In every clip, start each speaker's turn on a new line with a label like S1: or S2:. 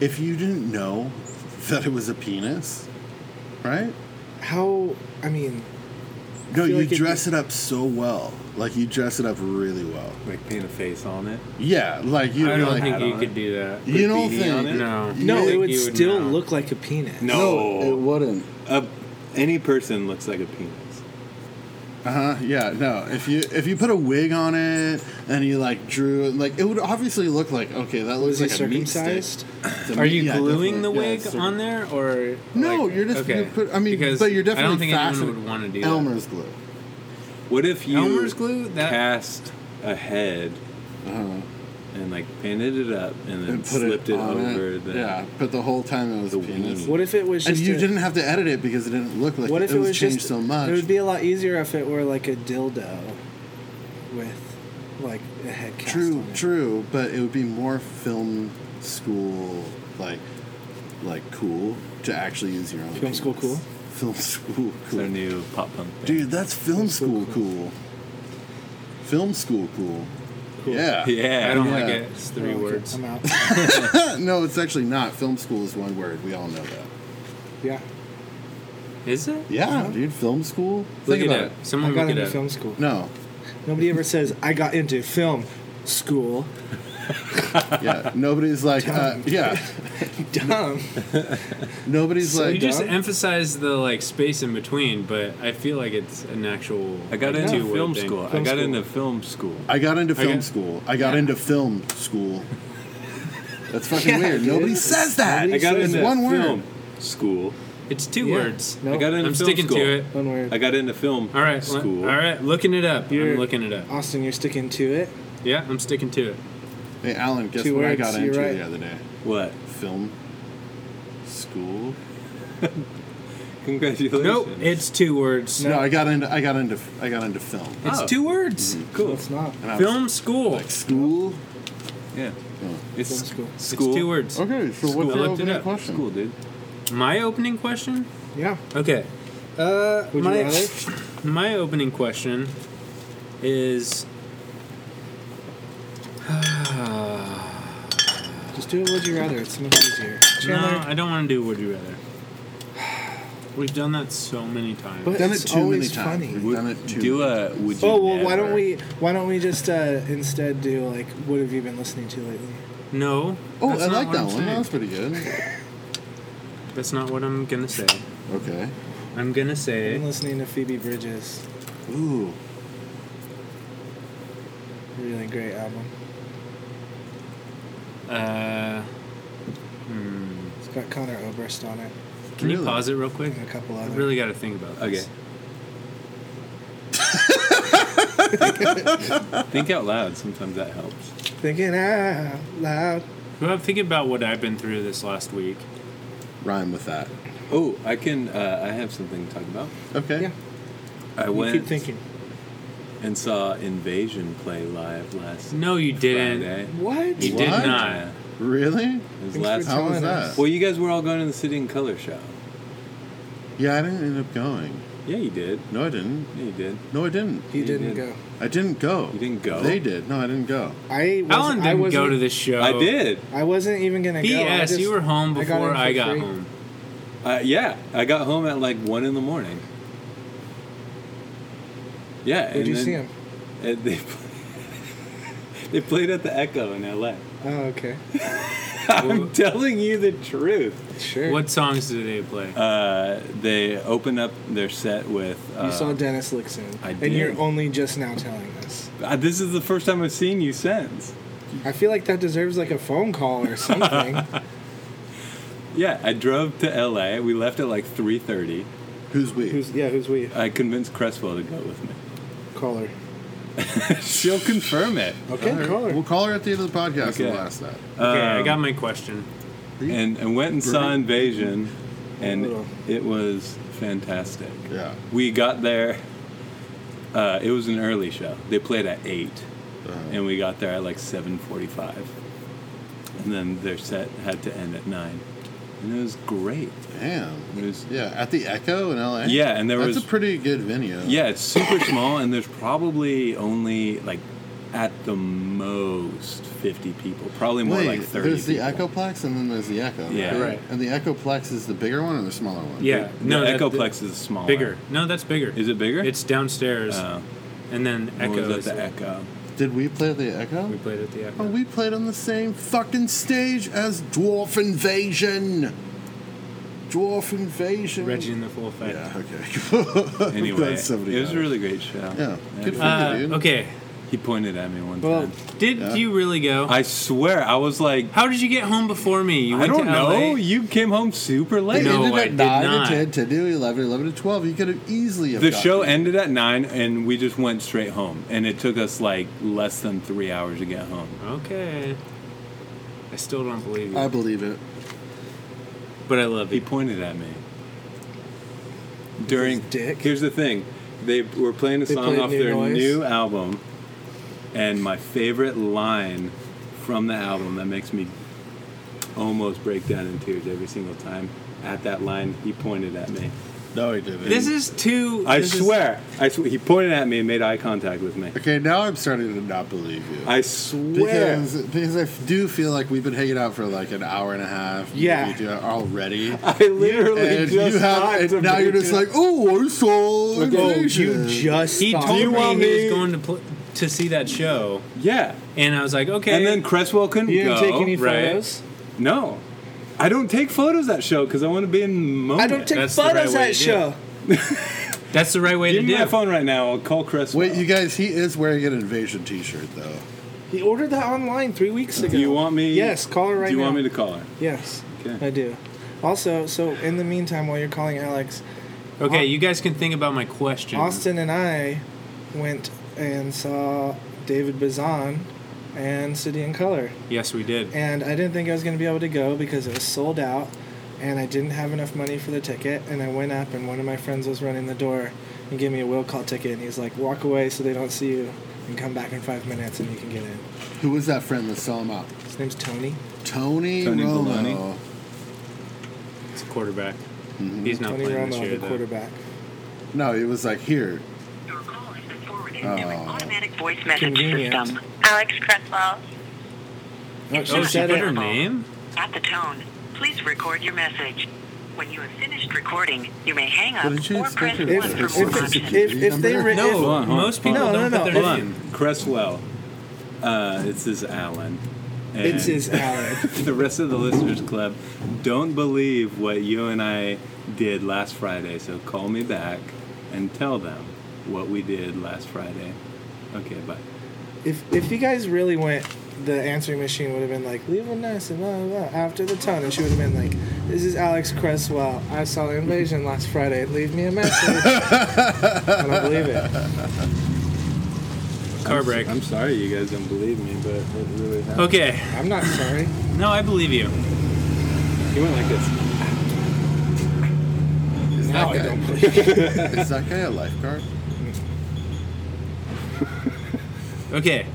S1: if you didn't know that it was a penis, right?
S2: How? I mean,
S1: No,
S2: feel
S1: you
S2: like it-
S1: dress it up so well. Like you dress it up really well.
S3: Like paint a face on it.
S1: Yeah, like you
S4: I
S1: know,
S4: don't
S1: like
S4: think you
S3: on
S4: could
S3: it.
S4: do that.
S1: you don't
S3: beanie
S1: think
S3: on it?
S4: No.
S1: you
S2: no,
S1: don't-
S2: it
S4: think
S2: would
S4: you would
S2: still
S4: know?
S2: look like a penis.
S3: No.
S1: No,
S3: Oh.
S1: it wouldn't.
S3: A, any person looks like a penis.
S1: Uh huh. Yeah. No. If you if you put a wig on it and you like drew it, like it would obviously look like okay that looks
S2: Was he
S1: like a meat stick.
S2: circumcised?
S1: It's a
S4: Are
S1: meat-
S4: you
S1: yeah,
S4: gluing the
S1: definitely. Yeah,
S4: wig
S1: it's circum-
S4: on there, or
S1: No,
S4: like-
S1: you're just
S4: okay.
S1: you put. I mean,
S4: Because
S1: but you're definitely
S4: I don't think
S1: fastening-
S4: anyone would want to do that.
S1: Elmer's glue.
S3: What if you
S4: Elmer's glue? That-
S3: cast a head and like painted it up and then
S1: And put
S3: slipped it,
S1: on
S3: over the
S1: yeah, but the whole time it was
S3: the
S1: a penis.
S3: weenie.
S2: What if it was
S1: And
S2: just?
S1: you
S2: a-
S1: didn't have to edit it because it didn't look like
S2: What
S1: it.
S2: if
S1: it was changed
S2: just?
S1: so much.
S2: It would be a lot easier if it were like a dildo, with like a head cast.
S1: True,
S2: on it.
S1: true, but it would be more film school like like cool to actually use your own.
S2: Film school
S1: penis.
S2: cool?
S1: Film school
S3: It's
S1: cool.
S3: our new pop punk thing.
S1: Dude, that's film school cool. Film school cool. Yeah.
S3: Yeah.
S4: I don't
S1: Yeah.
S4: like it. It's three
S2: Oh, okay,
S4: words.
S2: I'm out.
S1: no, it's actually not. Film school is one word. We all know that.
S2: yeah.
S4: Is it?
S1: Yeah, dude, film school.
S4: Look
S1: Think
S4: it
S1: about
S4: up. Someone
S2: I got
S4: look it
S2: into
S4: up.
S2: film school.
S1: it. No.
S2: Nobody ever says I got into film school.
S1: Yeah. Nobody's like uh, yeah.
S2: Dumb.
S1: Nobody's
S4: You
S1: like
S4: just
S2: Dog?
S4: emphasize the like space in between, but I feel like it's an actual.
S3: I got
S4: like,
S3: into
S4: two-word
S3: film
S4: thing.
S3: school. I
S2: Film
S3: got
S2: school.
S3: into film school.
S1: I got into
S4: I
S1: film
S4: got-
S1: school. I got into film school. That's fucking
S2: Yeah,
S1: weird.
S2: dude.
S1: Nobody says that.
S3: I
S2: Nobody
S3: got
S2: says
S3: into
S2: that.
S1: one word.
S3: film school.
S4: It's two
S2: Yeah.
S4: words.
S2: No.
S3: I got into
S4: I'm
S3: film
S4: sticking
S3: school.
S4: to it.
S2: One word.
S3: I got into film
S4: All right. le-
S3: school.
S4: All right. Looking it up.
S2: You're-
S4: I'm looking it up.
S2: Austin, you're sticking to it.
S4: Yeah, I'm sticking to it.
S1: Hey, Alan, guess
S2: Two
S1: what I
S2: words,
S1: got
S2: you're
S1: into
S2: right.
S1: the other day?
S3: What?
S1: Film school.
S3: Congratulations.
S4: Nope. It's two words.
S1: No, I got into. I got into. I got into film.
S4: It's
S3: Oh.
S4: two words.
S2: No,
S3: cool.
S2: it's not.
S1: And I was
S4: Film school.
S1: like school.
S3: Yeah.
S1: Oh.
S3: It's
S2: Film school. It's
S3: school.
S4: It's two words.
S1: Okay, so
S4: School.
S1: what's
S4: I
S1: your
S4: looked it
S1: opening
S4: up.
S1: question?
S3: School, dude.
S4: My opening question.
S2: Yeah.
S4: Okay. Uh,
S2: Would you
S4: my
S2: rather?
S4: my opening question is.
S2: Just do it. Would you rather? It's much easier.
S4: No, I don't want to do Would You Rather. We've done that so many times.
S2: But-
S1: Done it
S2: It's
S1: too many
S2: always
S1: times.
S2: funny.
S1: We've
S3: Would-
S1: done it too.
S3: Do a would you
S2: oh well, why don't
S3: never?
S2: we? Why don't we just uh, instead do like what have you been listening to lately?
S4: no.
S1: oh,
S4: that's
S1: I
S4: not
S1: like
S4: what
S1: that
S4: I'm
S1: one.
S4: saying.
S1: That was pretty good.
S4: That's not what I'm gonna say.
S1: Okay.
S4: I'm gonna
S2: I've been
S4: say
S2: listening to Phoebe Bridges.
S1: Ooh.
S2: Really great album.
S4: uh, hmm.
S2: It's got Connor Oberst on it
S4: Can you
S1: Really?
S4: pause it real quick?
S2: and a couple
S4: I
S2: other.
S4: really gotta think about this.
S3: Okay. Think out loud. Sometimes that helps.
S2: Thinking out loud.
S4: Well, I'm thinking about what I've been through this last week.
S1: Rhyme with that.
S3: Oh, I can. Uh, I have something to talk about.
S1: Okay.
S2: Yeah.
S3: I
S2: You
S3: went
S2: keep thinking.
S3: and saw Invasion play live last.
S4: No, you didn't.
S3: Friday.
S2: What?
S4: You
S1: What?
S4: did
S3: Yeah.
S4: not.
S1: Really?
S3: It was
S2: Thanks
S3: last.
S2: for
S1: How was
S2: telling us.
S1: that?
S3: Well, you guys were all going to the City in Color show.
S1: Yeah, I didn't end up going.
S3: Yeah, you did.
S1: No, I didn't.
S3: Yeah, you did.
S1: No, I didn't.
S2: He
S3: You
S2: didn't
S3: did.
S2: go.
S1: I didn't go.
S3: You didn't go?
S1: They did. No, I didn't go.
S2: I wasn't,
S4: Alan
S2: I
S4: didn't
S2: wasn't,
S4: go to this show.
S3: I did.
S2: I wasn't even gonna go. I
S4: P.S.
S2: just-
S4: You were home
S2: I got
S4: before
S2: in for
S4: I got,
S2: free.
S4: home.
S3: Uh, yeah, I got home at like one in the morning. Yeah.
S2: Did
S3: and
S2: you
S3: then-
S2: see him?
S3: and they play- they played at the Echo in L.A.
S2: Oh, okay.
S3: I'm telling you the truth.
S2: Sure.
S4: What songs did they play?
S3: Uh, they opened up their set with. Uh,
S2: You saw Dennis Lixon.
S3: I
S2: And you're
S3: did.
S2: only just now telling us.
S3: uh, this is the first time I've seen you since.
S2: I feel like that deserves like a phone call or something.
S3: Yeah, I drove to L.A. We left at like 3:30.
S1: Who's we?
S2: who's yeah? Who's we?
S3: I convinced Cresswell to go with me.
S2: Caller.
S3: She'll confirm it.
S2: Okay,
S1: All right.
S2: caller.
S1: We'll call her at the end of the podcast
S3: Okay.
S1: and we'll ask that.
S4: okay, I
S3: um,
S4: got my question.
S3: And and went and saw Invasion, and
S2: Brutal.
S3: it was fantastic.
S1: Yeah.
S3: We got there. Uh, it was an early show. They played at 8
S1: Uh,
S3: and we got there at like seven forty-five, and then their set had to end at nine, and it was great.
S1: Damn.
S3: It was-
S1: yeah, at the Echo in LA.
S3: Yeah, and there
S1: That's
S3: was-
S1: a pretty good venue.
S3: Yeah, it's super small, and there's probably only like at the most 50 people, probably more
S1: Wait,
S3: like 30.
S1: there's the
S3: people.
S1: Echoplex and then there's the Echo.
S3: Yeah.
S1: right?
S4: Right.
S1: And the Echoplex is the bigger one or the smaller one?
S4: Yeah.
S3: No,
S4: that-
S3: Echoplex is smaller.
S4: Bigger. No, that's bigger.
S3: Is it bigger?
S4: It's downstairs.
S3: Oh.
S4: and then
S3: Or
S4: Echo.
S3: was
S4: Is
S3: that the Echo?
S1: Did we play the Echo?
S4: we played at the Echo.
S1: Oh, we played on the same fucking stage as Dwarf Invasion. Dwarf Invasion.
S4: Reggie in the full effect.
S1: Yeah. Okay.
S3: Anyway,
S1: Glad somebody
S3: it was
S1: got
S3: a really great show.
S1: Yeah. Good for-
S4: Uh,
S1: dude.
S4: okay.
S3: He pointed at me one
S2: Well,
S3: time.
S4: Did
S1: Yeah.
S4: you really go?
S3: I swear, I was like,
S4: How did you get home before me? You
S3: I
S4: went
S3: don't
S4: to
S3: know.
S4: LA?
S3: You came home super
S1: It
S3: late.
S4: No,
S1: ended
S4: I
S1: at
S4: did
S1: 9
S4: not.
S1: to 10, 10 to 11, 11 to 12. You could have easily have
S3: The
S1: gotten
S3: show
S1: it.
S3: ended at nine, and we just went straight home. And it took us like less than three hours to get home.
S4: Okay. I still don't believe you,
S1: I believe it.
S4: but I love
S3: He
S4: you.
S3: pointed at me during.
S2: His dick.
S3: Here's the thing: they were playing a
S2: They
S3: song
S2: played
S3: off
S2: New
S3: their
S2: Noise?
S3: new album, and my favorite line from the album that makes me almost break down in tears every single time. At that line, he pointed at me.
S1: No, he didn't.
S4: This is too.
S3: I
S4: this is-
S3: swear, I sw- he pointed at me and made eye contact with me.
S1: Okay, now I'm starting to not believe you.
S3: I swear.
S1: because, because I f- do feel like we've been hanging out for like an hour and a half.
S2: Yeah.
S1: maybe two hours already.
S3: I literally
S1: and
S3: just
S1: you have,
S3: thought to
S1: and now you're
S3: break
S1: just
S3: it.
S1: like, oh, I saw
S2: Oh, you
S1: Invasion."
S2: just
S4: He
S2: thought-
S4: told
S3: you
S4: me
S3: want
S4: he
S3: me-
S4: was going to pl- to see that show,
S3: yeah.
S4: and I was like, okay.
S3: And then Cresswell couldn't
S2: you didn't
S3: go.
S2: take any
S4: right.
S2: photos.
S3: No, I don't take photos that show because I want to be in Oh, the moment.
S2: I don't take
S4: That's the right
S2: photos
S4: way
S2: at
S4: to do
S2: show.
S4: it. that's the right way
S3: Give
S4: to
S3: me
S4: do.
S3: my
S4: it.
S3: phone right now. I'll call Cresswell.
S1: Wait, you guys, he is wearing an Invasion T-shirt though.
S2: He ordered that online three weeks ago.
S3: Do you want me?
S2: Yes, call her right
S3: Do you want
S2: now.
S3: me to call her?
S2: Yes,
S3: Okay.
S2: I do. Also, so in the meantime, while you're calling Alex,
S4: Okay, you guys can think about my question.
S2: Austin and I went and saw David Bazan and City in Color.
S4: Yes, we did.
S2: And I didn't think I was going to be able to go because it was sold out and I didn't have enough money for the ticket. And I went up, and one of my friends was running the door and gave me a will call ticket. And he's like, walk away so they don't see you and come back in five minutes and you can get in.
S1: Who was that friend that saw him out?
S2: His name's Tony.
S1: Tony,
S3: Tony
S1: Romo.
S3: Bologna?
S4: It's a quarterback. He's not
S2: Tony
S4: playing this
S2: Romo,
S4: year,
S2: the
S4: though.
S2: quarterback.
S1: No, he was like here.
S5: Your call has been forwarded to an
S1: Oh.
S5: automatic voice message
S2: Convenient.
S5: system.
S6: Alex Cresswell.
S2: Oh,
S5: It's
S2: she
S4: Oh,
S5: not
S4: she
S2: said
S4: put her
S5: available.
S4: name.
S5: At the tone, please record your message. When you have finished recording, you may hang up
S1: What did you
S5: or press
S1: expect?
S5: one
S1: it
S2: If,
S1: was
S5: for more
S1: a
S2: if,
S5: options.
S2: if, if, if they
S1: number?
S2: were,
S4: No,
S3: Hold on, hold on.
S4: most people
S2: No,
S4: don't
S2: no,
S4: put
S2: no,
S4: their
S3: Hold
S4: name.
S3: on. Cresswell. Uh, it's this Alan. And
S2: it's his Alex.
S3: the rest of the listeners club don't believe what you and I did last Friday. So call me back and tell them what we did last Friday. Okay, bye.
S2: If if you guys really went, the answering machine would have been like, leave a message, blah, blah, blah, after the tone. And she would have been like, this is Alex Cresswell. I saw the invasion last Friday. Leave me a message. I don't believe it.
S4: Car break.
S3: I'm sorry you guys don't believe me, but it really happened.
S4: Okay.
S2: I'm not sorry.
S4: No, I believe you.
S3: He went like this.
S1: Is that guy? is that guy a lifeguard?
S4: Okay.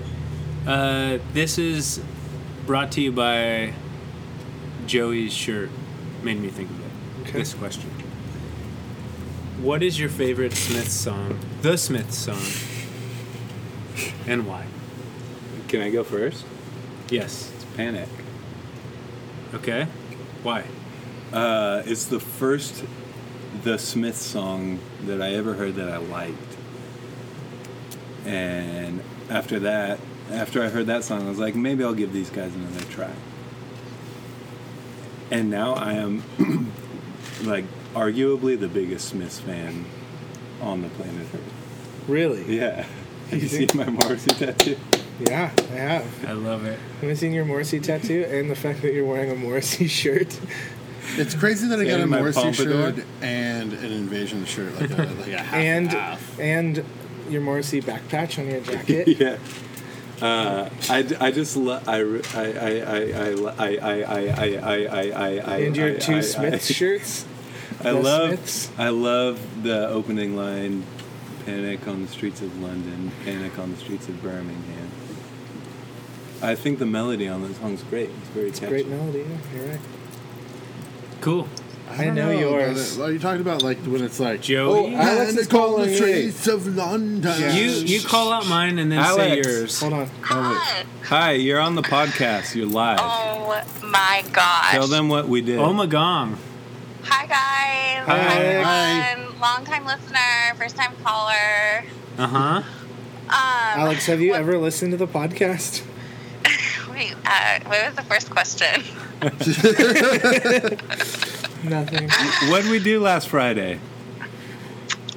S4: Uh, this is brought to you by Joey's shirt. Made me think of it.
S2: Okay.
S4: This question. What is your favorite Smith song? The Smith song. And why?
S3: Can I go first?
S4: Yes.
S3: It's Panic.
S4: Okay. Why?
S3: Uh, it's the first The Smith song that I ever heard that I liked. And after that, after I heard that song, I was like, maybe I'll give these guys another try. And now I am like arguably the biggest Smiths fan on the planet Earth.
S2: Really?
S3: Yeah. Have you seen my Morrissey tattoo?
S2: Yeah, I have.
S4: I love it.
S2: Have you seen your Morrissey tattoo and the fact that you're wearing a Morrissey shirt?
S1: It's crazy that I
S3: Yeah,
S1: got a
S3: my
S1: Morrissey
S3: pompadour.
S1: shirt and an Invasion shirt, like a, like a half
S2: and
S1: half.
S2: and your Morrissey back patch on your jacket.
S3: yeah. Uh, I, d- I just lo- I re- I I I I lo- I I I I I I I
S2: And
S3: I-
S2: your
S3: I- I-
S2: two Smiths shirts.
S3: I
S2: The
S3: love
S2: Smiths.
S3: I love the opening line, "Panic on the streets of London, panic on the streets of Birmingham." I think the melody on that song's great. It's very catchy.
S2: Great melody. Yeah, you're right.
S4: Cool.
S2: I
S1: don't
S2: know
S1: about
S2: yours.
S1: it. Are you talking about like when it's like
S4: Joey?
S1: Oh,
S2: Alex
S1: Alex
S2: is
S1: is calling
S2: calling
S1: the streets of London.
S2: Yeah.
S4: You you call out mine and then say
S3: Alex.
S4: yours.
S2: Hold on.
S3: Oh, wait. Hi, you're on the podcast. You're live.
S6: Oh my gosh.
S3: Tell them what we did.
S4: Oh my gong.
S6: Hi guys.
S4: Hi.
S1: Hi.
S6: everyone. Long time listener, first time caller.
S4: Uh
S3: Uh-huh.
S2: uh-huh.
S4: huh.
S6: Um,
S2: Alex, have you
S6: what-
S2: ever listened to the podcast?
S6: Wait, uh, what was the first question?
S2: Nothing.
S3: what did we do last Friday?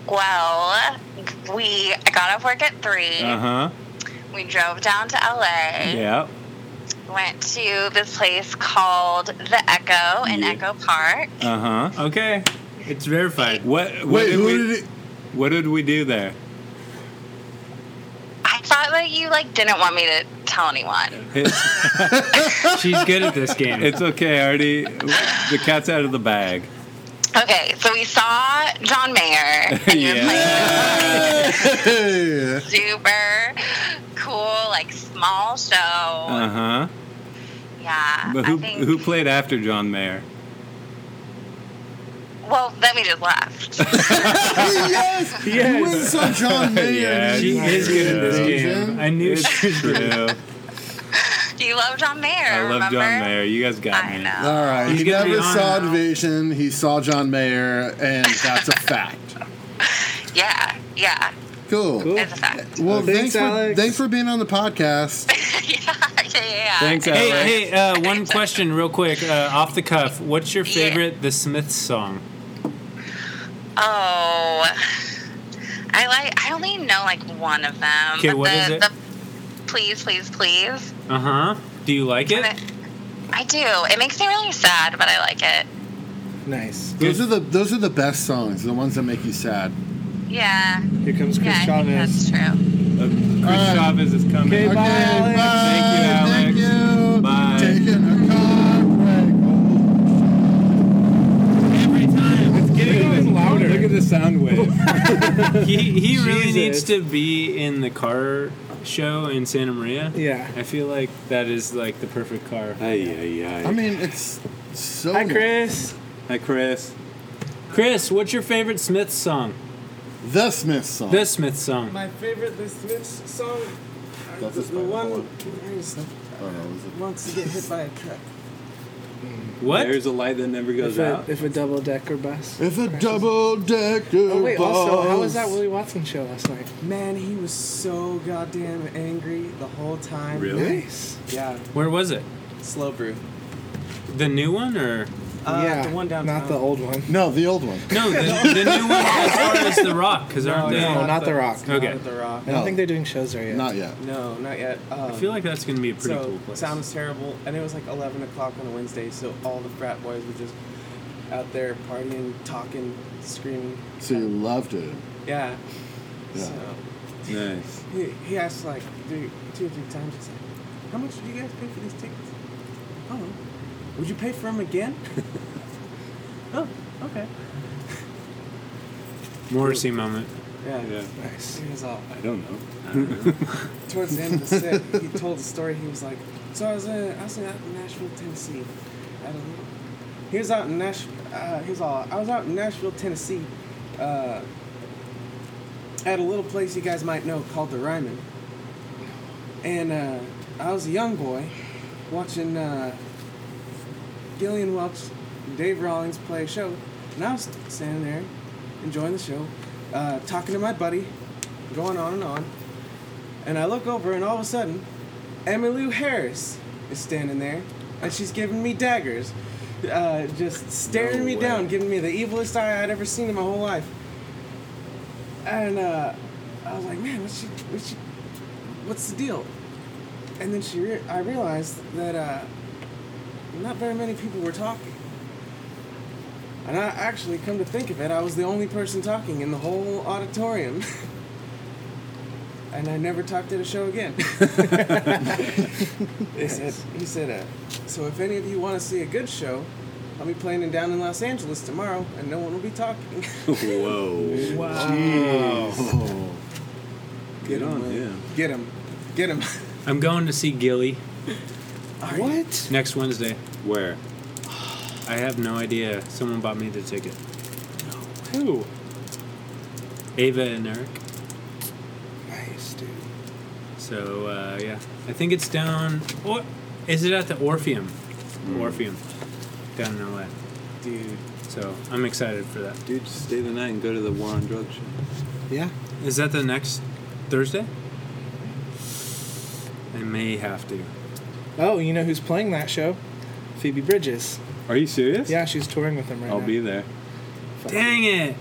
S6: Well, we I got off work at 3
S3: Uh huh.
S6: We drove down to LA.
S3: Yeah.
S6: Went to this place called the Echo in
S3: Yeah.
S6: Echo Park.
S3: Uh huh.
S4: Okay. It's verified.
S3: What? What
S1: Wait,
S3: did
S1: who
S3: we?
S1: did it?
S3: What did we do there?
S6: I thought that you like didn't want me to tell anyone.
S3: It's,
S4: She's good at this game.
S3: it's okay, Artie. The cat's out of the bag.
S6: Okay, so we saw John Mayer and you're playing
S1: Hey.
S6: this super cool, like small show.
S3: Uh huh.
S6: yeah.
S3: But who
S6: I think
S3: who played after John Mayer?
S6: well then we just left.
S1: yes,
S4: Yes.
S1: You went saw John Mayer.
S3: Yes.
S4: she is good at this game. I knew
S3: It's
S4: she was
S3: true.
S4: good. at-
S6: you love John Mayer,
S3: I love
S6: remember?
S3: John Mayer. You guys got
S6: I
S3: me.
S6: know.
S1: All right,
S4: He's
S1: he
S4: gonna be
S1: never
S4: on
S1: saw
S4: now.
S1: Division. He saw John Mayer, and that's a fact.
S6: Yeah, yeah.
S1: Cool.
S2: Cool.
S6: It's a fact.
S1: Well,
S2: Thanks,
S1: thanks,
S2: Alex.
S1: for, thanks for being on the podcast.
S6: yeah, yeah, yeah.
S3: Thanks,
S4: Hey,
S3: Alex.
S4: hey, uh, one question real quick, uh, off the cuff. What's your favorite The Smiths song?
S6: Oh, I like. I only know like one of them.
S4: Okay,
S6: but
S4: what
S6: the,
S4: is it?
S6: The, please, please, please.
S4: Uh huh. Do you like it?
S6: And it- I do. It makes me really sad, but I like it.
S2: Nice.
S1: Those are the those are the best songs. The ones that make you sad.
S6: Yeah.
S2: Here comes Chris
S6: yeah, I think that's
S2: Chavez.
S6: true.
S3: Uh, Chris
S1: Alright.
S3: Chavez is coming.
S2: Okay, bye. Alex.
S1: Thank
S3: Thank
S1: you,
S3: you,
S1: Alex.
S3: Bye.
S1: Taking a car break.
S4: Every time. It's
S2: getting even louder.
S3: Look at the sound wave.
S4: He, he really
S2: Jesus.
S4: needs to be in the car show in Santa Maria.
S2: Yeah.
S4: I feel like that is like the perfect car.
S3: Ay, ay, ay.
S1: I mean, it's so.
S2: Hi, Chris.
S3: Hi, Chris.
S4: Chris, what's your favorite Smiths song?
S1: The Smith song.
S4: The Smiths song.
S7: My favorite The Smiths song
S1: That's
S7: is
S1: a
S7: the one
S1: Spider-Man one.
S7: who just
S1: Oh, no, is it-
S7: wants to get hit by a truck.
S4: What?
S3: There's a light that never goes
S2: If a,
S3: out.
S2: if a double decker bus.
S1: If a double decker
S2: Oh wait, also, how was that Willie Watson show last night?
S7: Man, he was so goddamn angry the whole time.
S3: Really?
S2: Nice.
S7: Yeah.
S4: Where was it?
S7: Slow brew.
S4: The new one or
S7: Uh,
S2: yeah,
S7: The one downtown.
S2: not the old one.
S1: No, the old one.
S4: no? The, the new one as far as the Rock, because
S7: No,
S4: aren't they?
S2: no, not The Rock.
S7: it's not
S4: Okay.
S7: at the rock.
S2: I don't
S1: No.
S2: think they're doing shows there yet.
S1: Not yet.
S7: No, not yet. Um,
S4: I feel like that's gonna be a pretty
S7: so
S4: cool place.
S7: sound was terrible, and it was like 11 o'clock on a Wednesday, so all the frat boys were just out there partying, talking, screaming.
S1: So you loved it.
S7: Yeah.
S1: Yeah.
S7: So
S3: Nice.
S7: he, he asked like three, two or three times. He's like, "How much did you guys pay for these tickets?" Oh, would you pay for them again? oh, okay.
S4: Morrissey moment.
S7: Yeah.
S3: Yeah.
S2: Nice.
S7: He was all
S3: I don't know. I don't know.
S7: towards the end of the set, he told the story. He was like, "So I was in, I was in out in Nashville, Tennessee. I don't know. He was out in Nashville. Uh, he was all. I was out in Nashville, Tennessee, uh, at a little place you guys might know called the Ryman. And uh, I was a young boy, watching uh, Gillian Welch and Dave Rawlings play a show, and I was standing there, enjoying the show, uh, talking to my buddy, going on and on." And I look over, and all of a sudden, Emmylou Harris is standing there, and she's giving me daggers, uh, just staring
S3: No
S7: me
S3: way.
S7: down, giving me the evilest eye I'd ever seen in my whole life. And uh, I was like, man, what's she, what's she, what's the deal? And then she, re- I realized that uh, not very many people were talking. And I actually, come to think of it, I was the only person talking in the whole auditorium. and I never talked at a show again. He said, he said uh, so if any of you want to see a good show, I'll be playing in down in Los Angeles tomorrow, and no one will be talking.
S3: Whoa.
S1: Oh.
S7: Get
S3: on
S7: him, Will.
S3: him.
S7: Get him. Get him.
S4: I'm going to see Gilly
S7: what?
S4: next Wednesday.
S3: Where?
S4: I I have no idea. Someone bought me the ticket.
S2: Who?
S4: Ava and Eric.
S2: Nice, dude.
S4: So uh, yeah, I think it's down. Or is it at the Orpheum? Orpheum, down in LA.
S7: Hmm. Dude,
S4: So I'm excited for that.
S3: Dude, just stay the night and go to the War on Drugs show.
S2: Yeah.
S4: Is that the next Thursday? I may have to.
S2: Oh, you know who's playing that show? Phoebe Bridges.
S3: Are you serious?
S2: Yeah, she's touring with them right
S3: I'll
S2: now.
S3: be there.
S4: Dang it!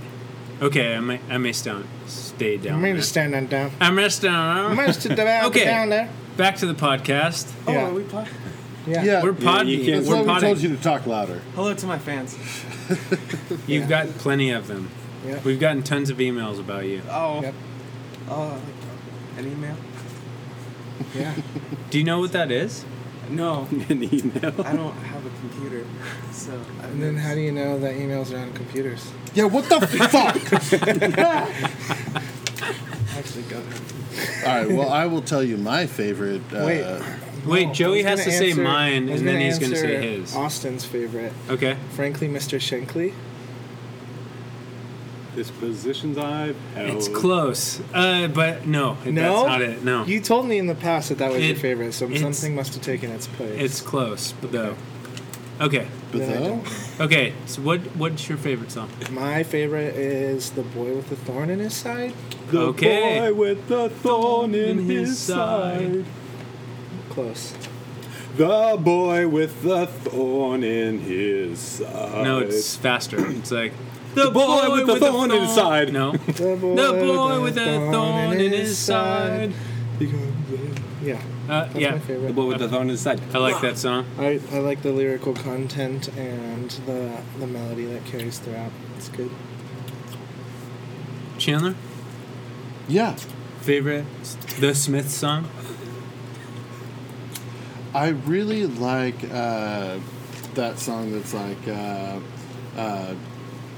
S4: Okay, I may I may stand, stay down.
S2: I'm ready
S4: there.
S2: to stand on down.
S4: I'm gonna stand-
S2: I'm ready to down,
S4: Okay.
S2: down there.
S4: Back to the podcast.
S7: oh,
S2: Yeah.
S7: are we playing?
S2: Yeah.
S1: Yeah.
S4: We're pod.
S3: you can't-
S1: That's
S4: we're
S1: why we told
S4: podding.
S1: you to talk louder.
S7: Hello to my fans.
S4: You've got plenty of them.
S2: Yeah.
S4: We've gotten tons of emails about you.
S7: Oh,
S2: Yep.
S7: oh, like, an email?
S2: Yeah.
S4: Do you know what that is?
S7: No,
S3: An email.
S7: I don't have a computer, so. I've
S2: And then how do you know that emails are on computers?
S1: Yeah, what the fuck?
S7: actually go?
S1: All right, well, I will tell you my favorite. Uh,
S2: Wait.
S4: Wait,
S2: No,
S4: Joey
S2: I was
S4: has to
S2: gonna
S4: say
S2: answer-
S4: mine,
S2: I was
S4: and then he's gonna
S2: answer
S4: say his.
S2: Austin's favorite,
S4: Okay.
S2: frankly, Mr. Shankly.
S3: This position's I've held.
S4: It's close, uh, but no, that's
S2: No,
S4: not it. No,
S2: You told me in the past that that was your
S4: It-
S2: favorite, so
S4: it's-
S2: something must have taken its place.
S4: it's close, but though. Okay,
S1: But
S2: Then I
S1: though,
S4: okay. So what what's your favorite song?
S2: My favorite is the boy with the thorn in his side.
S3: The
S4: Okay.
S3: boy with the thorn in,
S4: In his
S3: his side.
S2: Close.
S3: The boy with the thorn in his side.
S4: No, it's faster. It's like
S3: The boy with the thorn in his side.
S4: No,
S2: The boy,
S4: the boy with the thorn in his side.
S2: Yeah,
S4: Uh,
S2: that's
S4: yeah,
S2: my favorite.
S3: The boy with the thorn in his side.
S4: I like that song.
S2: I, I like the lyrical content and the the melody that carries throughout. It's good.
S4: Chandler,
S1: yeah,
S4: favorite the Smith song.
S1: I really like uh, that song that's like, uh, uh,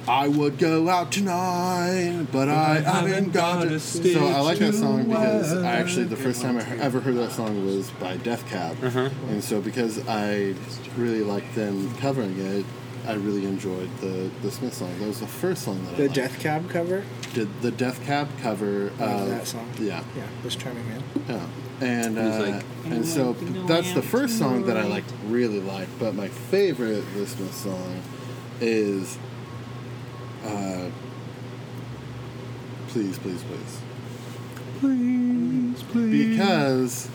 S1: I would go out tonight, but I haven't got it.
S3: stick
S1: So I like that
S3: to
S1: song because
S3: work.
S1: I actually, the first time I he- ever heard that song was by Death Cab. And so because I really liked them covering it, I really enjoyed the, the Smith song. That was the first song that I
S2: The
S1: liked.
S2: Death Cab cover.
S1: did the Death Cab cover of
S2: Love that song.
S1: Uh, Yeah,
S2: Yeah, this charming man.
S1: yeah. And
S3: was
S1: uh,
S3: like,
S1: and so that's the first song that I like really like, but my favorite Lisma song is uh, please, please, please,
S3: Please, please.
S1: because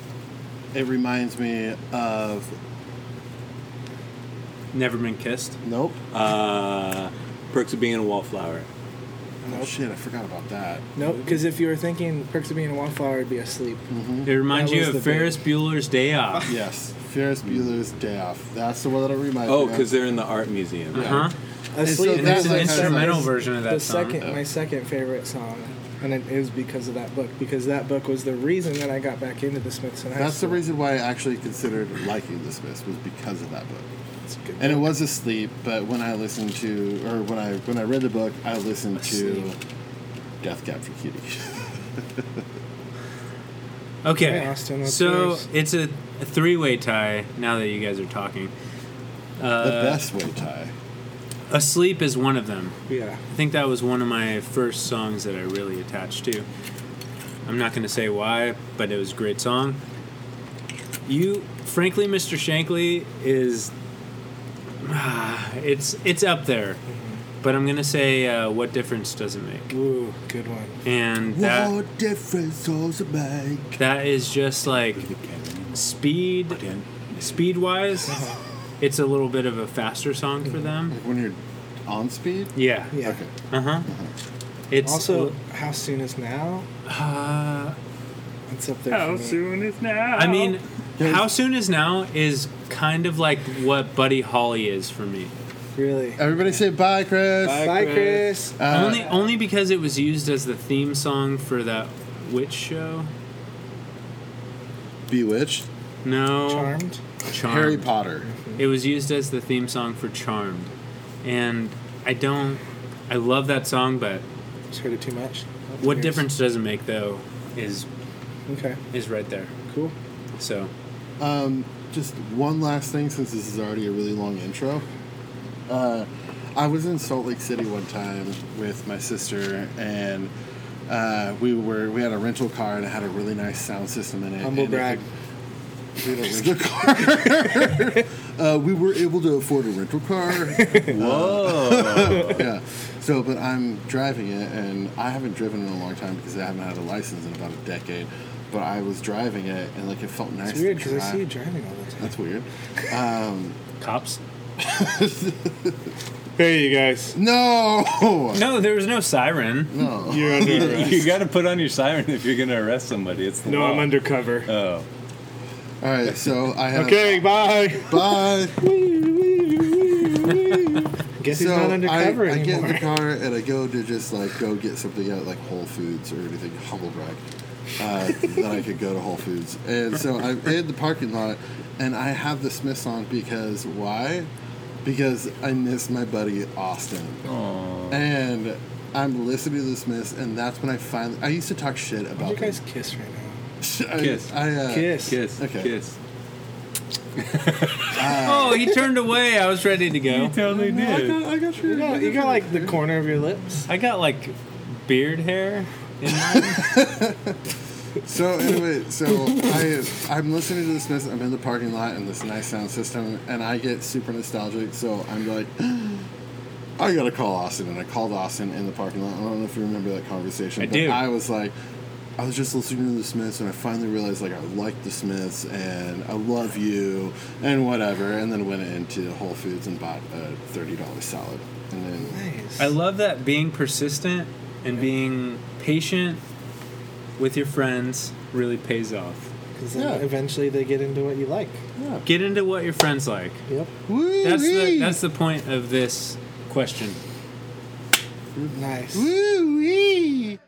S1: it reminds me of
S4: Never been kissed.
S1: nope.
S3: Uh, perks of being a wallflower.
S1: Oh shit, I forgot about that.
S2: Nope, because if you were thinking Perks of Being a Wallflower, I'd be asleep.
S4: It reminds
S2: Mm-hmm. That
S4: you
S2: was the
S4: of Ferris Bueller's Day Off.
S1: Yes, Ferris Bueller's Day Off. That's the one that it reminds
S3: Oh,
S1: me.
S3: because
S1: of.
S3: they're in the art museum.
S1: Yeah.
S4: Huh?
S1: so
S2: Asleep.
S1: And
S4: And there's
S1: that's
S4: an
S1: like-
S4: instrumental
S1: that's-
S4: version of that
S2: the
S4: song.
S2: second, my second favorite song, and it is because of that book. Because that book was the reason that I got back into the Smithsonian. High
S1: That's the
S2: School.
S1: reason why I actually considered liking this miss was because of that book.
S2: It's a good
S1: And it
S2: book.
S1: was asleep, but when I listened to or when I when I read the book, I listened to Death Cab for Cutie.
S4: Okay.
S2: Hey, Austin, what's
S4: so
S2: yours?
S4: it's a, a three-way tie now that you guys are talking.
S1: the
S4: Uh,
S1: best way tie.
S4: Asleep is one of them.
S2: yeah.
S4: I think that was one of my first songs that I really attached to. I'm not going to say why, but it was a great song. You, frankly, Mr. Shankly is. ah, it's it's up there, but I'm gonna say uh, what difference does it make?
S2: Ooh, good one.
S4: And that
S1: what difference does it make?
S4: that is just like speed speed wise it's a little bit of a faster song for them
S1: Like when you're on speed?
S4: yeah
S2: Yeah.
S1: Okay.
S4: uh-huh it's
S2: Also, How Soon Is Now?
S4: uh,
S2: It's up there. How soon?
S4: i mean how soon is now is kind of like what buddy holly is for me
S2: Really?
S1: Everybody say bye, Chris.
S2: Bye, Chris.
S1: Uh,
S4: only only because it was used as the theme song for that witch show
S1: Bewitched.
S4: no
S2: Charmed.
S4: Charmed.
S1: Harry Potter.
S4: It was used as the theme song for Charmed, and I don't. I love that song, but
S2: Just heard it too much.
S4: what
S2: Cheers.
S4: difference does it make though? Is
S2: Okay.
S4: is right there.
S2: Cool.
S4: So
S1: Just one last thing since this is already a really long intro. Uh, I was in Salt Lake City one time with my sister, and uh, we were we had a rental car and it had a really nice sound system in it.
S2: Humble
S1: and it
S2: brag.
S1: could- We had a rental car. uh, we were able to afford a rental car. Uh,
S3: Whoa.
S1: yeah. So, but I'm driving it, and I haven't driven in a long time because I haven't had a license in about a decade. But I was driving it, and like it felt nice.
S2: It's weird
S1: to
S2: because I see you
S1: drive.
S2: driving all the time.
S1: That's weird.
S4: Cops?
S2: There you guys.
S1: No.
S4: No, there was no siren.
S1: No.
S2: You're under
S3: you got to put on your siren if you're going to arrest somebody. It's the
S2: No,
S3: law.
S2: I'm undercover.
S3: Oh.
S1: All right. So I have.
S2: Okay, bye.
S1: Bye.
S2: Guess he's
S1: so
S2: not undercover
S1: I, I get in
S2: anymore.
S1: the car and I go to just like go get something at like Whole Foods or anything, Humblebrag, uh, that I could go to Whole Foods. And so I'm in the parking lot and I have the Smiths on because why? Because I miss my buddy Austin. And I'm listening to the Smiths and that's when I finally, I used to talk shit about
S2: you guys
S1: them.
S2: kiss right now?
S1: I-
S3: Kiss.
S1: I, uh,
S2: Kiss.
S3: Kiss.
S1: Okay.
S3: Kiss.
S4: Oh, he turned away. I was ready to go.
S3: You totally
S1: I
S3: did.
S1: got, I got
S2: You
S1: your-
S2: got, you got like the corner of your lips.
S4: I got like beard hair. In my-
S1: So anyway, so I I'm listening to the Smiths. I'm in the parking lot in this nice sound system, and I get super nostalgic. So I'm like, I gotta call Austin, and I called Austin in the parking lot. I don't know if you remember that conversation.
S4: I
S1: but
S4: do.
S1: I was like, I was just listening to the Smiths, and I finally realized like I like the Smiths, and I love you, and whatever. And then went into Whole Foods and bought a thirty dollar salad, and then
S2: Nice.
S4: I love that being persistent and being patient with your friends really pays off.
S2: 'Cause then
S1: Yeah.
S2: Eventually, they get into what you like.
S1: yeah,
S4: Get into what your friends like.
S2: Yep.
S4: That's the
S1: Woo-wee!
S4: that's the point of this question.
S2: Nice.
S1: Woo-wee!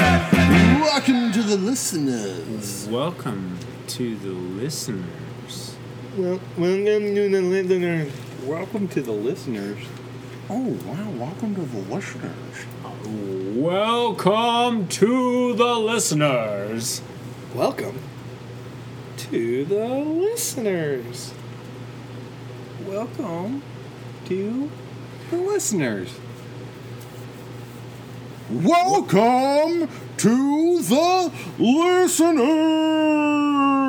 S1: Welcome to the listeners.
S4: Welcome to the listeners.
S2: Well, welcome to the listener.
S3: Welcome to the listeners.
S1: Oh wow! Welcome to the listeners.
S4: Welcome to the listeners.
S2: Welcome to the listeners.
S3: Welcome to the listeners.
S1: Welcome to the listeners.
S4: Welcome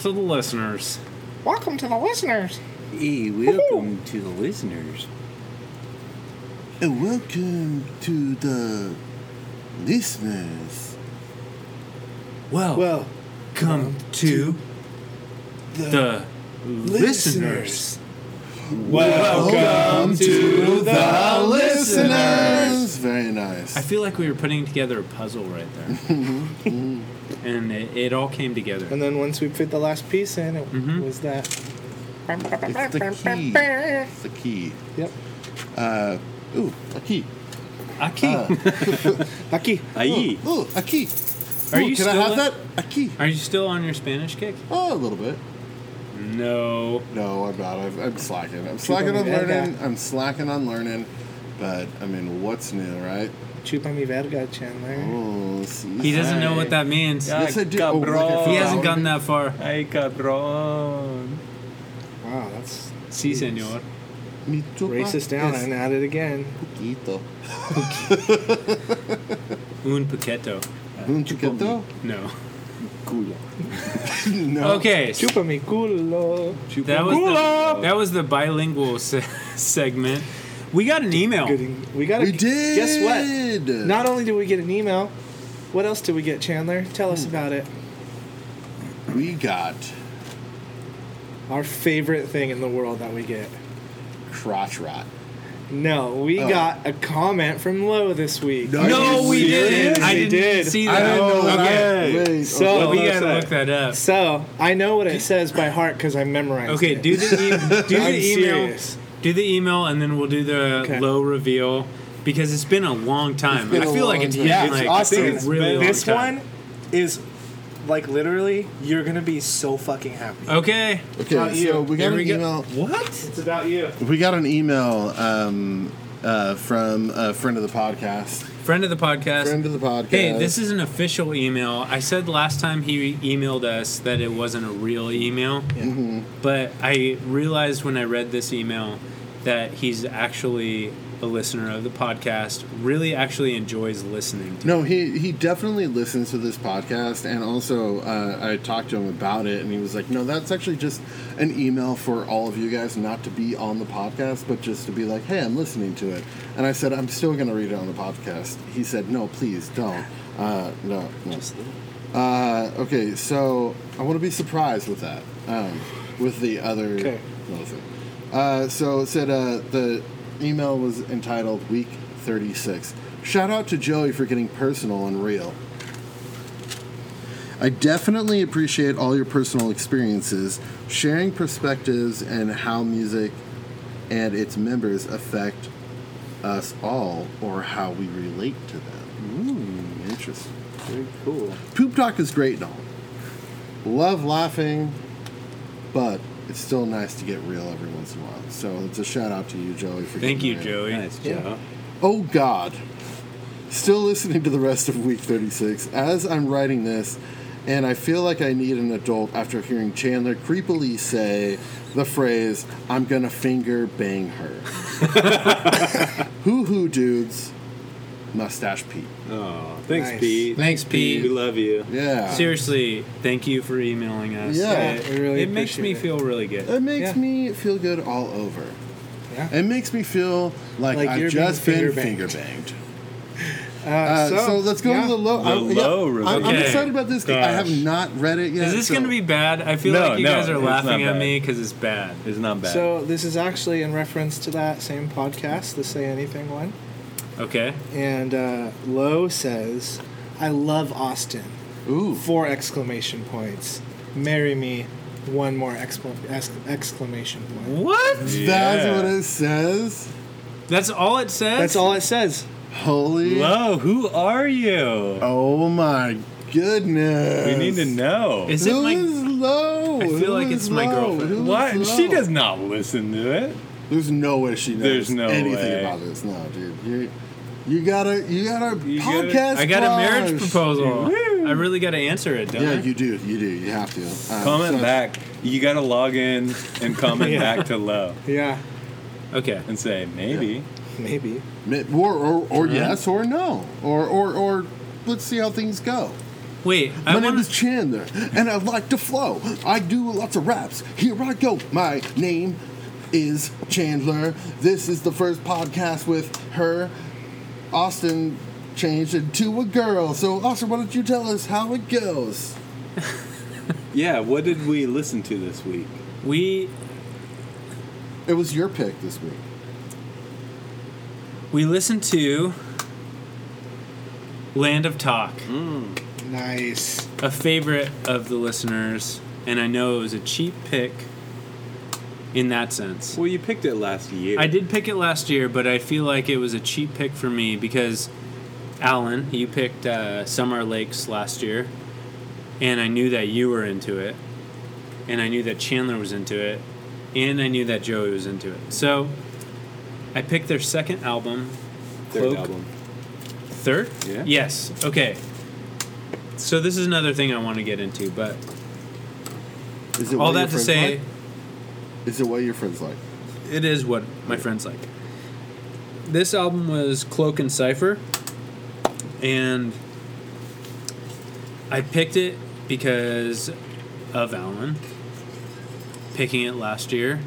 S4: to the listeners.
S2: Welcome to the listeners.
S3: Hey, E, welcome to the listeners.
S1: And welcome to the listeners.
S4: Well,
S2: Well,
S4: come to the listeners. Welcome to the
S1: listeners. Very
S4: I
S1: nice.
S4: feel like we were putting together a puzzle right there. and it, it all came together.
S2: And then once we fit the last piece in, it
S1: Mm-hmm.
S4: Mhm.
S2: was that.
S1: It's the key. It's the key.
S2: Yep.
S1: Uh, ooh, a key. Uh,
S4: I can't.
S1: Ah.
S2: Aquí.
S3: Aye.
S1: Ooh, a key.
S4: Are
S1: Ooh,
S4: you
S1: can I
S4: still
S1: have
S4: in-
S1: that? A key.
S4: Are you still on your Spanish kick?
S1: Oh, a little bit.
S4: No.
S1: No, I'm not. I've, I'm slacking. I'm slacking
S2: on
S1: on
S2: the back.
S1: learning. I'm slacking on learning. But I mean, what's new, right?
S2: Chupa mi verga, Chandler.
S1: Oh, see.
S4: He doesn't know what that means.
S3: Yeah.
S1: Yes, I do. Oh,
S3: Cabron.
S1: like I
S4: He hasn't
S1: forgot.
S4: gotten that far.
S3: Ay, cabron.
S2: Wow, that's
S4: Si, senor.
S1: Mi chupa
S2: racist down
S1: es
S2: and at it again.
S1: poquito.
S4: Un paqueto.
S1: Un chiquito?
S4: No.
S1: Culo. no.
S4: Okay. so
S2: Chupa mi culo.
S4: That was,
S2: Culo.
S4: the, that was the bilingual se- segment. We got an email.
S2: Good- We got. a-
S1: Oh. We did.
S2: Guess what? Not only did we get an email, what else did we get, Chandler? Tell
S1: Hmm.
S2: us about it.
S1: we got
S2: Our favorite thing in the world that we get.
S1: crotch rot.
S2: No, we
S1: Oh.
S2: got a comment from Lo this week.
S1: No. Are
S4: No,
S1: you
S4: we didn't.
S2: serious?
S4: I
S2: We
S4: didn't
S2: did.
S4: see
S1: I
S4: that.
S1: didn't know that.
S4: Oh, Okay.
S1: Wait,
S2: So-
S1: okay.
S4: Well, we
S2: Oh,
S4: gotta
S2: sorry.
S4: look that up.
S2: So I know what it says by heart because I memorized
S4: Okay,
S2: it.
S4: do the e- do
S2: I'm
S4: the email.
S2: serious.
S4: Do the email, and then we'll do the
S2: Okay.
S4: low reveal because it's been a long time.
S1: been
S4: I
S1: a
S4: feel like
S1: long
S4: it's
S1: time.
S4: been
S1: Yeah,
S2: it's
S4: like
S2: Austin,
S4: a really long
S2: this
S4: time.
S2: one is like literally, you're gonna be so fucking happy.
S4: Okay.
S1: Okay,
S7: Not you.
S1: so we
S4: Here
S1: got an
S4: we go.
S1: email.
S4: What?
S7: It's about you.
S1: We got an email um, uh, from a friend of the podcast.
S4: Friend of the podcast.
S1: Friend of the podcast.
S4: Hey, this is an official email. I said last time he emailed us that it wasn't a real email, but I realized when I read this email that he's actually a listener of the podcast, really actually enjoys listening to
S1: No, he he definitely listens to this podcast, and also uh, I talked to him about it, and he was like, "No, that's actually just an email for all of you guys, not to be on the podcast, but just to be like, hey, I'm listening to it." And I said, "I'm still going to read it on the podcast." He said, "No, please don't." Uh, no, no. Uh, okay, so I want to be surprised with that, um, with the other.
S2: Okay.
S1: no, thing. Uh, so it said uh, the email was entitled Week 36. Shout out to Joey for getting personal and real. I definitely appreciate all your personal experiences, sharing perspectives, and how music and its members affect us all or how we relate to them. Ooh, interesting.
S4: Hmm, Very cool.
S1: Poop talk is great and all. Love laughing, but it's still nice to get real every once in a while. So it's a shout out to you, Joey. For
S4: Thank
S1: getting
S4: you,
S1: real.
S4: Joey.
S3: Nice, Joe.
S1: Oh God. Still listening to the rest of week 36 as I'm writing this, and I feel like I need an adult after hearing Chandler creepily say the phrase, I'm gonna finger bang her. Hoo hoo, dudes. Mustache Pete.
S3: Oh, thanks,
S2: Nice.
S3: Pete.
S4: Thanks, Pete.
S3: We love you.
S1: Yeah.
S4: Seriously, thank you for emailing us.
S1: Yeah,
S4: it,
S2: I really
S4: it makes me
S2: appreciate it.
S4: feel really good.
S1: It makes
S2: Yeah.
S1: me feel good all over.
S2: Yeah.
S1: It makes me feel like,
S2: Like
S1: I've
S2: you're
S1: just
S2: being
S1: been finger
S2: finger-banged.
S1: banged.
S2: Uh,
S1: Uh, so, let's go
S2: yeah.
S1: to the low.
S3: The
S1: I'm-
S3: low
S1: I'm-
S3: review.
S1: I'm,
S4: Okay.
S1: excited about this. 'cause I have
S3: Gosh.
S1: not read it yet.
S4: Is this
S1: so-
S4: going to be bad? I feel
S3: No,
S4: like you
S3: no,
S4: guys are
S3: it's not
S4: laughing at
S3: bad.
S4: me because it's bad.
S3: It's not bad.
S2: So this is actually in reference to that same podcast, the Say Anything one.
S4: Okay.
S2: And uh, Lowe says, "I love Austin."
S1: Ooh.
S2: Four exclamation points. Marry me. One more excla- ex- exclamation point.
S4: What?
S1: That's
S3: Yeah.
S1: what it says.
S4: That's all it says?
S2: That's all it says.
S1: Holy.
S3: Lo, who are you?
S1: Oh my goodness.
S3: We need to know.
S4: Is it
S1: Who
S4: my
S1: is low?
S4: I feel
S1: Who
S4: like
S1: is
S4: it's my
S1: low?
S4: girlfriend.
S1: Who is
S3: What? She
S1: low?
S3: does not listen to it.
S1: There's no way she knows
S3: There's no
S1: anything
S3: way.
S1: about this. No, dude. You, you gotta, you gotta
S3: You gotta-
S1: podcast.
S4: I got a marriage
S1: plush.
S4: proposal. I really got to answer it, don't
S1: Yeah,
S4: I?
S1: you do. You do. You have to. Um,
S3: Comment
S1: so-
S3: back. You gotta log in and comment back to Lo
S2: Yeah,
S4: okay.
S3: and say maybe.
S2: maybe.
S1: Mi- Or or, or yes or no. Or or or let's see how things go.
S4: Wait, I
S1: My name
S4: want
S1: is Chandler, and I like to flow. I do lots of raps. Here I go. My name is Chandler. This is the first podcast with her. Austin changed into a girl. So Austin, why don't you tell us how it goes?
S3: Yeah. What did we listen to this week?
S4: we
S1: It was your pick this week.
S4: we listened to Land of Talk,
S2: Nice.
S4: a favorite of the listeners, and I know it was a cheap pick in that sense.
S3: Well, you picked it last year.
S4: I did pick it last year, but I feel like it was a cheap pick for me because Alan, you picked uh, Summer Lakes last year, and I knew that you were into it, and I knew that Chandler was into it, and I knew that Joey was into it. So I picked their second album,
S3: Third
S4: Cloak-
S3: album.
S4: Third?
S3: Yeah.
S4: Yes. Okay. So this is another thing I want to get into, but
S1: Is it what
S4: all
S1: your
S4: that to
S1: friends
S4: say.
S1: like? Is it what your friends like?
S4: it is what my friends like. This album was Cloak and Cipher, and I picked it because of Alan picking it last year.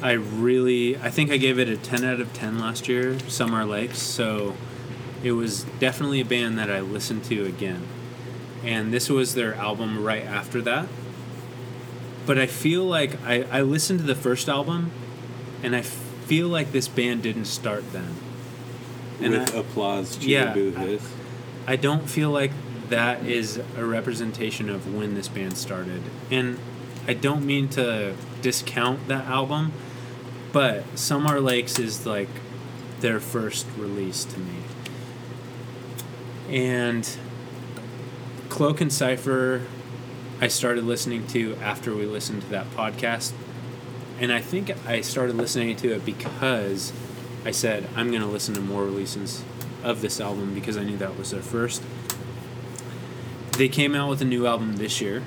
S4: I really, I think I gave it a 10 out of 10 last year, Summer Lakes, so it was definitely a band that I listened to again. And this was their album right after that. But I feel like I, I listened to the first album and I feel like this band didn't start then. And
S3: With
S4: I,
S3: applause, cheer
S4: Yeah.
S3: boo hiss.
S4: I don't feel like that is a representation of when this band started. And I don't mean to discount that album, but Summer Lakes is like their first release to me. And Cloak and Cipher I started listening to after we listened to that podcast. And I think I started listening to it because I said, I'm going to listen to more releases of this album because I knew that was their first. They came out with a new album this year,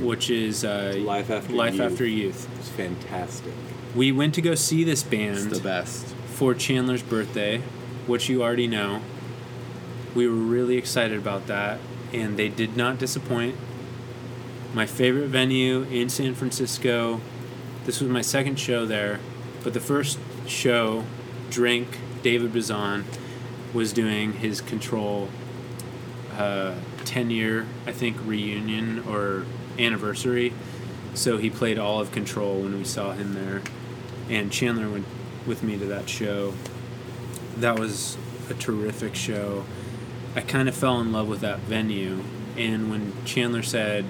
S4: which is uh,
S3: Mm-hmm. Life After
S4: Life
S3: Youth.
S4: After Youth.
S3: It's fantastic.
S4: We went to go see this
S1: It's the
S4: band
S1: best.
S4: for Chandler's birthday, which you already know. We were really excited about that, and they did not disappoint. My favorite venue in San Francisco. This was my second show there, but the first show, Drink, David Bazan was doing his Control uh, 10 year, I think, reunion or anniversary. So he played all of Control when we saw him there. And Chandler went with me to that show. That was a terrific show. I kind of fell in love with that venue. And when Chandler said,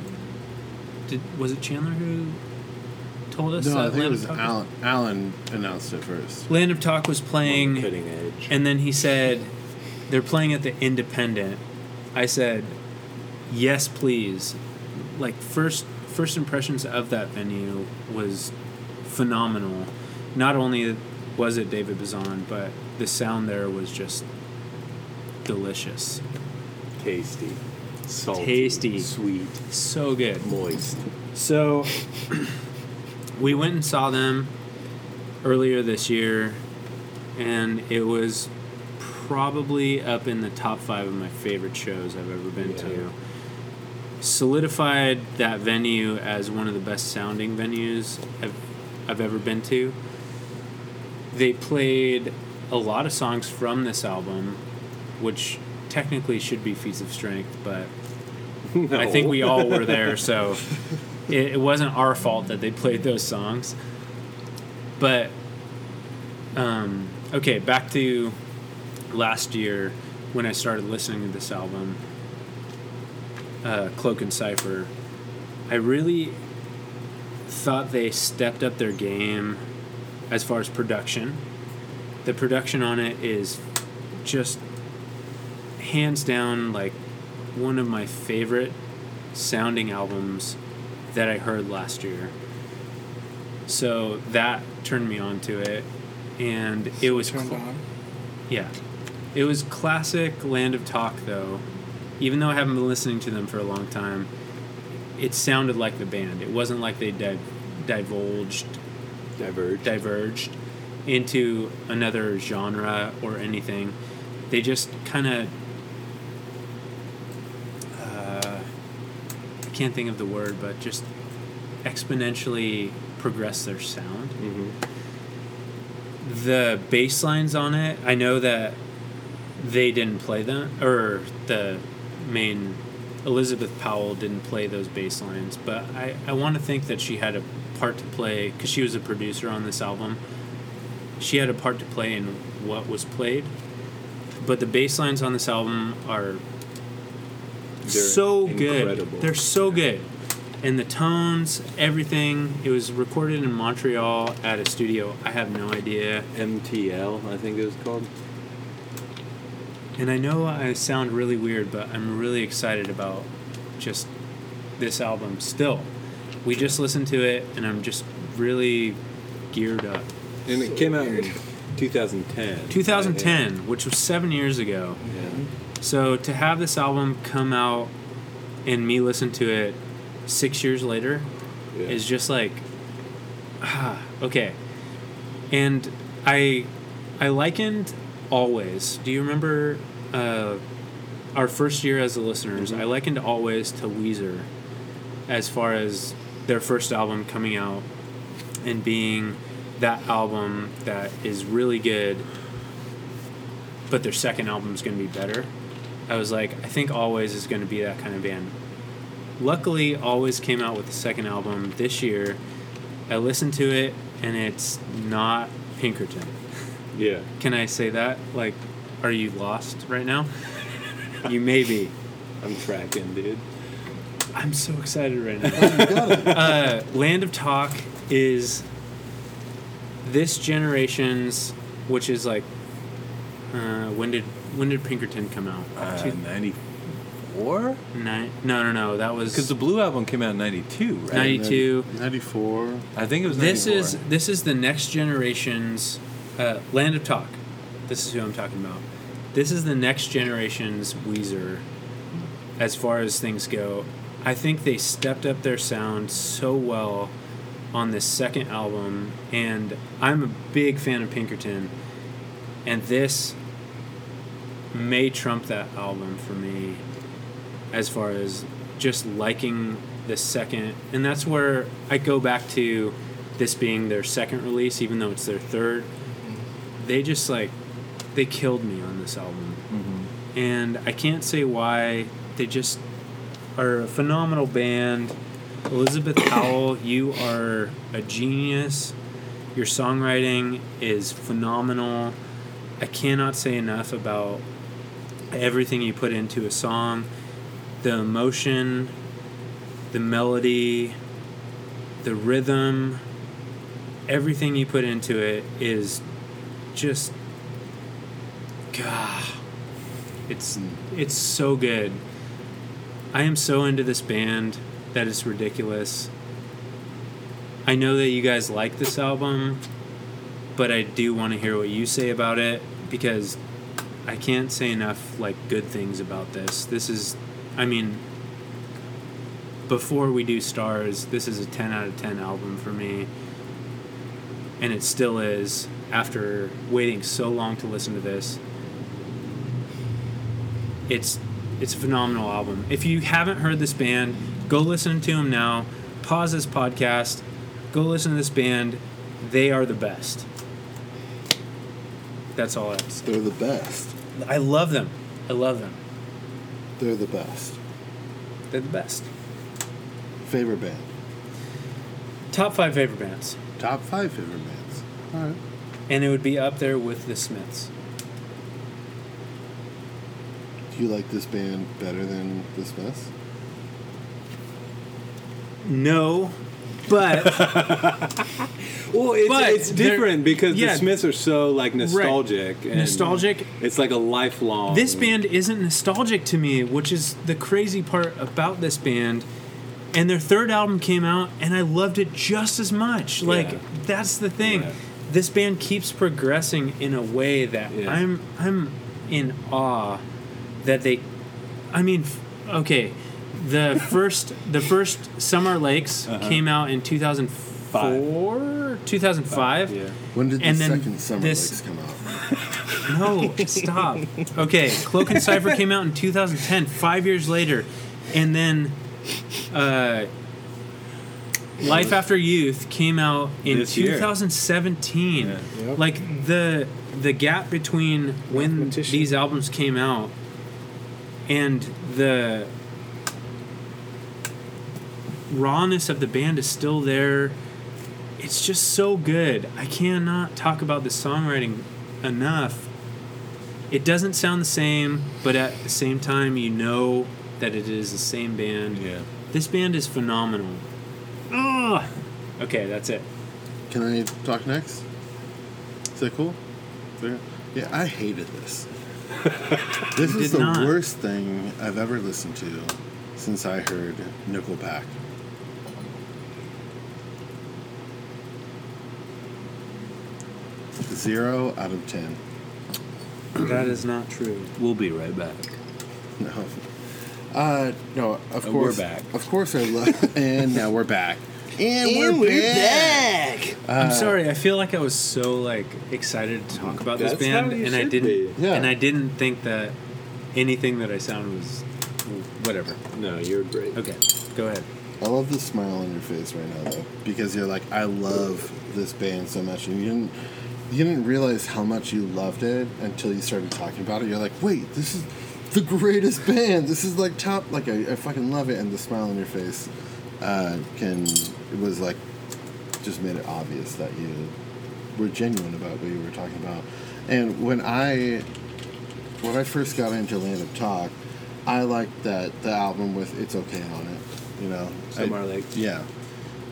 S4: did, was it Chandler who told us
S1: No,
S4: that
S1: I think it
S4: Land of
S1: was
S4: Talk
S1: Alan. Alan announced it first.
S4: Land of Talk was playing
S3: Cutting edge.
S4: and then he said, they're playing at the Independent. I said, yes, please. Like first first impressions of that venue was phenomenal. Not only was it David Bazan, but the sound there was just delicious.
S3: Tasty. Salty.
S4: Tasty.
S3: Sweet.
S4: So good.
S3: Moist.
S4: So we went and saw them earlier this year, and it was probably up in the top five of my favorite shows I've ever been to. Solidified that venue as one of the best sounding venues I've, I've ever been to. They played a lot of songs from this album, which technically should be Feats of Strength, but I think we all were there, so it, it wasn't our fault that they played those songs. But um, okay, back to last year when I started listening to this album, uh, Cloak and Cipher. I really thought they stepped up their game as far as production. The production on it is just hands down like one of my favorite sounding albums that I heard last year. So that turned me on to it and it was
S2: turned
S4: cl-
S2: on.
S4: yeah. It was classic Land of Talk, though. Even though I haven't been listening to them for a long time, it sounded like the band. It wasn't like they di- divulged,
S3: Diverged.
S4: diverged into another genre or anything. They just kind of. Uh, I can't think of the word, but just exponentially progress their sound
S3: mm-hmm.
S4: the bass lines on it i know that they didn't play them or the main elizabeth powell didn't play those bass lines but i, I want to think that she had a part to play because she was a producer on this album she had a part to play in what was played but the bass lines on this album are so
S3: incredible.
S4: good they're so good and the tones everything it was recorded in montreal at a studio i have no idea
S3: MTL, I think it was called.
S4: And I know I sound really weird, but I'm really excited about just this album still. We just listened to it, and I'm just really geared up.
S3: And it came out in 2010.
S4: 2010, which was seven years ago.
S3: I think. Yeah.
S4: So to have this album come out and me listen to it six years later
S3: Yeah.
S4: is just like, ah, okay. And I, I likened always. Do you remember uh, our first year as the listeners?
S3: Mm-hmm.
S4: I likened always to Weezer, as far as their first album coming out and being that album that is really good, but their second album is going to be better. I was like, I think Always is going to be that kind of band. Luckily, Always came out with the second album this year. I listened to it, and it's not Pinkerton.
S3: yeah.
S4: Can I say that? Like, are you lost right now? you may be.
S3: I'm tracking, dude.
S4: I'm so excited right now. uh, Land of Talk is this generation's, which is like, uh, when did when did Pinkerton come out?
S3: Uh,
S4: Two-
S3: 90, 94?
S4: Nine, no, no, no. That was
S3: Because the Blue Album came out in 92, right?
S4: 92.
S1: 94.
S3: I think it was 94.
S4: This is this is the next generation's uh, Land of Talk. This is who I'm talking about. This is the next generation's Weezer, as far as things go. I think they stepped up their sound so well on this second album, and I'm a big fan of Pinkerton, and this may trump that album for me as far as just liking the second and that's where i go back to this being their second release even though it's their third they just like they killed me on this album and i can't say why they just are a phenomenal band elizabeth howell you are a genius your songwriting is phenomenal i cannot say enough about everything you put into a song the emotion, the melody, the rhythm, everything you put into it is just God. It's it's so good. I am so into this band that it's ridiculous. I know that you guys like this album, but I do want to hear what you say about it because I can't say enough like good things about this. This is I mean before we do stars, this is a 10 out of 10 album for me. And it still is after waiting so long to listen to this. It's it's a phenomenal album. If you haven't heard this band, go listen to them now. Pause this podcast. Go listen to this band. They are the best. That's all I have to say.
S1: They're the best.
S4: I love them. I love them.
S1: They're the best.
S4: They're the best.
S1: Favorite band.
S4: Top five favorite bands.
S1: Top five favorite bands. All right.
S4: And it would be up there with the Smiths.
S1: Do you like this band better than The Smiths?
S4: No, but
S8: Well, it's,
S4: But
S8: it's
S4: they're-
S8: different because
S4: yeah.
S8: the Smiths are so like nostalgic. And
S4: Nostalgic.
S8: It's like a lifelong.
S4: this band isn't nostalgic to me, which is the crazy part about this band. And their third album came out, and I loved it just as much. Like
S8: Yeah.
S4: that's the thing.
S8: Yeah.
S4: This band keeps progressing in a way that
S8: Yeah.
S4: I'm I'm in awe that they. I mean, f- okay, the first the first Summer Lakes
S8: Uh-huh.
S4: came out in 2004, 2005.
S8: Yeah.
S1: When did
S4: And
S1: the
S4: then
S1: second Summer
S4: this-
S1: Lakes come out?
S4: No, stop. Okay, Cloak and Cipher came out in 2010, five years later, and then uh, Life After Youth came out in
S8: This year.
S4: 2017.
S2: Yep.
S4: Like the the gap between when
S2: Mathematician.
S4: these albums came out and the rawness of the band is still there. It's just so good. I cannot talk about the songwriting enough. It doesn't sound the same, but at the same time, you know that it is the same band.
S3: Yeah.
S4: This band is phenomenal. Ugh. Okay, that's it.
S1: Can I talk next? Is that cool? Fair? Yeah, I hated this. this is the
S4: did not.
S1: worst thing I've ever listened to since I heard Nickelback. Zero out of ten.
S4: that is not true.
S3: We'll be right back.
S1: No. Uh, no, of
S3: And we're
S1: course.
S3: back.
S1: Of course I love. and now we're back. And,
S4: I'm sorry. I feel like I was so like excited to talk about this
S8: That's
S4: band,
S8: how you
S4: and I
S8: should
S4: didn't,
S1: be. Yeah.
S4: and I didn't think that anything that I sound was whatever.
S8: No, you're great.
S4: Okay, go ahead.
S1: I love the smile on your face right now, though, because you're like, I love this band so much, and you didn't, you didn't realize how much you loved it until you started talking about it. You're like, wait, this is the greatest band. This is like top. Like I, I fucking love it, and the smile on your face uh, can it was like just made it obvious that you were genuine about what you were talking about. And when I when I first got into Land of Talk, I liked that the album with "It's Okay" on it. You know,
S3: Summer
S1: I-
S3: Lakes.
S1: Yeah,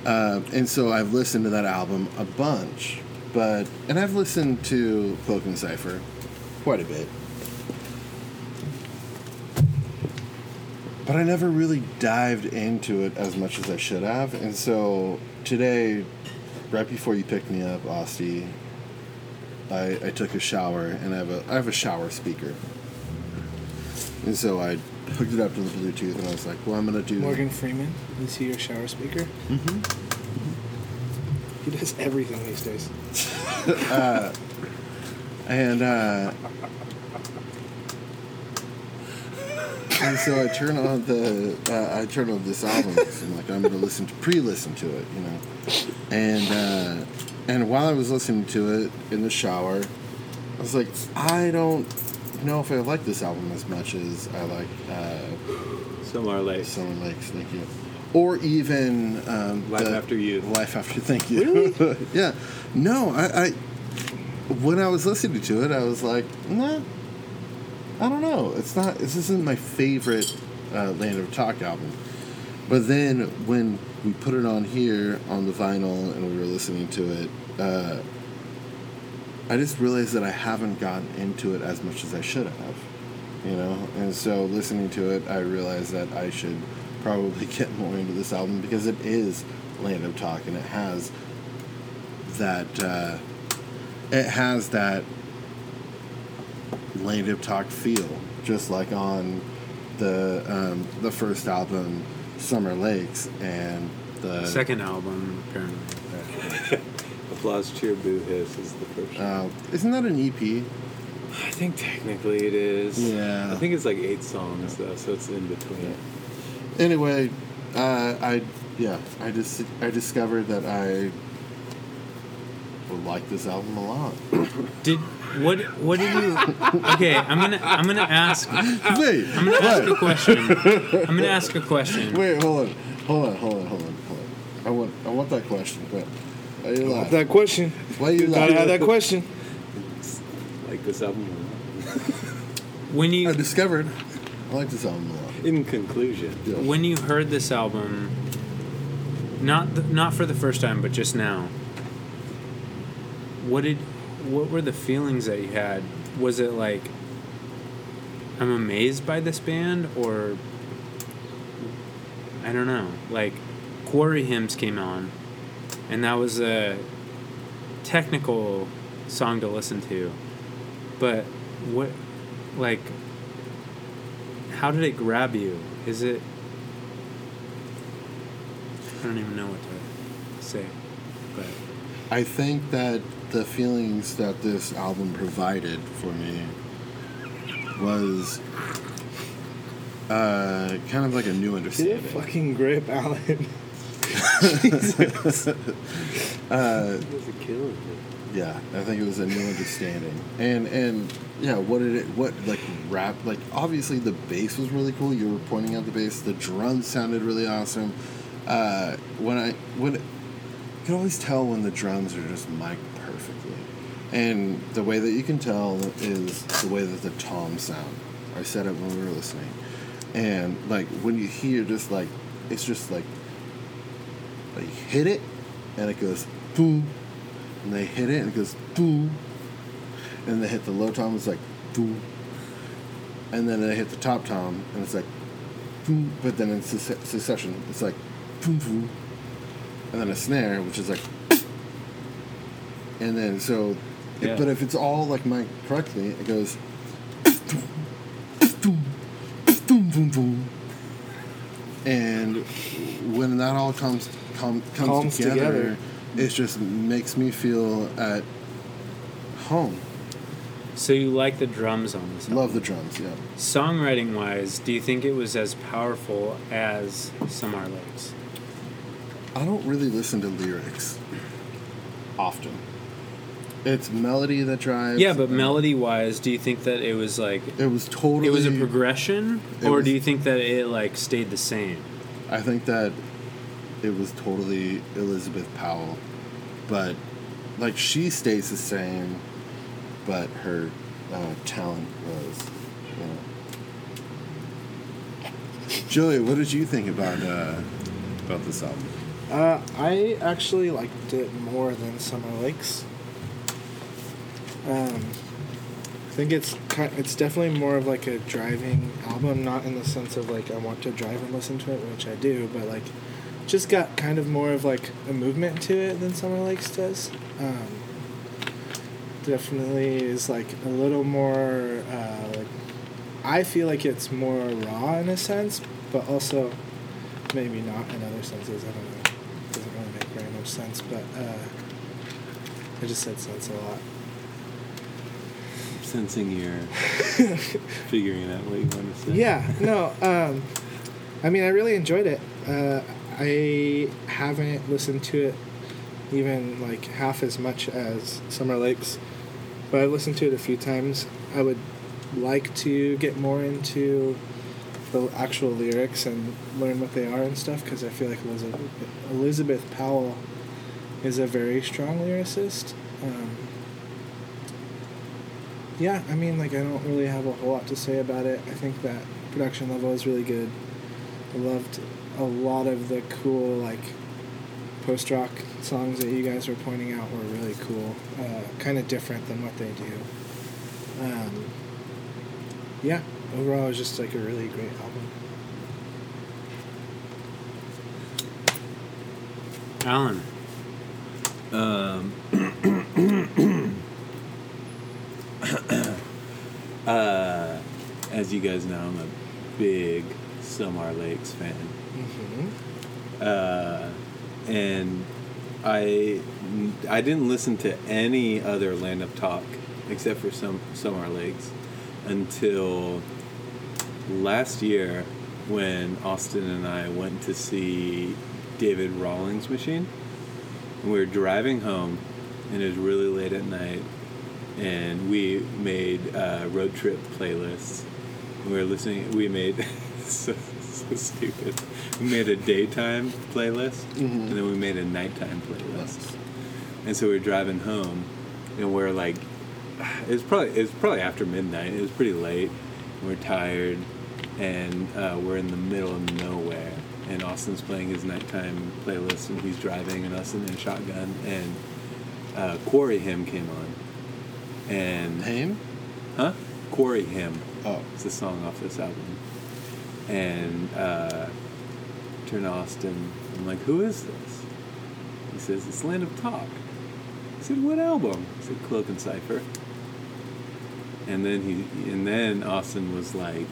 S1: uh, and so I've listened to that album a bunch, but and I've listened to Cloak and Cipher quite a bit. But I never really dived into it as much as I should have. And so today, right before you picked me up, Osti, I, I took a shower and I have a I have a shower speaker. And so I hooked it up to the Bluetooth and I was like, well, I'm gonna do
S2: Morgan Freeman, is he your shower speaker? Mm-hmm. He does everything these days.
S1: And uh, and so I turn on the uh, I turn on this album. I'm like I'm gonna listen to pre-listen to it, you know. And uh, and while I was listening to it in the shower, I was like, I don't know if I like this album as much as I like uh,
S3: Somewhere late.
S1: Someone Like Thank You, or even um,
S3: Life After You.
S1: Life After Thank You. yeah, no, I, I when I was listening to it, I was like, nah, I don't know. It's not. This isn't my favorite uh, Land of Talk album. But then when we put it on here on the vinyl and we were listening to it, uh, I just realized that I haven't gotten into it as much as I should have. You know, and so listening to it, I realized that I should probably get more into this album because it is Land of Talk and it has that. Uh, it has that Land of Talk feel, just like on the um, the first album, Summer Lakes, and the
S4: Second album, apparently.
S8: Applause, cheer, boo, hiss is the first.
S1: Uh, isn't that an EP?
S8: I think technically it is.
S1: Yeah.
S8: I think it's like eight songs though, so it's in between.
S1: Anyway, uh, I yeah, I just I discovered that I would like this album a lot.
S4: Did what? What did you? Okay, I'm gonna I'm gonna ask I'm
S1: Wait,
S4: gonna ask a
S1: what?
S4: question. I'm gonna ask a question.
S1: Wait, hold on, hold on, hold on, hold on, hold on. I want I want that question, but why you laughing?
S2: That question.
S1: Why you
S2: Gotta have that
S1: laughing?
S2: question.
S8: Like this album. a lot.
S4: When
S1: I
S4: you
S1: discovered I like this album a lot.
S8: In conclusion,
S1: Yeah.
S4: when you heard this album, not th- not for the first time, but just now, what did what were the feelings that you had? Was it like I'm amazed by this band, or I don't know, like Quarry Hymns came on, and that was a technical song to listen to, but what like how did it grab you? Is it? I don't even know what to say, but
S1: I think that the feelings that this album provided for me was uh, kind of like a new understanding.
S2: Fucking grip, Alan.
S8: it was a killer.
S1: Uh, Yeah, I think it was a new understanding. And and yeah, what did it what like rap like obviously the bass was really cool. You were pointing out the bass, the drums sounded really awesome. Uh when I when you can always tell when the drums are just mic'd perfectly. And the way that you can tell is the way that the toms sound. I said it when we were listening. And like when you hear just like it's just like they hit it and it goes boom and they hit it and it goes boom and they hit the low tom it's like boom and then they hit the top tom and it's like boom but then in succe- succession it's like boom boom and then a snare which is like and then so
S3: Yeah.
S1: but if it's all like mine correctly it goes and when that all comes com, comes
S2: Comes
S1: together,
S2: together.
S1: it just makes me feel at home.
S4: so you like the drums on this?
S1: Love the drums, yeah.
S4: Songwriting wise, do you think it was as powerful as Summer Lakes?
S1: I don't really listen to lyrics often. It's melody that drives.
S4: Yeah, but melody wise, do you think that it was like
S1: It was totally.
S4: it was a progression,
S1: It
S4: or
S1: was-
S4: do you think that it like stayed the same?
S1: I think that it was totally Elizabeth Powell, but like she stays the same, but her uh, talent was. You know. Julia, what did you think about uh, about this album?
S2: Uh, I actually liked it more than Summer Lakes. Um, think it's ki- it's definitely more of like a driving album, not in the sense of like I want to drive and listen to it, which I do, but like just got kind of more of like a movement to it than Summer Lakes does. Um, definitely is like a little more. Uh, like, I feel like it's more raw in a sense, but also maybe not in other senses. I don't know. It doesn't really make very much sense, but uh, I just said sense a lot.
S3: Sensing you're figuring out what you want to say.
S2: Yeah, no. Um, I mean, I really enjoyed it. Uh, I haven't listened to it even like half as much as Summer Lakes, but I've listened to it a few times. I would like to get more into the actual lyrics and learn what they are and stuff because I feel like Elizabeth, Elizabeth Powell is a very strong lyricist. Um, yeah, I mean, like, I don't really have a whole lot to say about it. I think that production level is really good. I loved a lot of the cool, like, post rock songs that you guys were pointing out were really cool. Uh, kind of different than what they do. Um, yeah, overall, it was just, like, a really great album.
S4: Alan,
S3: Um, uh, as you guys know, I'm a big Summer Lakes fan.
S2: Mm-hmm.
S3: Uh, and I, I didn't listen to any other Land of Talk except for some Summer Lakes until last year when Austin and I went to see David Rawlings' Machine. And we were driving home, and it was really late at night, and we made uh, road trip playlists. We were listening. We made so, so stupid. We made a daytime playlist, and then we made a nighttime playlist. And so we were driving home, and we're like, it was probably it was probably after midnight. It was pretty late. and We're tired, and uh, we're in the middle of nowhere. And Austin's playing his nighttime playlist, and he's driving, and us in the shotgun, and uh, Quarry Him came on, and
S1: Pain?
S3: huh? Quarry Him.
S1: Oh.
S3: It's a song off this album. And uh, turn to Austin. I'm like, who is this? He says, it's Land of Talk. I said, what album? He said, Cloak and Cipher. And then he, and then Austin was like,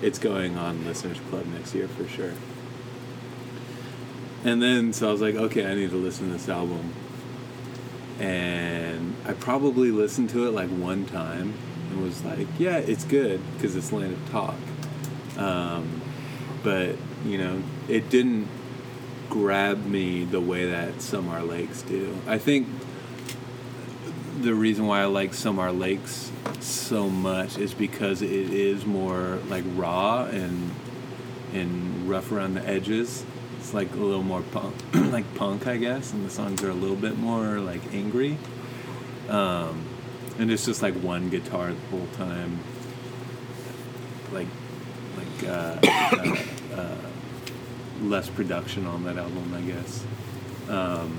S3: it's going on Listeners Club next year for sure. And then, so I was like, okay, I need to listen to this album. And I probably listened to it like one time and was like, yeah, it's good because it's Land of Talk. Um, but, you know, it didn't grab me the way that some our lakes do. I think the reason why I like some our lakes so much is because it is more like raw and and rough around the edges. It's like a little more punk, like punk, I guess, and the songs are a little bit more like angry. Um, and it's just like one guitar the whole time, like like uh, uh, uh, less production on that album, I guess. Um,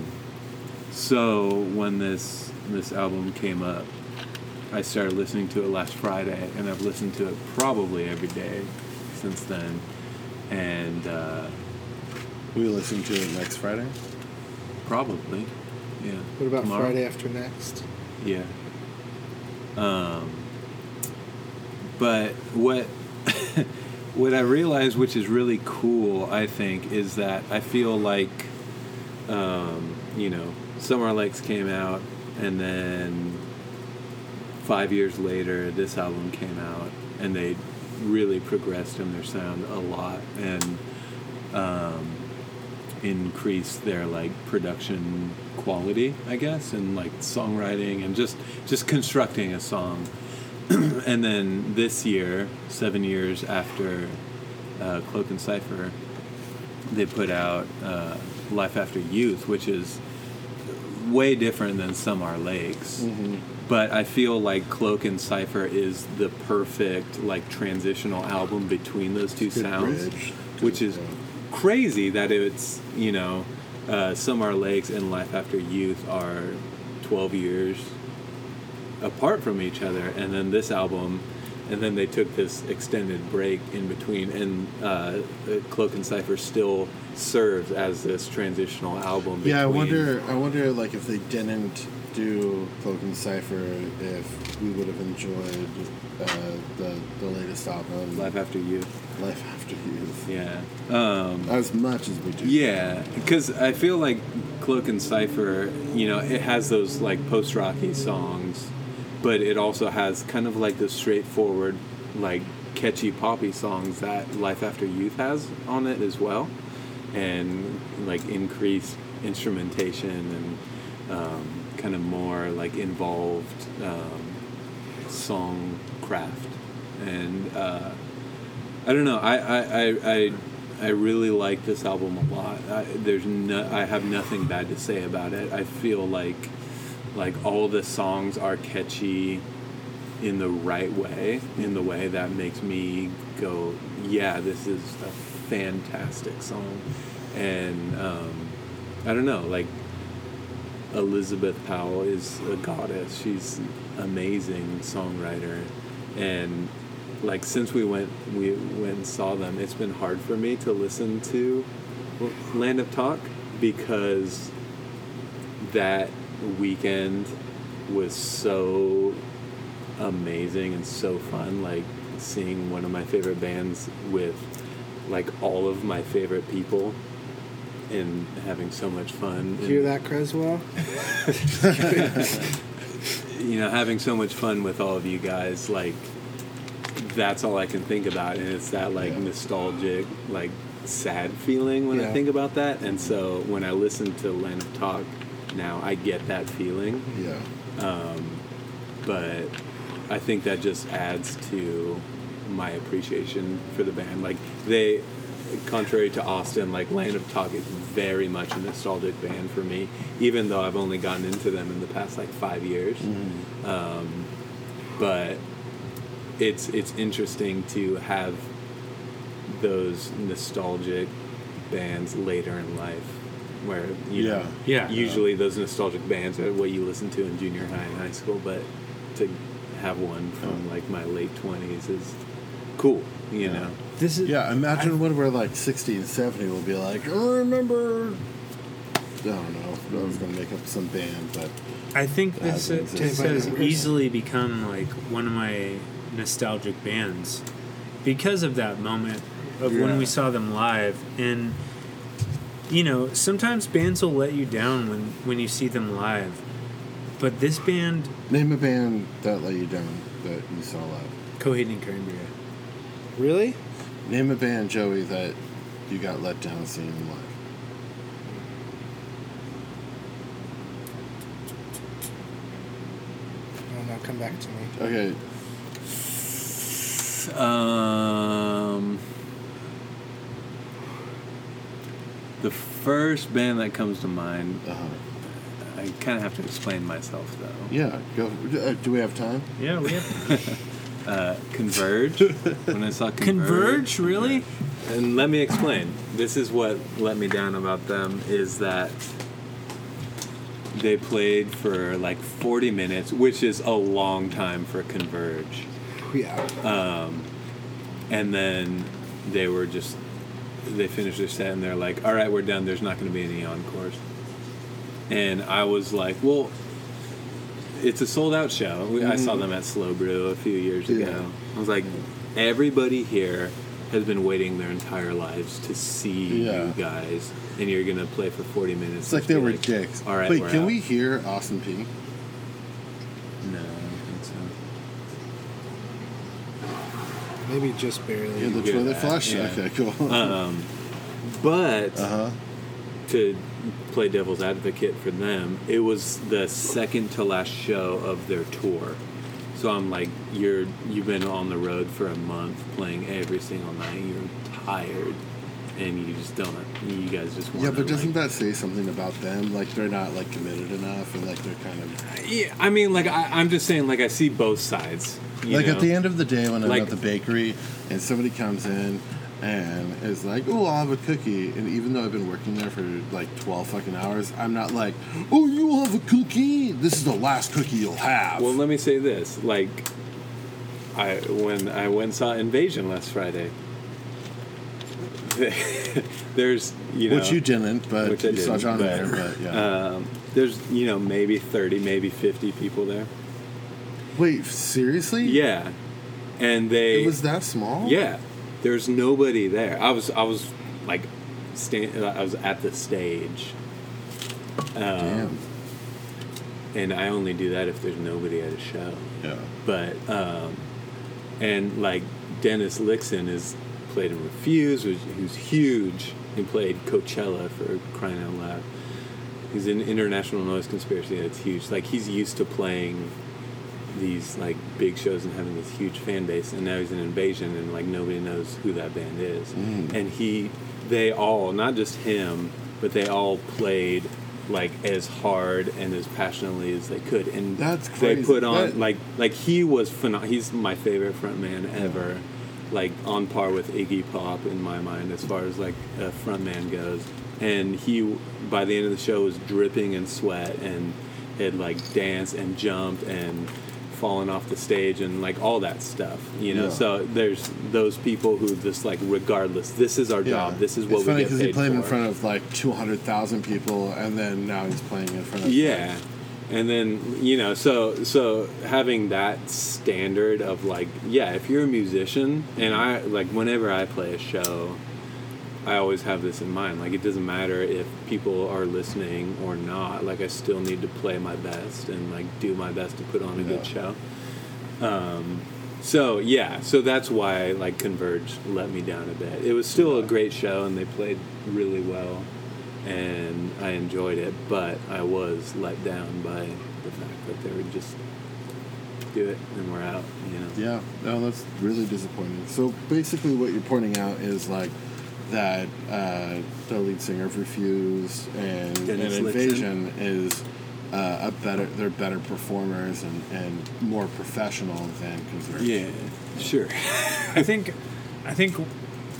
S3: so when this this album came up, I started listening to it last Friday, and I've listened to it probably every day since then. And uh,
S1: We listen to it next Friday.
S3: probably, yeah.
S2: What about
S3: tomorrow.
S2: Friday after next?
S3: Yeah. Um, but what what I realized, which is really cool, I think, is that I feel like um, you know, Summer Lakes came out, and then five years later, this album came out, and they really progressed in their sound a lot, and um, increase their like production quality, I guess, and like songwriting and just just constructing a song. and then this year, seven years after uh, Cloak and Cipher, they put out uh, Life After Youth, which is way different than Some Are Lakes.
S1: Mm-hmm.
S3: But I feel like Cloak and Cipher is the perfect like transitional album between those two
S1: Good
S3: sounds,
S1: bridge.
S3: which
S1: Good
S3: is
S1: song.
S3: crazy that it's you know uh, Some Are Lakes and Life After Youth are 12 years apart from each other, and then this album, and then they took this extended break in between, and uh, uh, Cloak and Cipher still serves as this transitional album.
S1: Yeah, I
S3: between-
S1: wonder. I wonder, like, if they didn't do Cloak and Cipher, if we would have enjoyed uh, the the latest album,
S3: Life After You.
S1: Life After Youth,
S3: Yeah.
S1: as much as we do.
S3: Yeah, because I feel like Cloak and Cipher, you know, it has those like post rocky songs, but it also has kind of like those straightforward, like catchy poppy songs that Life After Youth has on it as well, and like increased instrumentation and um, kind of more like involved um, song craft and. Uh, I don't know. I I, I, I, I really like this album a lot. I, there's no, I have nothing bad to say about it. I feel like like all the songs are catchy in the right way, in the way that makes me go, yeah, this is a fantastic song. And um, I don't know, like Elizabeth Powell is a goddess. She's amazing songwriter, and like since we went we went and saw them, it's been hard for me to listen to Land of Talk because that weekend was so amazing and so fun. Like seeing one of my favorite bands with like all of my favorite people and having so much fun.
S2: Hear
S3: and-
S2: that, Creswell? Oh,
S3: you know, having so much fun with all of you guys, like that's all I can think about, and it's that like
S1: Yeah.
S3: nostalgic, like sad feeling when I
S2: Yeah.
S3: think about that. And so when I listen to Land of Talk now, I get that feeling,
S1: yeah,
S3: but I think that just adds to my appreciation for the band. Like they, contrary to Austin, like Land of Talk is very much a nostalgic band for me, even though I've only gotten into them in the past like five years Um, but it's it's interesting to have those nostalgic bands later in life where you know,
S4: Yeah. Yeah.
S3: usually those nostalgic bands are what you listen to in junior high and high school but to have one from like my late 20s is cool you know
S4: This is
S1: yeah. Imagine when we're like sixty and seventy, we'll be like, I remember. I don't know. I was gonna make up some band, but
S4: I think
S1: That
S4: this,
S1: happens.
S4: this
S1: Anybody
S4: has
S1: remembers?
S4: easily become like one of my nostalgic bands because of that moment of when we saw them live. And you know, sometimes bands will let you down when when you see them live, but this band,
S1: name a band that let you down that you saw live.
S4: Coheed and Cambria,
S2: Really?
S1: Name a band, Joey, that you got let down seeing them live.
S2: Oh no, come back to me.
S1: Okay,
S3: um the first band that comes to mind
S1: uh,
S3: i kind of have to explain myself though
S1: yeah. Go. Uh, do we have time?
S4: yeah, we have
S3: uh, Converge. when I saw Converge,
S4: Converge, really?
S3: and let me explain. This is what let me down about them is that they played for like 40 minutes, which is a long time for Converge Um,
S2: Yeah.
S3: and then they were just they finished their set and they're like all right we're done there's not going to be any encores and i was like well it's a sold out show We i saw them at slow brew a few years
S1: Mm-hmm. Yeah.
S3: ago i was like everybody here has been waiting their entire lives to see
S1: Yeah.
S3: you guys and you're going to play for 40
S1: It's
S3: minutes
S1: like
S3: and
S1: they
S3: be
S1: were dicks.
S3: all right
S1: Wait,
S3: we're
S1: can
S3: out."
S1: we hear Austin P?
S3: no i don't think so
S2: Maybe just barely.
S1: Hear the
S3: hear
S1: toilet
S3: that,
S1: flush?
S3: yeah. Uh.
S1: Okay, cool.
S3: Um, But
S1: Uh-huh.
S3: to play devil's advocate for them, it was the second to last show of their tour. So I'm like, you're you've been on the road for a month, playing every single night. You're tired, and you just don't. You guys just want
S1: yeah, but doesn't that say something about them? Like they're not like committed enough, and like they're kind of
S3: that? Yeah, I mean, like I, I'm just saying, like I see both sides. you
S1: like
S3: know?
S1: at the end of the day when I'm
S3: Like-
S1: at the bakery and somebody comes in and is like, "Oh, I'll have a cookie." And even though I've been working there for like twelve fucking hours, I'm not like, "Oh, you'll have a cookie. This is the last cookie you'll have."
S3: Well, let me say this: like, I when I went and saw Invasion last Friday, there's you know
S1: which you didn't, but
S3: Which I
S1: you saw
S3: didn't,
S1: John
S3: but,
S1: there. But yeah,
S3: um, there's you know maybe thirty, maybe fifty people there.
S1: wait, seriously?
S3: Yeah, and they
S1: it was that small.
S3: yeah. There's nobody there. I was I was like, stand, I was at the stage. Um,
S1: damn.
S3: And I only do that if there's nobody at a show.
S1: Yeah,
S3: but um, and like Dennis Lixon is played in Refuse, who's, who's huge. He played Coachella for crying out loud. He's in International Noise Conspiracy. That's huge. Like he's used to playing these like big shows and having this huge fan base, and now he's in Invasion, and like nobody knows who that band is.
S1: Mm.
S3: And he, they all, not just him, but they all played like as hard and as passionately as they could. And
S1: That's
S3: They
S1: crazy.
S3: put on
S1: That-
S3: like like like he was phenom- he's my favorite frontman ever like on par with iggy pop in my mind as far as like a frontman goes and he by the end of the show was dripping in sweat and had like danced and jumped and fallen off the stage and like all that stuff you know
S1: Yeah.
S3: so there's those people who just like regardless this is our job um, this is what
S1: it's
S3: we
S1: funny
S3: get paid
S1: he played
S3: for.
S1: in front of like two hundred thousand people, and then now he's playing in front of
S3: Yeah, and then you know, so so having that standard of like, yeah, if you're a musician, and I like whenever I play a show, I always have this in mind. Like, it doesn't matter if people are listening or not. Like, I still need to play my best and like do my best to put on a good show. Um, so yeah, so that's why like Converge let me down a bit. It was still a great show, and they played really well, and I enjoyed it. But I was let down by the fact that they were just do it and we're out. You know.
S1: Yeah, no, that's really disappointing. So basically, what you're pointing out is like that uh, the lead singer of Refuse and, and
S3: Dennis Lixon.
S1: Invasion is uh, a better, they're better performers and, and more professional than Converge.
S3: Yeah. Sure.
S4: I think, I think,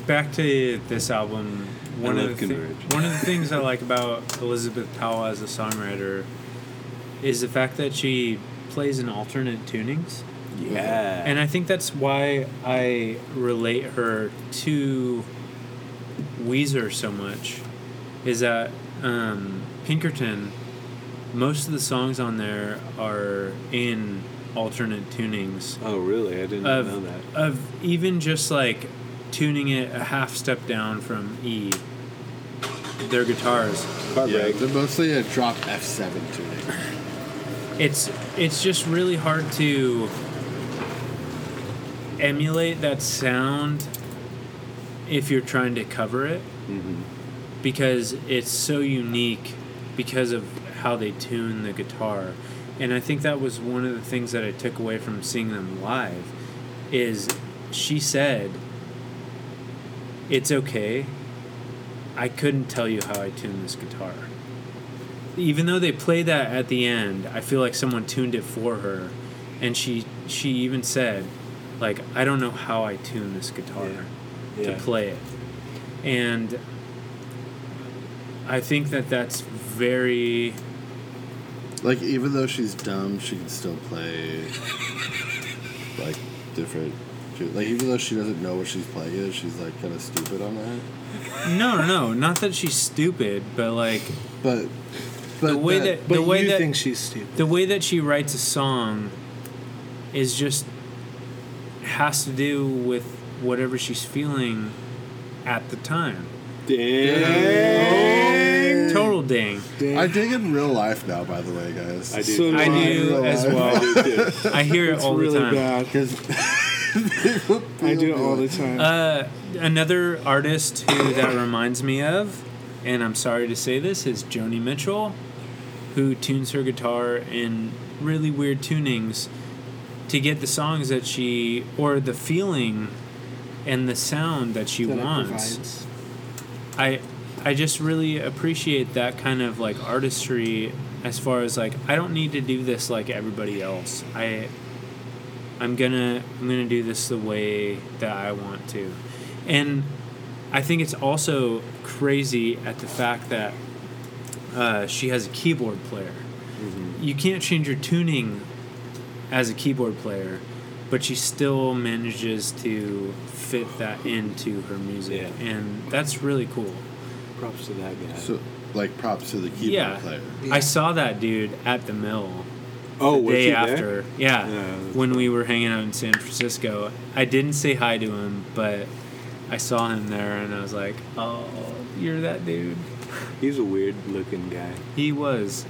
S4: back to this album. One
S3: love
S4: of the thi-
S3: Converge.
S4: one of the things I like about Elizabeth Powell as a songwriter is the fact that she plays in alternate tunings,
S3: Yeah.
S4: and I think that's why I relate her to Weezer so much. Is that um, Pinkerton? Most of the songs on there are in alternate tunings
S3: oh really? I didn't know
S4: of
S3: that.
S4: of even just like tuning it a half step down from E. Their guitars,
S3: Car
S1: Yeah,
S3: break.
S1: they're mostly a drop F7 to me.
S4: it's it's just really hard to emulate that sound if you're trying to cover it because it's so unique because of how they tune the guitar and i think that was one of the things that i took away from seeing them live is she said it's okay i couldn't tell you how i tune this guitar even though they play that at the end i feel like someone tuned it for her and she she even said like i don't know how i tune this guitar
S3: Yeah.
S4: to play it. And I think that that's very
S1: Like, even though she's dumb, she can still play like different. Like, even though she doesn't know what she's playing, is, she's like kind of stupid on that.
S4: no, no, no. Not that she's stupid, but like
S1: But, but
S4: the way
S1: that
S4: that,
S2: But
S4: the way
S2: you
S4: that
S2: think she's stupid.
S4: the way that she writes a song is just has to do with whatever she's feeling at the time. Total dang.
S1: I dig in real life now, by the way, guys.
S3: I do.
S7: So do
S4: I do
S1: real
S4: as
S1: life.
S4: well.
S3: Yeah.
S4: I hear it
S7: It's
S4: all
S7: really
S4: the time.
S7: bad.
S1: Because
S7: I do it all the time.
S4: Uh, another artist who that reminds me of, and I'm sorry to say this, is Joni Mitchell, who tunes her guitar in really weird tunings to get the songs that she or the feeling and the sound that she
S2: That it
S4: wants.
S2: provides.
S4: I I just really appreciate that kind of like artistry as far as like I don't need to do this like everybody else. I I'm gonna I'm gonna do this the way that I want to. And I think it's also crazy at the fact that uh, she has a keyboard player. You can't change your tuning as a keyboard player, but she still manages to fit that into her music,
S8: Yeah.
S4: and that's really cool.
S8: Props to that guy.
S1: So, like, props to the keyboard
S4: Yeah.
S1: player.
S4: I saw that dude at the mill
S8: oh,
S4: the
S8: was
S4: day
S8: he
S4: after.
S8: there?
S4: Yeah,
S8: Yeah, that's
S4: when we were hanging out in San Francisco, I didn't say hi to him, but I saw him there, and I was like, "Oh, you're that dude."
S8: He's a weird looking guy.
S4: He was.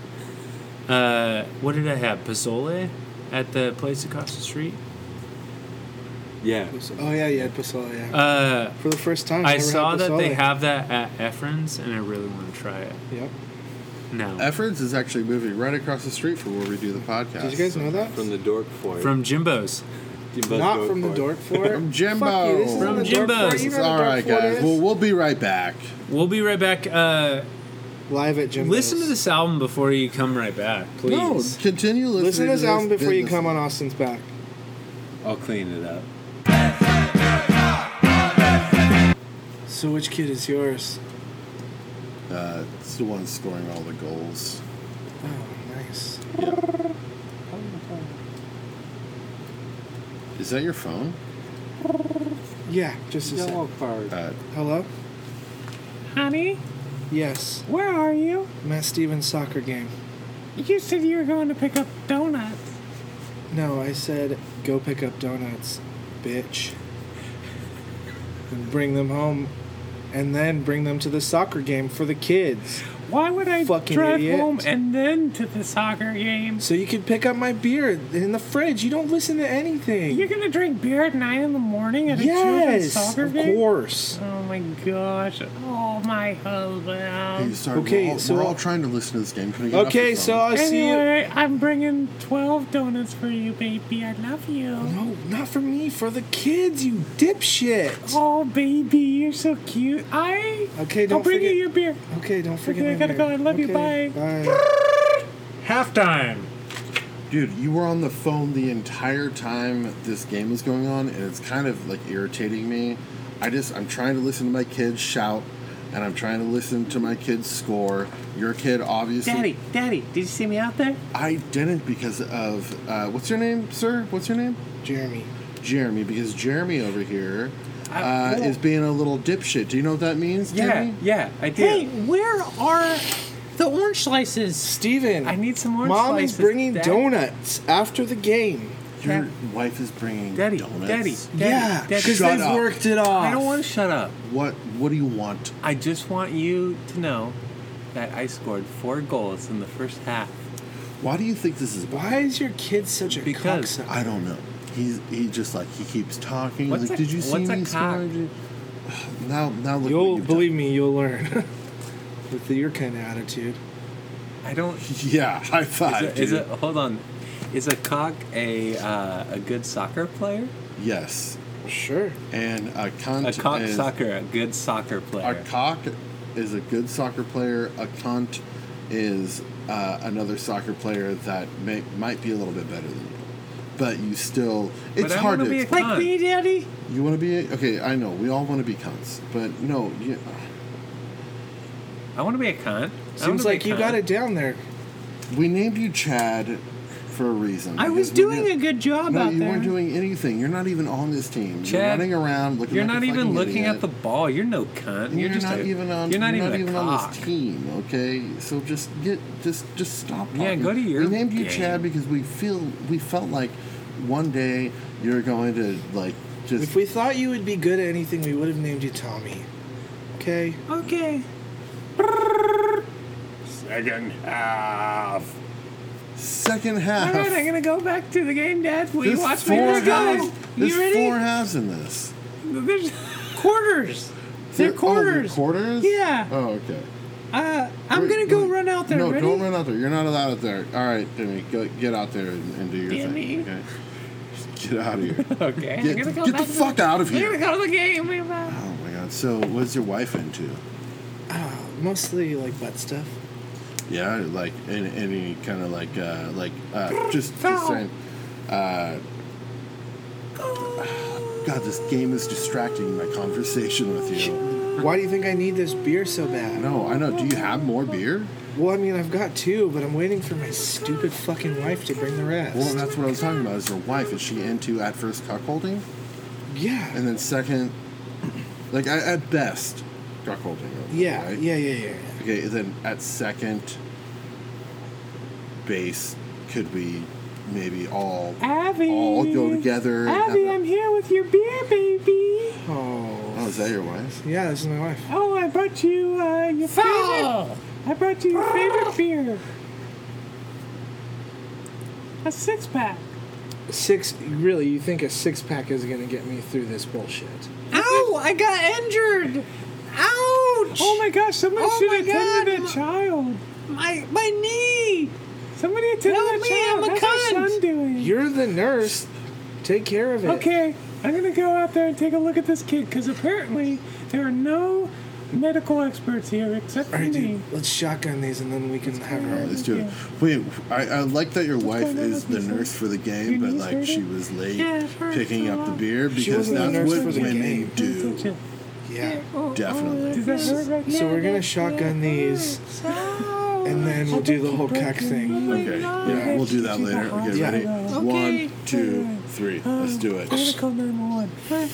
S4: Uh, what did I have? Pozole at the place across the street.
S8: Yeah.
S2: Oh yeah, yeah, Pasol, yeah.
S4: Uh,
S2: For the first time,
S4: I
S2: never had
S4: saw that they
S2: pozole.
S4: have that at Efren's, and I really want to try it.
S2: Yep.
S4: No,
S1: Efforts is actually moving right across the street from where we do the podcast.
S2: Did you guys know that?
S8: From the dork fort.
S4: from Jimbo's.
S8: Jimbo's
S2: Not from the Dork Fort.
S1: From Jimbo.
S2: Fuck you, this is
S1: From
S2: from the Dork Fort.
S4: Jimbo's.
S2: You know the
S1: All
S2: Dork
S1: right,
S2: Fort
S1: guys.
S2: is?
S1: Well, we'll be right back.
S4: We'll be right back. Uh,
S2: Live at Jimbo's.
S4: listen to this album before you come right back, please.
S1: No, continue listening.
S2: Listen to this album before
S1: then
S2: you come on Austin's back.
S3: I'll clean it up.
S2: So which kid is yours?
S1: Uh, it's the one scoring all the goals.
S2: Oh, nice.
S1: Is that your phone?
S2: Yeah, just a sec.
S1: Uh,
S2: Hello?
S9: Honey,
S2: Yes.
S9: where are you?
S2: Matt Stevens soccer game.
S9: You said you were going to pick up donuts.
S2: No, I said go pick up donuts, bitch. And bring them home. And then bring them to the soccer game for the kids.
S9: Why would I
S2: Fucking
S9: drive
S2: idiot.
S9: home and then to the soccer game?
S2: So you could pick up my beer in the fridge. You don't listen to anything.
S9: You're gonna drink beer at nine in the morning at a children's
S2: yes,
S9: soccer
S2: of
S9: game?
S2: course.
S9: Oh my gosh! Oh
S1: hey,
S9: my husband!
S1: sorry,
S2: okay,
S1: we're all,
S2: so-
S1: we're all trying to listen to this game. Can we get off
S2: Okay,
S1: your
S2: so
S1: phone?
S2: I see you.
S9: Anyway, I'm bringing twelve donuts for you, baby. I love you.
S2: No, not for me, for the kids, you dipshit.
S9: Oh, baby, you're so cute. I.
S2: Okay,
S9: I'll
S2: don't
S9: bring
S2: forget-
S9: you your beer.
S2: Okay, don't forget.
S9: Okay, I
S2: my
S9: gotta
S2: beer.
S9: go. I love you.
S2: Okay, Bye.
S4: Halftime.
S1: dude, you were on the phone the entire time this game was going on, and it's kind of like irritating me. I just I'm trying to listen to my kids shout, and I'm trying to listen to my kids score. Your kid obviously.
S9: Daddy, Daddy, did you see me out there?
S1: I didn't because of uh, what's your name, sir? What's your name?
S2: Jeremy.
S1: Jeremy, because Jeremy over here uh, is being a little dipshit. Do you know what that means? Jeremy?
S3: yeah, I do.
S9: Hey, where are the orange slices?
S2: Steven.
S9: I need some orange
S2: Mom
S9: slices.
S2: is bringing
S9: Daddy.
S2: donuts after the game.
S1: Your wife is bringing
S9: Daddy,
S1: donuts.
S9: Daddy, Daddy,
S2: yeah,
S9: Daddy.
S2: because
S1: Shut
S2: they've
S1: up.
S2: worked it off.
S3: I don't want to shut up.
S1: What What do you want?
S3: I just want you to know that I scored four goals in the first half.
S1: Why do you think this is?
S2: Why is your kid such a
S3: Because
S2: cocksucker?
S1: I don't know. He's he just like he keeps talking.
S3: What's
S1: like,
S3: a-
S1: did you see
S3: what's a
S1: me
S3: cock?"
S1: score? Now now look.
S2: You'll
S1: what you've
S2: believe me. You'll learn. With your kind of attitude.
S3: I don't.
S1: done. Yeah, high five.
S3: Is it, is
S1: dude.
S3: it? Hold on. Is a cock a uh, a good soccer player?
S1: Yes,
S2: Sure.
S1: and a cunt.
S3: A cock
S1: is,
S3: soccer, a good soccer
S1: A
S3: player.
S1: cock is a good soccer player. A cunt is uh, another soccer player that may, might be a little bit better than you, but you still. It's
S3: but I
S1: hard
S3: wanna
S1: to.
S3: be a
S1: explain.
S3: cunt.
S9: Daddy?
S1: you want to be a, okay. I know we all want to be cunts, but no. You,
S3: I want to be a cunt. I wanna
S2: Seems
S3: be a
S2: like you
S3: cunt.
S2: got it down there.
S1: we named you Chad for a reason.
S9: I was
S1: because we
S9: doing
S1: knew-
S9: a good job
S1: No,
S9: out
S1: you
S9: there.
S1: weren't doing anything. You're not even on this team. you're
S3: Chad,
S1: running around looking.
S3: You're
S1: like a
S3: not even
S1: fucking
S3: looking
S1: idiot.
S3: at the ball. You're no cunt.
S1: And
S3: You're,
S1: You're,
S3: just
S1: not
S3: a-
S1: even on.
S3: You're not even a
S1: on
S3: cock.
S1: this team, okay? So just get, just, just stop. Talking.
S3: Yeah, go to your
S1: We named you
S3: game.
S1: Chad because we feel, we felt like one day you're going to like just.
S2: If we thought you would be good at anything, we would have named you Tommy. Okay.
S9: Okay.
S1: second
S9: All
S1: half.
S9: right, I'm gonna go back to the game, Dad. Will
S1: there's
S9: you watch me?
S1: four
S9: Let's
S1: halves.
S9: go.
S1: There's
S9: You ready?
S1: four halves in this.
S9: There's quarters. They're
S1: There- oh, they're
S9: quarters.
S1: quarters.
S9: Yeah.
S1: Oh, okay.
S9: Uh, I'm
S1: Wait,
S9: gonna go
S1: wait.
S9: run out there.
S1: No,
S9: ready?
S1: don't run out there. You're not allowed out there. All right, Timmy, go, get out there and, and do your
S9: Timmy.
S1: thing. Okay. Just Get out of here.
S9: Okay. I'm
S1: Get,
S9: gonna go
S1: get
S9: back
S1: the
S9: to
S1: fuck out of
S9: I'm gonna
S1: here.
S9: go to the game. Bye bye.
S1: Oh my god. So, what's your wife into?
S2: Mostly like butt stuff.
S1: Yeah, like any, any kind of like uh, like uh, just, just saying. Uh, God, this game is distracting my conversation with you.
S2: Why do you think I need this beer so bad?
S1: No, I know. Do you have more beer?
S2: Well, I mean, I've got two, but I'm waiting for my stupid fucking wife to bring the rest.
S1: Well, that's what I was talking about. Is your wife? Is she into at first cuckolding,
S2: yeah.
S1: and then second, like I, at best, cuckolding?
S2: yeah,
S1: right?
S2: yeah, yeah, yeah, yeah.
S1: Okay, then at second base, could we maybe all
S9: Abby.
S1: all go together? and
S9: Abby,
S1: have
S9: I'm
S1: a-
S9: here with your beer, baby.
S1: oh,
S2: Oh.
S1: is that your wife?
S2: Yeah, this is my wife.
S9: Oh, I brought you uh, your favorite. I brought you your favorite beer. A six pack.
S2: Six, really, you think a six pack is gonna get me through this bullshit?
S9: Ow! I got injured. Ouch!
S2: Oh my gosh, someone
S9: Oh
S2: should
S9: my
S2: have
S9: God,
S2: tended
S9: my-
S2: a child.
S9: my my knee.
S2: Somebody attended
S9: Help
S2: a
S9: me,
S2: child.
S9: I'm a
S2: How's your
S9: cunt.
S2: son doing? You're the nurse. Take care of it.
S9: Okay, I'm gonna go out there and take a look at this kid because apparently there are no medical experts here except for
S2: All right,
S9: me.
S2: dude, let's shotgun these and then we can have her.
S1: Let's do it. Wait, I, I like that your wife
S9: going on
S1: is
S9: with
S1: the
S9: your son?
S1: nurse for the game,
S9: Your
S1: but
S9: knees
S1: like she was late
S9: Yeah, I've heard
S1: picking
S9: so
S1: up the
S9: long.
S1: beer because
S2: wasn't the
S1: that's
S2: nurse
S1: what
S2: for the
S1: women
S2: game.
S9: That's
S1: do.
S9: it.
S2: Yeah.
S9: Oh,
S1: Definitely.
S9: oh,
S1: Does
S2: that
S9: yeah,
S2: hurt
S9: right
S2: so
S9: now?
S2: we're gonna
S9: That-
S2: shotgun
S9: that
S2: these,
S9: hurts. Ow.
S2: and then we'll
S9: I
S2: do the
S9: think
S2: whole
S9: you're
S2: cock
S9: breaking
S2: thing.
S9: Oh my
S1: Okay,
S9: leg.
S1: yeah, we'll do that
S9: She's
S1: later.
S9: a
S1: Okay,
S2: Yeah.
S1: ready?
S9: hospital.
S1: One,
S9: Okay.
S1: two, three. Let's do it.
S9: I'm gonna call 911.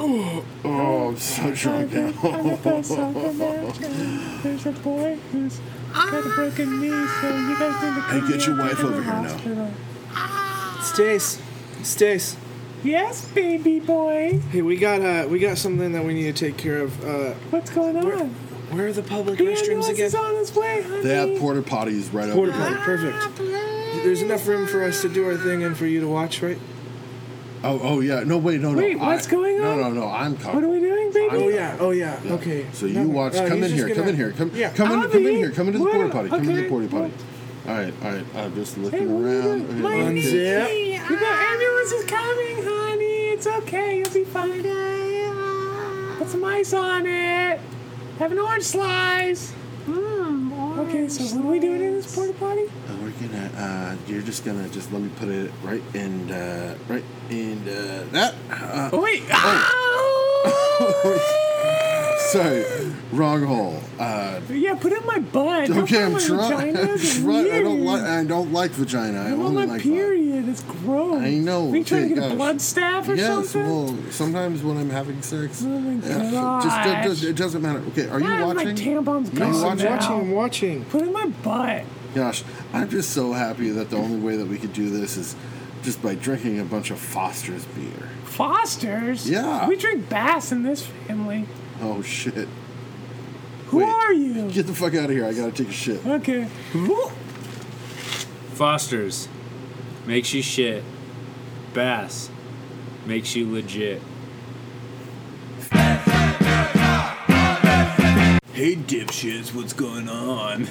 S1: Oh, I'm so drunk
S9: I'm at- I'm at that soccer
S1: now.
S9: match, and There's a boy who's got a broken knee, so you guys need to come
S1: get your
S9: down
S1: wife
S9: to the
S1: over here now.
S9: hospital.
S2: Stace, Stace.
S9: Yes, baby boy.
S2: Hey, we got uh, we got something that we need to take care of. Uh,
S9: What's going on?
S2: where, where are the public
S9: the
S2: restrooms
S9: ambulance
S2: again?
S9: is on its way, honey.
S1: They have porta potties right
S2: Porta
S1: over
S2: potty,
S1: there.
S9: Ah,
S2: perfect. There's enough room for us to do our thing and for you to watch, right?
S1: Oh, oh yeah. No, wait, no, no.
S9: Wait, what's
S1: I-
S9: going on?
S1: No, no, no. I'm
S9: What are
S1: coming.
S9: we doing, baby?
S2: Oh yeah, oh yeah. Okay.
S1: So you
S2: Never-
S1: watch.
S2: uh,
S1: come
S2: he's
S1: in
S2: just
S1: here. Come
S2: gonna-
S1: in here. Come,
S2: Yeah.
S1: come in. Come in
S9: Abby,
S1: here. Come into the
S9: what-
S1: porta potty. Come into the
S9: okay,
S1: porta potty.
S9: what-
S1: All right, all right. I'm just
S9: Hey,
S1: looking
S9: what are you
S1: around.
S9: doing?
S1: Okay,
S9: My
S1: okay.
S9: knee.
S2: Unzip.
S9: The ambulance is coming, honey. It's okay. You'll be fine. Put some ice on it. Have an orange slice. Mmm. Okay, so what are we doing in this porta potty?
S1: Uh, we're gonna. Uh, you're just gonna just let me put it right in. Uh, right in uh, that. Uh,
S9: Oh wait. Ow!
S1: sorry, wrong hole. Uh,
S9: yeah, put it in my butt. Don't put
S1: Okay,
S9: it in
S1: I'm
S9: my
S1: trying.
S9: vagina.
S1: I'm
S9: That's
S1: trying. I don't
S9: weird.
S1: like. I don't like vagina. I
S9: I'm on
S1: only
S9: my
S1: like. butt.
S9: period. It's gross.
S1: I know,
S9: Are you trying to
S1: okay,
S9: get a
S1: gosh.
S9: blood staff or
S1: Yes.
S9: something?
S1: Well, sometimes when I'm having sex,
S9: Oh my
S1: yeah, just it,
S9: gosh.
S1: does, it doesn't matter. Okay, are you
S9: God, my
S1: watching?
S9: tampon's
S1: Are you
S9: gone
S1: watching?
S9: now.
S2: Watching, I'm watching.
S9: Put it in my butt.
S1: Gosh, I'm just so happy that the only way that we could do this is just by drinking a bunch of Foster's beer.
S9: Foster's?
S1: Yeah.
S9: We drink bass in this family.
S1: Oh shit!
S9: Who
S1: Wait.
S9: are you?
S1: Get the fuck out of here! I gotta take a shit.
S9: Okay.
S4: Foster's makes you shit. Bass makes you legit.
S3: Hey, dipshits, what's going on?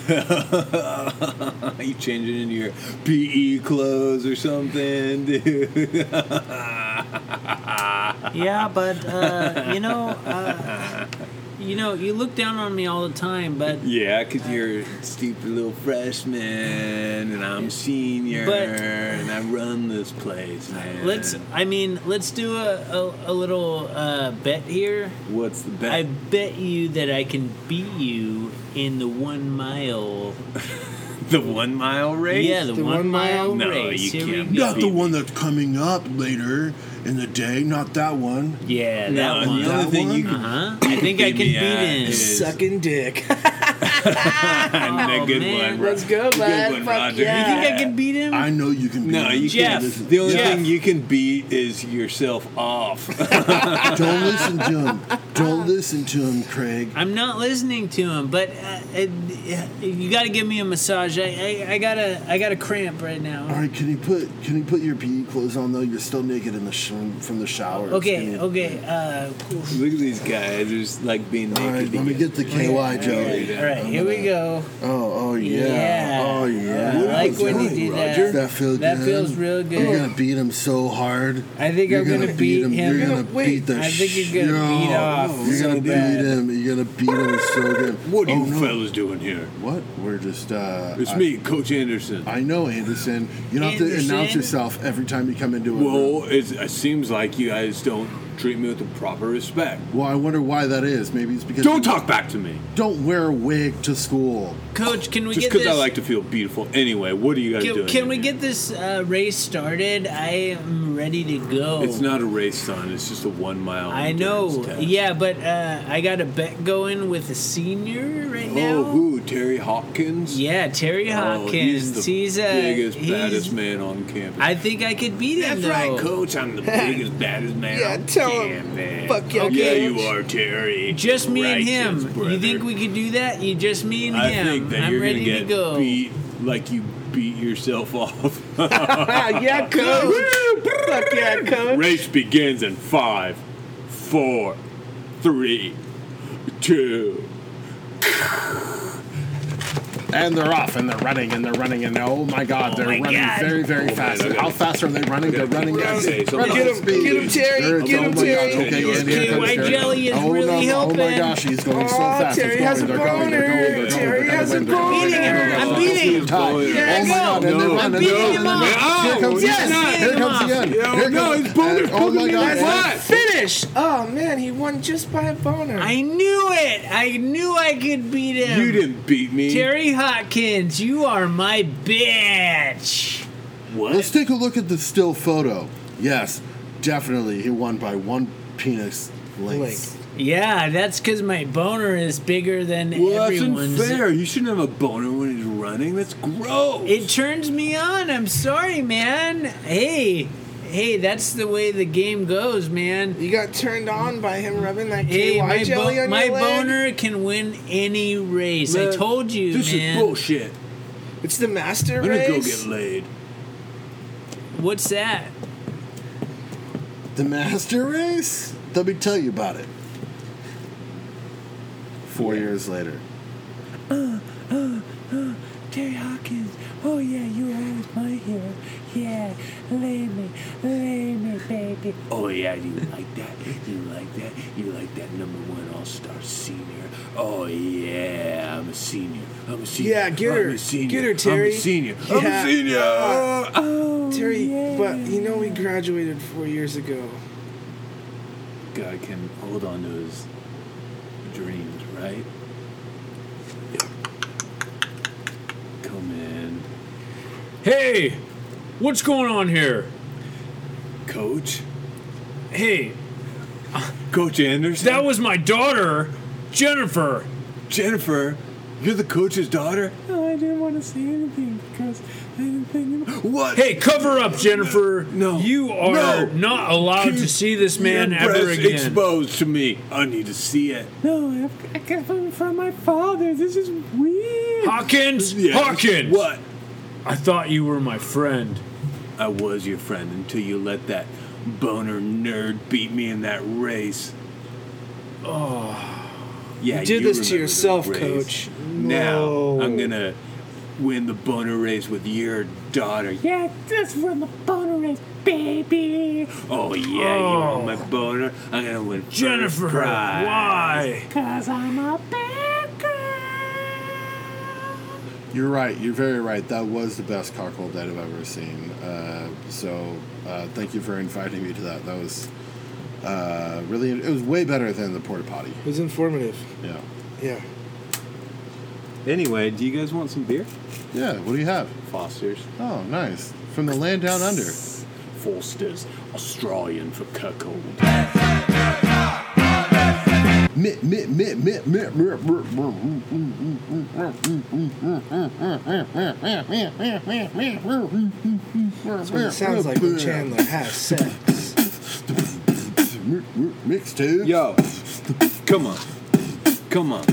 S3: you changing into your PE clothes or something, dude?
S4: Yeah, but uh, you know, uh, you know, you look down on me all the time, but
S3: Yeah, 'cause you're a stupid little freshman, and I'm senior,
S4: But-
S3: and I run this place, man.
S4: let's. I mean, let's do a a, a little uh, bet here.
S3: What's the
S4: I
S3: bet?
S4: bet you that I can beat you in the one mile.
S3: the one mile race?
S4: Yeah, the,
S2: The
S4: one,
S2: one
S4: mile,
S2: mile?
S3: No,
S4: race.
S3: you
S4: Here we
S3: can't.
S4: go.
S3: Not the one
S1: that's coming up later in the day. Not that one.
S4: Yeah, that
S3: No,
S4: one.
S3: the only thing you can
S4: uh-huh. I think I
S3: beat
S4: can
S3: me
S4: beat
S3: at
S4: him.
S3: is-
S2: Sucking dick.
S3: That good
S4: Oh, man.
S3: one. Ro-
S2: Let's go,
S3: good
S2: bud.
S3: one,
S2: Fuck
S3: Roger.
S2: yeah.
S4: You think I can beat him?
S1: I know you can.
S3: No,
S1: be
S3: you
S4: Jeff.
S3: can't. The only
S4: Jeff.
S3: thing you can beat is yourself off.
S1: Don't listen to him. Don't listen to him, Craig.
S4: I'm not listening to him, but uh, it, you got to give me a massage. I, I, I got a I got a cramp right
S1: All
S4: now.
S1: right, can you put can you put your PE clothes on though? You're still naked in the sh- from the shower. Can
S4: Okay,
S1: you-
S4: okay. Uh, all
S3: Look at these guys. They're just like being naked.
S1: All right, let me get
S3: together.
S1: the KY jelly.
S4: right, here we go.
S1: Oh, oh yeah.
S4: Yeah.
S1: Oh yeah.
S4: I like when you do that.
S1: Roger? That feels
S4: That
S1: good.
S4: feels real good.
S1: You're gonna beat him so hard.
S4: I think
S1: you're
S4: I'm gonna beat him.
S1: You're
S4: You're
S1: gonna
S4: gonna-
S1: beat the
S4: I think
S1: sh-
S4: you're gonna beat
S1: yo,
S4: off
S1: You're
S4: so
S1: gonna beat
S4: bad.
S1: him. You're gonna beat him so good.
S3: What are
S1: Oh,
S3: you
S1: no.
S3: fellas doing here?
S1: What? We're just. uh
S3: It's
S1: I-
S3: me, Coach Anderson.
S1: I know, Anderson. You don't have to
S4: Anderson?
S1: announce yourself every time you come into a room.
S3: Well, it's, it seems like you guys don't Treat me with the proper respect.
S1: Well, I wonder why that is. Maybe it's because
S3: Don't talk back to me.
S1: Don't wear a wig to school.
S8: Coach, can we
S3: Just
S8: get this?
S3: because I like to feel beautiful. Anyway, what are you guys
S8: can,
S3: doing?
S8: can we
S3: here?
S8: get this uh, race started? I am ready to go.
S3: It's not a race, son. It's just a one mile.
S8: I know. Yeah, but uh, I got a bet going with a senior right now.
S3: Oh, who? Terry Hopkins?
S8: Yeah, Terry
S3: Oh,
S8: Hopkins.
S3: he's the
S8: he's uh,
S3: biggest,
S8: he's-
S3: baddest man on campus.
S8: I think I could beat him.
S3: That's
S8: though.
S3: right, coach. I'm the biggest, baddest man.
S2: Yeah,
S3: on
S2: tell
S3: campus.
S2: him. Fuck yeah,
S3: Yeah,
S8: coach.
S3: you are, Terry.
S8: Just me and
S3: Righteous
S8: him.
S3: brother.
S8: You think we could do that? You just me and
S3: I
S8: him.
S3: think that
S8: I'm
S3: you're
S8: ready
S3: gonna get
S8: to go.
S3: beat like you beat yourself off.
S2: Ah, yeah, coach. Fuck yeah, coach.
S3: Race begins in five, four, three, two.
S1: And they're off, and they're running, and they're running, and oh my God, they're running
S8: God.
S1: very, very fast.
S3: I
S1: And how
S3: gotta-
S1: fast are they running? They're running.
S3: I gotta say
S1: at
S3: something.
S1: running
S2: Get him, get him, Terry.
S1: They're-
S2: get
S1: oh
S2: him,
S1: my
S2: Terry.
S1: God, okay, and here
S8: Okay,
S1: comes
S8: why
S1: Terry.
S8: jelly is
S1: oh,
S8: really
S1: no,
S8: helping.
S1: Oh my gosh, he's going so
S2: Oh,
S1: fast.
S2: Terry
S1: it's going,
S2: has a
S1: they're going, they're going,
S2: boner.
S1: they're going,
S2: Terry
S1: they're
S2: has a
S1: going, they're going,
S8: boner.
S1: they're going,
S8: I'm
S1: they're
S8: beating
S1: going, they're
S8: him.
S1: going.
S3: There
S1: Oh
S8: I
S1: my God,
S8: go.
S1: and they're
S3: No.
S1: running,
S3: I'm
S1: they're going,
S8: beating him
S1: they're
S2: Yes, beating him
S1: running. Here comes again. Here comes
S8: up.
S2: up.
S1: again. Here
S3: no,
S1: comes-
S3: his boner's
S1: and- Oh
S3: poking
S1: my
S3: me
S1: God.
S3: in the
S1: and-
S3: butt.
S2: Finish. Oh man, he won just by a boner.
S8: I knew it. I knew I could beat him.
S3: You didn't beat me.
S8: Terry Hopkins, you are my bitch.
S1: Let's take a look at the still photo. Yes, definitely, he won by one penis length.
S8: Yeah, that's because my boner is bigger than
S3: Well, that's
S8: everyone's.
S3: unfair. You shouldn't have a boner when he's running. That's gross.
S8: It turns me on. I'm sorry, man. Hey, hey, that's the way the game goes, man.
S2: You got turned on by him rubbing that
S8: Hey,
S2: KY
S8: my,
S2: jelly
S8: bo-
S2: on
S8: my
S2: your leg.
S8: boner can win any race. I
S3: Man,
S8: told you,
S3: This
S8: man.
S3: is bullshit.
S2: It's the master
S3: I'm gonna go
S2: race.
S3: get laid.
S8: What's that?
S1: The master race? Let me tell you about it. Four years later.
S9: Terry Hawkins. Oh yeah, you are always my hero. Yeah, lay me, lay me, baby.
S3: Oh yeah, you like that? You like that? You like that number one all-star senior? Oh yeah, I'm a senior. I'm a senior.
S2: Yeah, get
S3: I'm
S2: her.
S3: A senior.
S2: Get her,
S3: I'm a
S2: Terry.
S3: senior. I'm a
S2: Yeah.
S3: senior. Oh,
S2: Terry, but you know we graduated four years ago.
S3: God can hold on to his dreams, right? Come in,
S10: Hey, what's going on here?
S3: coach.
S10: Hey,
S3: Coach Anderson.
S10: that was my daughter, Jennifer.
S3: Jennifer. You're the coach's daughter.
S9: No, I didn't want to say anything because I didn't think.
S3: What?
S10: Hey, cover up, Jennifer.
S3: No.
S10: You are
S3: No.
S10: not allowed to
S3: Keep
S10: see this man
S3: your
S10: ever
S3: breasts
S10: again.
S3: Exposed to me. I need to see it.
S9: No, I've, I got them from my father. This is weird.
S10: Hawkins?
S3: Yes.
S10: Hawkins!
S3: What?
S10: I thought you were my friend.
S3: I was your friend until you let that boner nerd beat me in that race. Oh. Yeah,
S2: You did this to
S3: remember the
S2: yourself,
S3: race.
S2: Coach.
S3: Now I'm gonna win the boner race with your daughter.
S9: Yeah, that's where the boner is, baby.
S3: Oh yeah, you want my boner? I'm gonna win first
S10: Jennifer,
S3: prize.
S10: why?
S9: Cause I'm a bad girl.
S1: You're right. You're very right. That was the best cock hold that I've ever seen. Uh, so uh, thank you for inviting me to that. That was uh, really. It was way better than the porta potty.
S2: It was informative.
S1: Yeah.
S2: Yeah.
S3: Anyway, do you guys want some beer?
S1: Yeah. What do you have?
S3: Foster's.
S1: Oh, nice. From the land down under.
S3: Foster's, Australian for cuckold.
S1: Mitt, mitt, mitt, mitt, mitt, mitt, mitt, mitt.
S2: That's what it sounds like when Chandler has sex.
S1: Mixtape.
S3: Yo, come on, come on.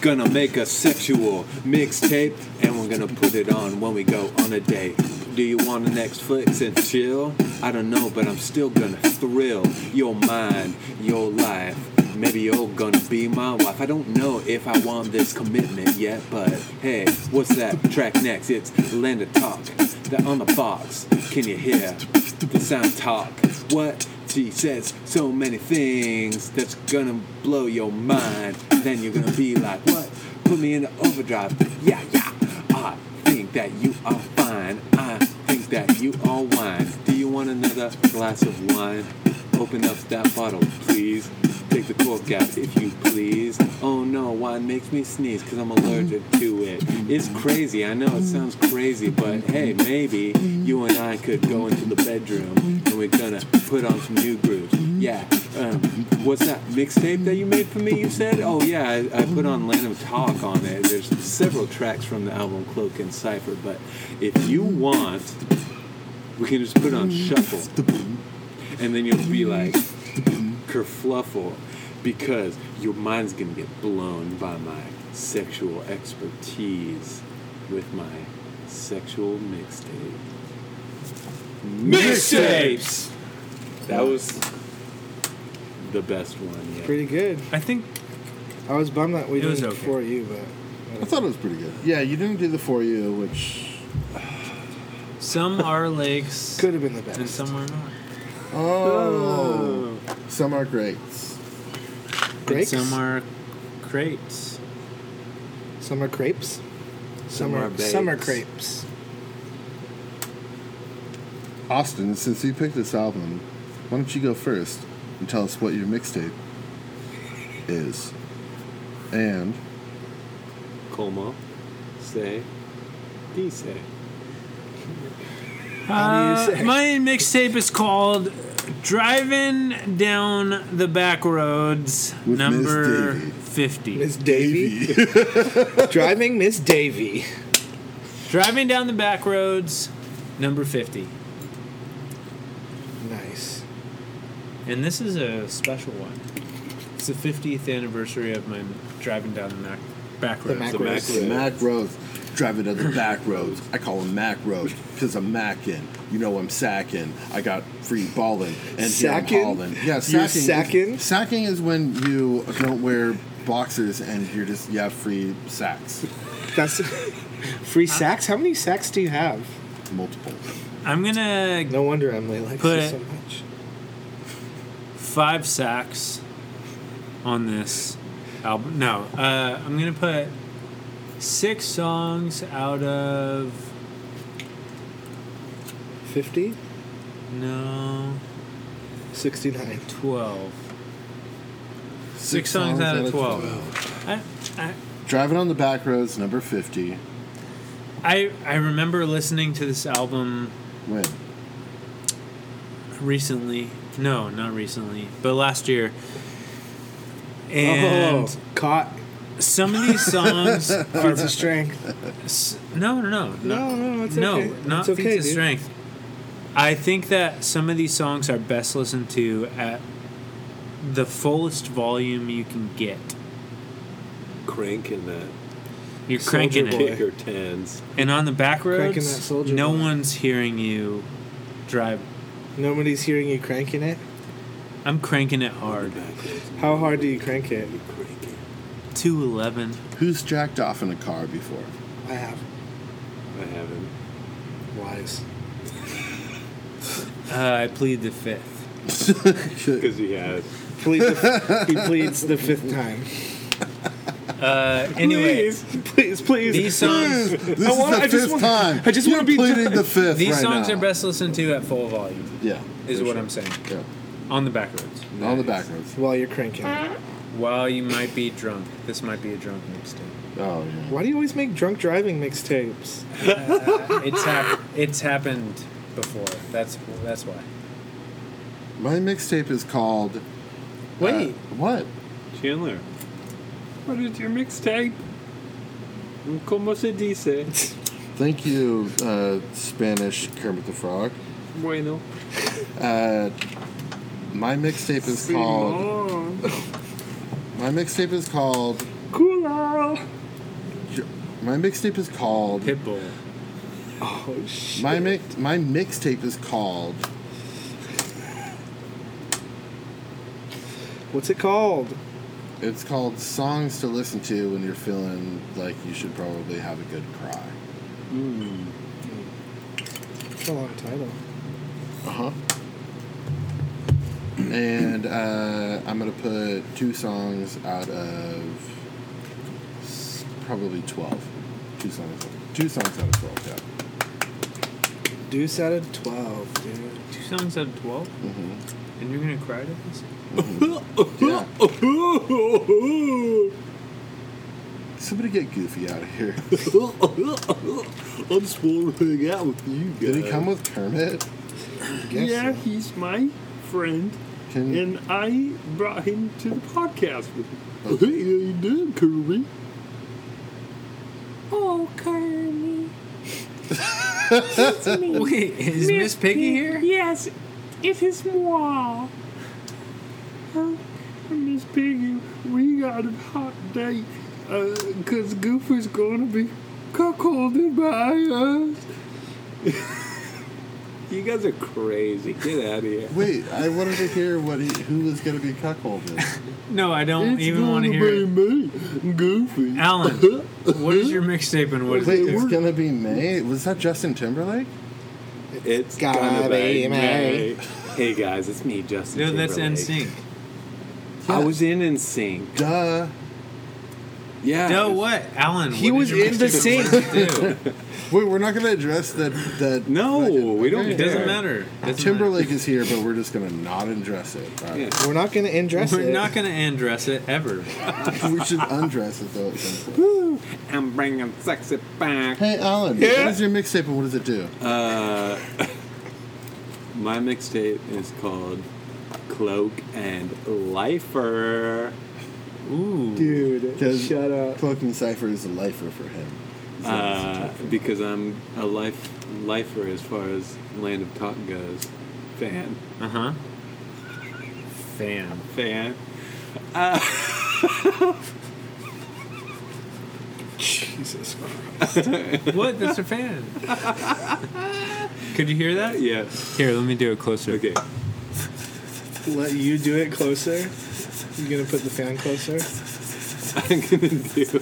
S3: Gonna make a sexual mixtape, and we're gonna put it on when we go on a date. Do you want a Netflix and chill? I don't know, but I'm still gonna thrill your mind, your life. Maybe you're gonna be my wife. I don't know if I want this commitment yet, but hey, what's that track next? It's Linda Talk. That on the box. Can you hear the sound talk? What? She says so many things that's gonna blow your mind. Then you're gonna be like, what? Put me in the overdrive. Yeah, yeah. I think that you are fine. I think that you are wine. Do you want another that glass of wine. Open up that bottle, please. Take the cork out, if you please. Oh no, wine makes me sneeze because I'm allergic to it. It's crazy. I know it sounds crazy, but hey, maybe you and I could go into the bedroom and we're gonna put on some new grooves. Yeah. Um, what's that mixtape that you made for me? You said? Oh yeah, I, I put on Lanham Talk on it. There's several tracks from the album Cloak and Cipher, but if you want, we can just put on shuffle, and then you'll be like kerfluffle, because your mind's gonna get blown by my sexual expertise with my sexual mixtape.
S4: Mixtapes!
S3: That was the best one yet.
S2: Pretty good.
S4: I think
S2: I was bummed that we
S1: It was
S2: didn't
S1: okay.
S2: for you, but
S1: I thought it was pretty good. Yeah, you didn't do the for you, which
S4: Some are lakes.
S2: Could have been the best.
S4: And some are not.
S1: Oh. Some are grapes.
S4: And
S2: Grapes?
S4: some are crates.
S2: some are crepes. Some,
S4: Some
S2: are,
S4: are bakes.
S2: some are crepes.
S1: Austin, since you picked this album, why don't you go first and tell us what your mixtape is? And
S3: Como se dice.
S4: Uh, my mixtape is called Driving Down the Back Roads,
S1: Miss
S4: number 50.
S2: Miss Davy. Driving Miss Davy.
S4: Driving Down the Back Roads, number 50.
S2: Nice.
S4: And this is a special one. It's the 50th anniversary of my Driving Down the Mac- Back Roads.
S1: Mac roads. Driving down the back roads. I call them Mac roads because I'm macking. You know I'm sacking. I got free balling and
S2: Sacking?
S1: here I'm hauling. Yeah,
S2: You're
S1: sacking. is-
S2: sacking?
S1: Sacking is when you don't wear boxers and you're just you have free sacks,
S2: That's free sacks. How many sacks do you have?
S1: multiple.
S4: I'm going to
S2: No wonder Emily likes
S4: Put
S2: this
S4: it-
S2: so much.
S4: five sacks on this album. No, uh, I'm gonna put six songs out of
S2: Fifty.
S4: no
S2: 69.
S4: twelve. Six, songs, out, of twelve. I, I
S1: Driving on the back roads, number fifty.
S4: I I remember listening to this album
S1: When?
S4: recently. No, not recently, but last year. And
S2: oh, caught.
S4: some of these songs are
S2: Feats of strength.
S4: S- No, no, no,
S2: No, no, it's
S4: no,
S2: okay.
S4: not
S2: It's okay,
S4: feats of
S2: dude.
S4: strength. I think that some of these songs are best listened to at the fullest volume you can get.
S3: Cranking that
S4: You're
S2: Soldier
S4: cranking
S2: Boy.
S4: it,
S3: kicker tens.
S4: and on the back
S2: Cranking that
S4: roads,
S2: Soulja
S4: no
S2: Boy.
S4: one's hearing you drive.
S2: Nobody's hearing you cranking it.
S4: I'm cranking it hard.
S2: How hard do you crank it?
S4: Two eleven.
S1: Who's jacked off in a car before?
S2: I have.
S3: I haven't.
S2: Wise.
S4: Uh, I plead the fifth.
S3: Because he has.
S2: Plead the, he pleads the fifth time.
S4: Uh, anyway,
S2: please, please.
S4: these songs,
S1: This is
S2: want-
S1: the
S2: I just
S1: fifth
S2: want-
S1: time.
S2: I just
S1: You're
S2: wanna be
S1: pleading
S2: done.
S1: the fifth.
S4: these
S1: right
S4: songs
S1: now.
S4: are best listened to at full volume.
S1: Yeah.
S4: Is
S1: for
S4: what
S1: sure.
S4: I'm saying.
S1: Yeah.
S4: On the back roads.
S1: On the back roads.
S2: While you're cranking. it.
S4: While you might be drunk, this might be a drunk mixtape.
S1: Oh yeah.
S2: Why do you always make drunk driving mixtapes?
S4: It's hap- it's happened before. That's that's why.
S1: My mixtape is called.
S2: Wait.
S1: Uh, what?
S3: Chandler, what is your mixtape? Como se dice?
S1: Thank you, uh, Spanish Kermit the Frog.
S3: Bueno.
S1: Uh, my mixtape is called. My mixtape is called. Cool. My mixtape is called.
S4: Pitbull.
S2: oh, shit.
S1: My mix. My mixtape is called.
S2: What's it called?
S1: It's called songs to listen to when you're feeling like you should probably have a good cry.
S2: It's a long title.
S1: Uh-huh. And uh, I'm gonna put two songs out of s- probably twelve. Two songs. Two songs out of twelve. Yeah.
S2: Deuce out of 12, dude.
S10: Two songs out of 12? Mm-hmm. And you're going to cry to this?
S1: Somebody get Goofy out of here.
S3: I'm just want to hang out with you guys.
S1: Did he come with Kermit? Guess
S8: yeah,
S1: so.
S8: he's my friend,
S1: Can-
S8: and I brought him to the podcast with me.
S3: Hey, how you doing, Kirby?
S8: Oh, Kermit.
S9: Wait, is Miss Piggy here?
S8: Yes, it is moi. Oh, Miss Piggy, we got a hot date because Goofy's going to be cuckolded by us.
S3: You guys are crazy. Get out of here.
S1: Wait, I wanted to hear what he, who was going to be cuckolded.
S10: No, I don't even want to
S3: gonna
S10: hear
S3: be
S10: it.
S3: me, Goofy.
S10: Alan, what is your mixtape and what is
S1: Wait,
S10: it?
S1: it's going to be May? Was that Justin Timberlake?
S3: It's
S2: Gotta
S3: gonna be,
S2: be
S3: me. Hey guys, it's me, Justin.
S10: No, that's
S3: Timberlake.
S10: NSYNC.
S3: I was in NSYNC.
S1: Duh.
S3: Yeah.
S10: No, what? Alan,
S2: He
S10: what
S2: was
S10: is your
S2: in the
S10: mixtape and what does it do?
S1: Wait, we're not going to address that. that
S3: No, we don't.
S10: It doesn't matter. Doesn't
S1: Timberlake is here, but we're just going to not address it. All right.
S2: We're not going to
S10: matter.
S2: undress
S10: We're
S2: it.
S10: not going to undress it ever.
S1: we should undress it, though, at some point.
S3: I'm bringing sexy back.
S1: Hey, Alan,
S8: Yeah?
S1: what is your mixtape and what does it do?
S3: Uh, my mixtape is called Cloak and Lifer.
S10: Ooh.
S2: Dude,
S1: 'Cause
S2: shut up.
S1: Cloak and Cypher is a lifer for him. So
S3: Uh, because I'm a life lifer as far as Land of Talk goes. Fan.
S10: Uh huh. Fan.
S3: Fan. Uh,
S2: Jesus Christ.
S10: What? That's a fan. Could you hear that?
S3: Yeah.
S10: Here, let me do it closer.
S3: Okay.
S2: Let you do it closer. You gonna put the fan closer?
S3: I'm gonna do.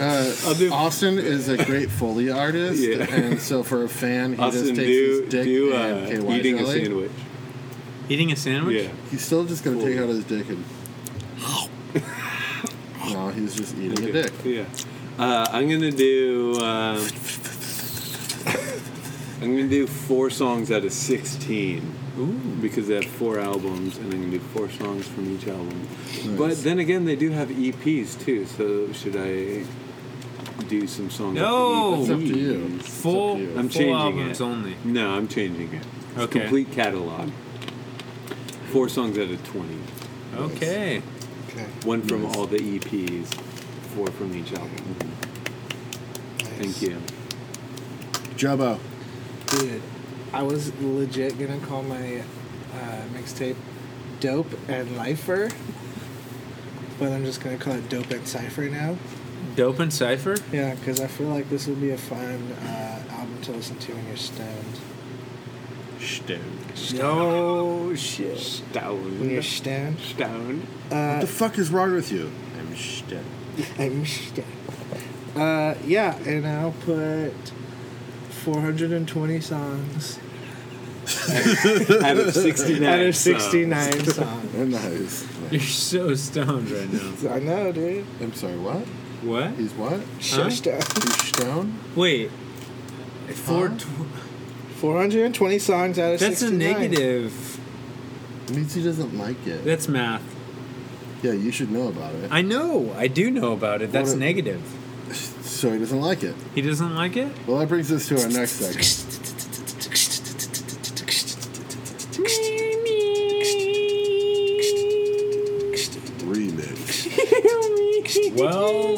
S1: Uh, Austin is a great Foley artist,
S3: Yeah.
S1: and so for a fan, he
S3: Austin,
S1: just takes
S3: do
S1: his dick
S3: do uh,
S1: and KY
S3: eating
S1: jelly.
S3: a sandwich.
S10: Eating a sandwich?
S3: Yeah.
S1: He's still just gonna take
S3: Foley.
S1: out his dick and. no, he's just eating a dick.
S3: Yeah. Uh, I'm gonna do. Um, I'm gonna do four songs out of sixteen. Ooh. Because they have four albums, and I'm gonna do four songs from each album. But then again, they do have EPs too. So should I do some songs?
S10: No!
S1: It's
S3: off E
S1: up
S3: the
S1: to you. It's up to
S10: Full,
S1: you.
S3: I'm
S10: full
S3: changing
S10: albums
S3: it.
S10: only.
S3: No, I'm changing it. It's
S10: Okay.
S3: Complete catalog. Four songs out of twenty.
S10: Okay.
S2: Okay.
S3: One from all the E EPs. Four from each album. Thank you.
S1: Jubbo.
S2: Dude, I was legit gonna call my uh, mixtape Dope and Lifer, but I'm just gonna call it Dope and Cypher now.
S10: Dope and Cypher?
S2: Yeah, because I feel like this will be a fun uh, album to listen to when you're stoned.
S3: Stone.
S10: Oh, shit.
S2: When you're
S3: Stone.
S2: stoned?
S3: Stone.
S1: what
S2: Uh,
S1: the fuck is wrong with you?
S3: I'm stone.
S2: I'm stoned. Uh, yeah, and I'll put 420 songs
S3: Out of 69.
S2: out of
S3: so-
S2: 69 songs.
S1: Nice.
S10: You're so stoned right now.
S2: I know, dude.
S1: I'm sorry. What?
S10: What?
S1: He's what?
S10: Huh?
S2: Stoned.
S1: He's stone.
S10: Wait. Four tw-
S2: 420 songs out of
S10: That's
S2: 69.
S10: a negative.
S1: It means he doesn't like it.
S10: That's math.
S1: yeah, you should know about it.
S10: I know. I do know about it. That's
S1: What a-
S10: negative.
S1: so he doesn't like it.
S10: He doesn't like it?
S1: Well, that brings us to our next segment. Remix.
S10: Well,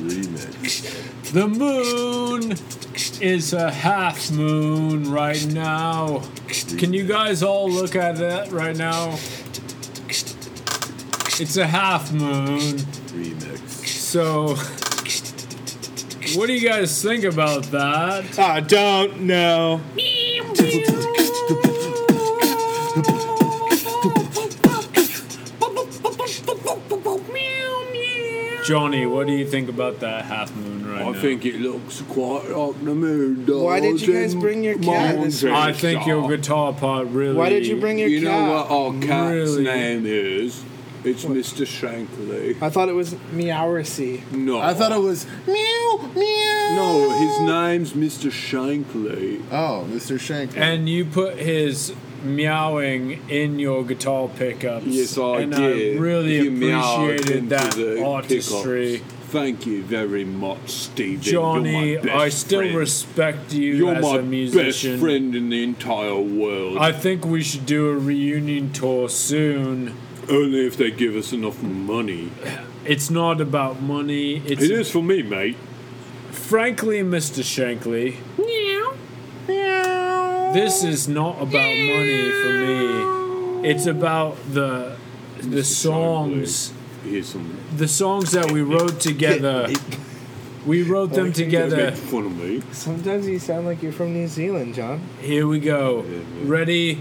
S1: Remix.
S10: the moon is a half moon right now. Can you guys all look at that right now? It's a half moon.
S1: Remix.
S10: So, what do you guys think about that?
S2: I don't know.
S10: Johnny, what do you think about that half moon right
S3: I
S10: now?
S3: think it looks quite like the moon does.
S2: Why did you guys
S3: in
S2: bring your cat this
S3: Montreux.
S10: I think your guitar part really.
S2: Why did you bring your
S3: You know
S2: cat?
S3: what our cat's
S10: Really?
S3: name is?
S8: It's Mr. Shankly.
S2: I thought it was Meowersy.
S8: No.
S1: I thought it was meow meow.
S8: No, his name's Mr. Shankly.
S1: Oh, Mr. Shankly.
S10: And you put his meowing in your guitar pickups.
S8: Yes, I
S10: and
S8: did.
S10: I really
S8: You meowed
S10: appreciated
S8: into
S10: that
S8: the
S10: artistry.
S8: pickups. Thank you very much, Stevie.
S10: Johnny,
S8: You're my best
S10: I still
S8: friend.
S10: respect you
S8: You're
S10: as
S8: my
S10: a musician.
S8: best friend in the entire world.
S10: I think we should do a reunion tour soon.
S8: Only if they give us enough money.
S10: It's not about money. It's
S8: It is for me, mate.
S10: frankly, Mr. Shankly. This is not about money for me. It's about the the songs,
S8: Here's some.
S10: the songs that we wrote together. We wrote them
S8: Don't
S10: together.
S8: make fun of me.
S2: Sometimes you sound like you're from New Zealand, John.
S10: Here we go. Ready?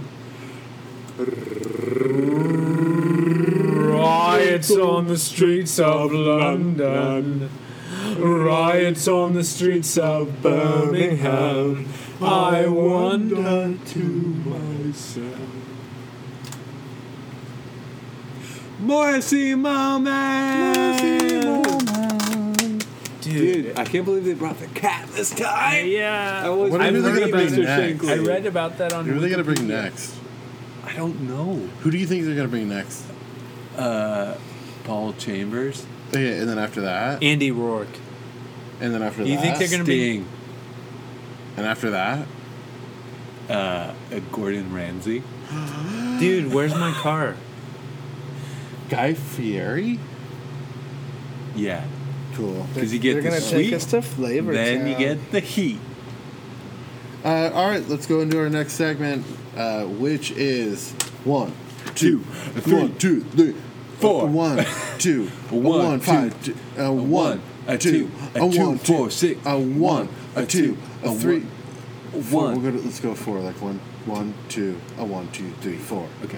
S10: Riots on the streets of London. Riots on the streets of Birmingham. I wonder
S8: to myself. Morrissey moment. Dude, I can't believe they brought the cat this time.
S10: Yeah.
S8: was
S1: What are we
S8: really
S1: gonna bring
S8: Mr.
S1: next?
S8: Shankly.
S10: I read about that on.
S1: Who are they gonna bring
S10: Wikipedia.
S1: next?
S8: I don't know.
S1: Who do you think they're gonna bring next?
S3: Paul Chambers.
S1: Okay, and then after that,
S4: Andy Rourke.
S1: and then after
S4: You
S1: that,
S4: think they're gonna be-
S3: Sting.
S1: and after that,
S3: Uh, Gordon Ramsay.
S4: Dude, where's my car?
S1: Guy Fieri.
S3: Yeah.
S1: Cool.
S3: Because you get
S2: They're
S3: the
S2: gonna take us
S3: sweet,
S2: to Flavor
S3: then you
S2: Town.
S3: get the heat.
S1: Uh, all right, let's go into our next segment, uh, which is one, two,
S3: Two,
S1: three,
S3: three,
S1: two, three,
S3: four.
S1: one, two, a
S3: One,
S1: one,
S3: two,
S1: five, two, a one,
S3: a
S1: two,
S3: two,
S1: a
S3: a two,
S1: one,
S3: four,
S1: two,
S3: six,
S1: a one,
S3: one,
S1: a
S3: a
S1: two,
S3: two,
S1: a
S3: a one,
S1: three, four.
S3: one.
S1: We're gonna let's go four, like one, one, two, a one, two, three, four. Okay,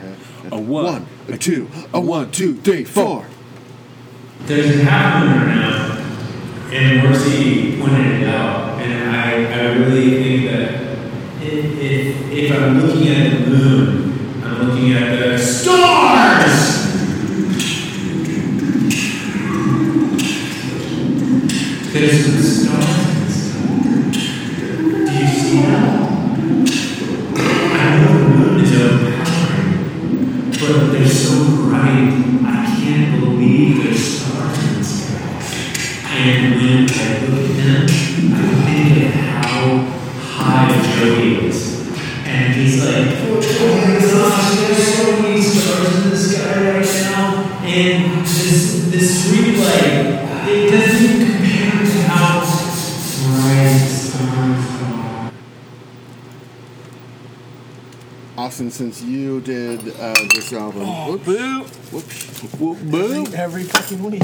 S3: A one,
S1: a two, a one, two, three, four.
S9: There's an app on there now, and Morrissey pointed it out, and I, I really think that if, if, if I'm looking at the moon, I'm looking at the stars! There's the stars. Do you see that? I know the moon is overpowering, but they're so bright, I can't believe they're stars in the sky. And when I look at them, I think of how high Joey is. And he's like, oh my gosh, there's so many stars in the sky right now. And this, this replay, it doesn't compare to how bright the stars are.
S1: Austin, since you did uh, this album, whoops, whoops,
S8: Whoop, boop.
S2: Every fucking week.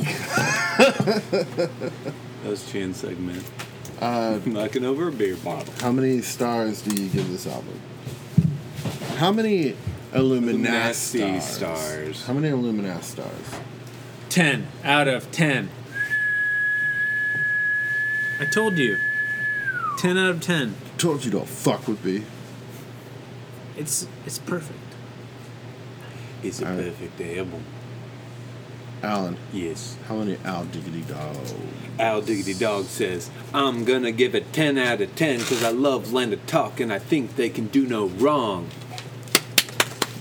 S3: That was Chan's segment.
S2: Uh,
S3: Knocking over a beer bottle.
S1: How many stars do you give this album? How many Illuminati
S3: Illuminati
S1: stars?
S3: stars.
S1: How many Illuminati stars?
S4: 10 out of 10. I told you. 10 out of 10.
S1: Told you don't fuck with me.
S4: It's it's perfect.
S3: It's a
S1: All right.
S3: perfect album.
S1: Alan,
S3: Yes.
S1: how many Al Diggity Dog?
S8: Al Diggity Dog says, I'm gonna give it 10 out of 10 because I love Land of Talk and I think they can do no wrong.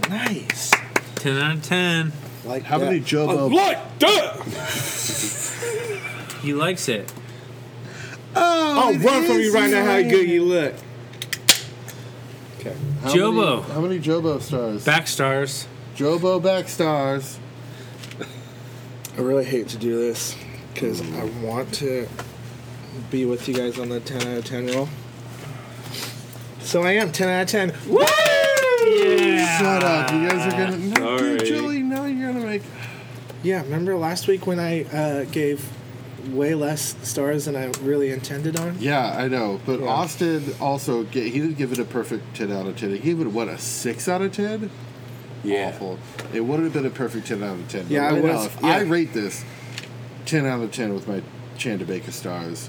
S4: 10 out of 10.
S2: Like
S1: How
S2: that.
S1: many Jobo?
S8: Like that!
S4: He likes it.
S1: Oh,
S2: Run from me right now! How good you look.
S1: Okay. How
S4: Jobo.
S1: Many, how many Jobo stars?
S4: Backstars.
S1: Jobo back stars.
S2: I really hate to do this because I want to be with you guys on the 10 out of 10 roll. So I am 10 out of 10. Woo!
S1: Shut up! You guys are gonna. No, dude,
S3: Sorry.
S1: Joey, no, you're gonna make.
S2: Yeah, remember last week when I uh, gave way less stars than I really intended on?
S1: Yeah, I know, but
S2: Yeah.
S1: Austin also ga- he didn't give it a perfect ten out of ten. He gave it what a six out of ten.
S3: Yeah.
S1: Awful. It would have been a perfect ten out of ten.
S2: Yeah,
S1: But
S2: I
S1: right now,
S2: was-
S1: if
S2: yeah.
S1: I rate this ten out of ten with my Chanda Baker stars.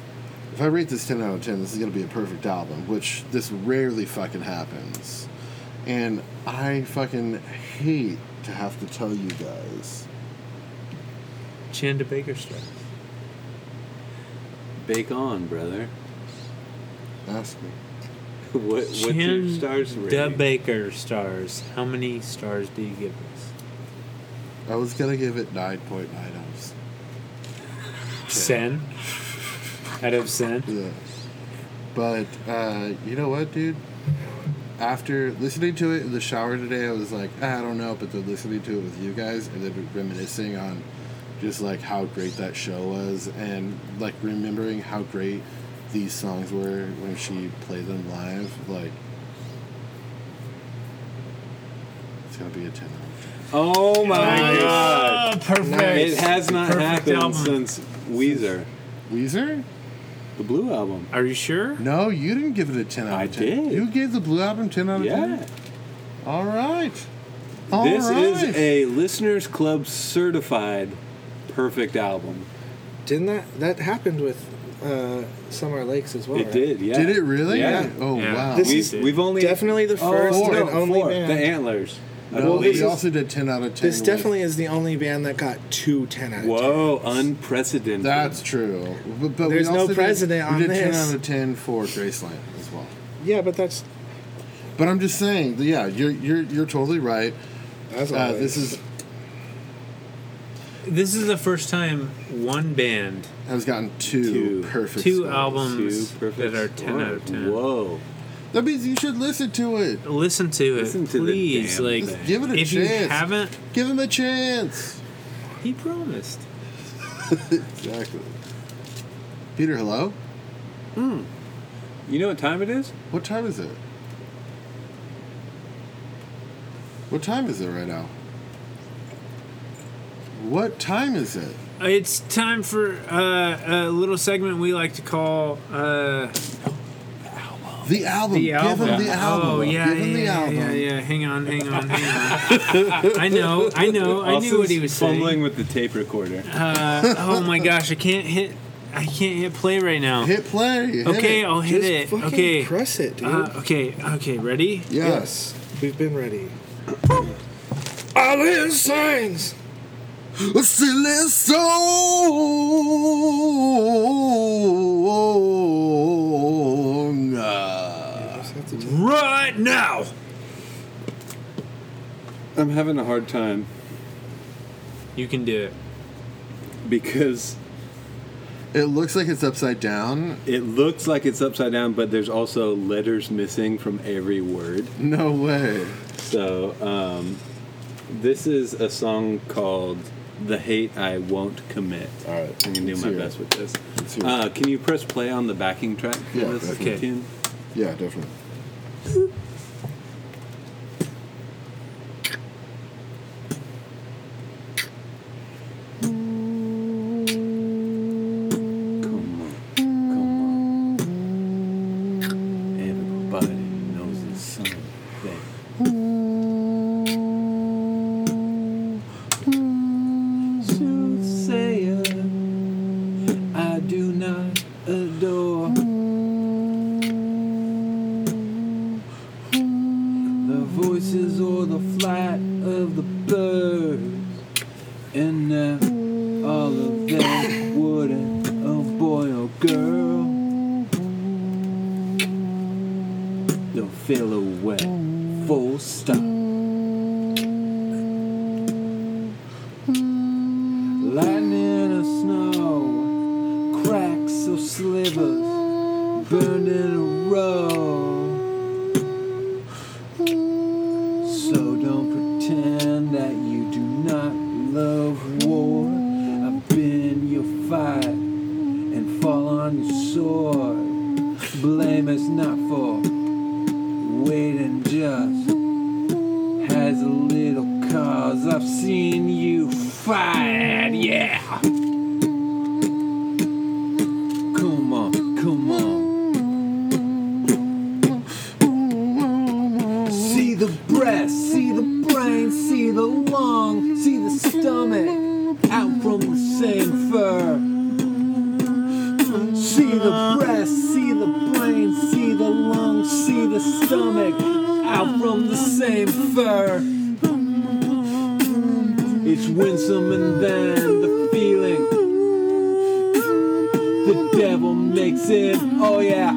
S1: If I rate this ten out of ten, this is gonna be a perfect album, which this rarely fucking happens. And I fucking hate to have to tell you guys
S4: Chin to Baker Street.
S8: Bake on, brother.
S1: Ask me.
S8: What, what's your
S4: Chin
S8: stars
S4: Da
S8: rating?
S4: Baker stars. How many stars do you give us?
S1: I was gonna give it nine point nine ounces.
S4: Sen? Out of Sen?
S1: Yeah. But uh, you know what, dude? After listening to it in the shower today, I was like, "Ah, I don't know, but then listening to it with you guys and then reminiscing on just like how great that show was and like remembering how great these songs were when she played them live, like it's gonna be a ten.
S8: Oh my
S1: Nice.
S8: god!
S1: Oh, perfect.
S8: It has not
S1: Perfect
S8: happened
S1: album.
S8: since Weezer.
S1: Weezer?
S8: The Blue Album.
S4: Are you sure?
S1: No, you didn't give it a ten out
S8: I
S1: of ten.
S8: did.
S1: You gave the Blue Album ten out of
S8: Yeah.
S1: ten. All right. All right.
S8: this is a Listeners Club certified perfect album.
S2: Didn't that that happened with uh, Summer Lakes as well?
S8: It
S2: right?
S8: did, yeah.
S1: Did it really?
S8: Yeah.
S1: Oh wow.
S2: This
S8: we've,
S2: is
S8: we've only
S2: definitely
S1: Oh,
S2: the first
S8: four.
S2: and
S8: No,
S2: only
S8: four.
S2: band.
S8: The Antlers. I
S1: No,
S8: believe.
S1: we also did ten out of ten.
S2: This
S1: with-
S2: definitely is the only band that got two 10 out of 10.
S8: Whoa, unprecedented.
S1: That's true. But, but
S2: There's
S1: we
S2: no
S1: also
S2: president
S1: did,
S2: on
S1: we did
S2: this.
S1: ten out of ten for Graceland as well.
S2: Yeah, but that's
S1: But I'm just saying, that, yeah, you're you're you're totally right.
S2: As
S1: uh, this
S2: always.
S1: is
S4: This is the first time one band,
S1: has gotten two, perfect.
S4: two
S1: scores.
S4: albums
S8: Two perfect
S4: that are 10 out of
S8: scores.
S4: 10.
S8: Whoa.
S1: That means you should listen to it.
S4: Listen to it,
S8: Listen to the
S4: please.
S8: damn
S4: like,
S1: Just give it a
S4: if you
S1: chance.
S4: haven't,
S1: Give him a chance.
S4: he promised.
S1: Exactly. Peter, hello.
S8: You know what time it is?
S1: What time is it? What time is it right now? What time is it?
S4: It's time for uh, a little segment we like to call. Uh,
S1: The album.
S4: The
S1: Give
S4: album.
S1: him the album.
S4: Oh yeah,
S1: Give him
S4: yeah,
S1: the
S4: yeah,
S1: album.
S4: yeah, yeah. Hang on, hang on, hang on. I know, I know, I knew what he was
S3: fumbling
S4: saying.
S3: with the tape recorder.
S4: Uh, oh my gosh, I can't hit, I can't hit play right now.
S1: Hit play. Hit
S4: okay,
S1: it.
S4: I'll hit
S2: Just
S4: it.
S2: fucking
S4: Okay,
S2: press it, dude.
S4: uh, okay, okay. Ready?
S1: Yes.
S2: We've been ready. All in signs.
S1: Still is song. Uh,
S4: Right now.
S8: I'm having a hard time
S4: You can do it.
S8: because
S1: It looks like it's upside down.
S8: it looks like it's upside down, but there's also letters missing from every word.
S1: No way.
S8: So, um, this is a song called The Hate I Won't Commit.
S1: All right.
S8: I'm going to do
S1: let's
S8: my
S1: hear it.
S8: best with this.
S1: Let's hear it.
S8: Uh, can you press play on the backing track for
S1: Yeah,
S8: this
S1: definitely.
S8: tune?
S1: Yeah, definitely.
S8: Come on, come on. Everybody knows it's something. Soothsayer, I do not adore. The voices or the flight of the birds, and now all of that wouldn't, oh boy, oh girl. Don't feel away, full stop. Lightning or snow, cracks or slivers, burned in a row. So don't pretend that you do not love war. I've been your fight and fall on your sword. Blame is not for waiting, just has a little cause. I've seen you fight, yeah. Come on, come on. See the breast, see the brain, see the lung, see the stomach, out from the same fur. See the breast, see the brain, see the lungs, see the stomach, out from the same fur. It's winsome and then the feeling
S9: the devil makes it. Oh yeah.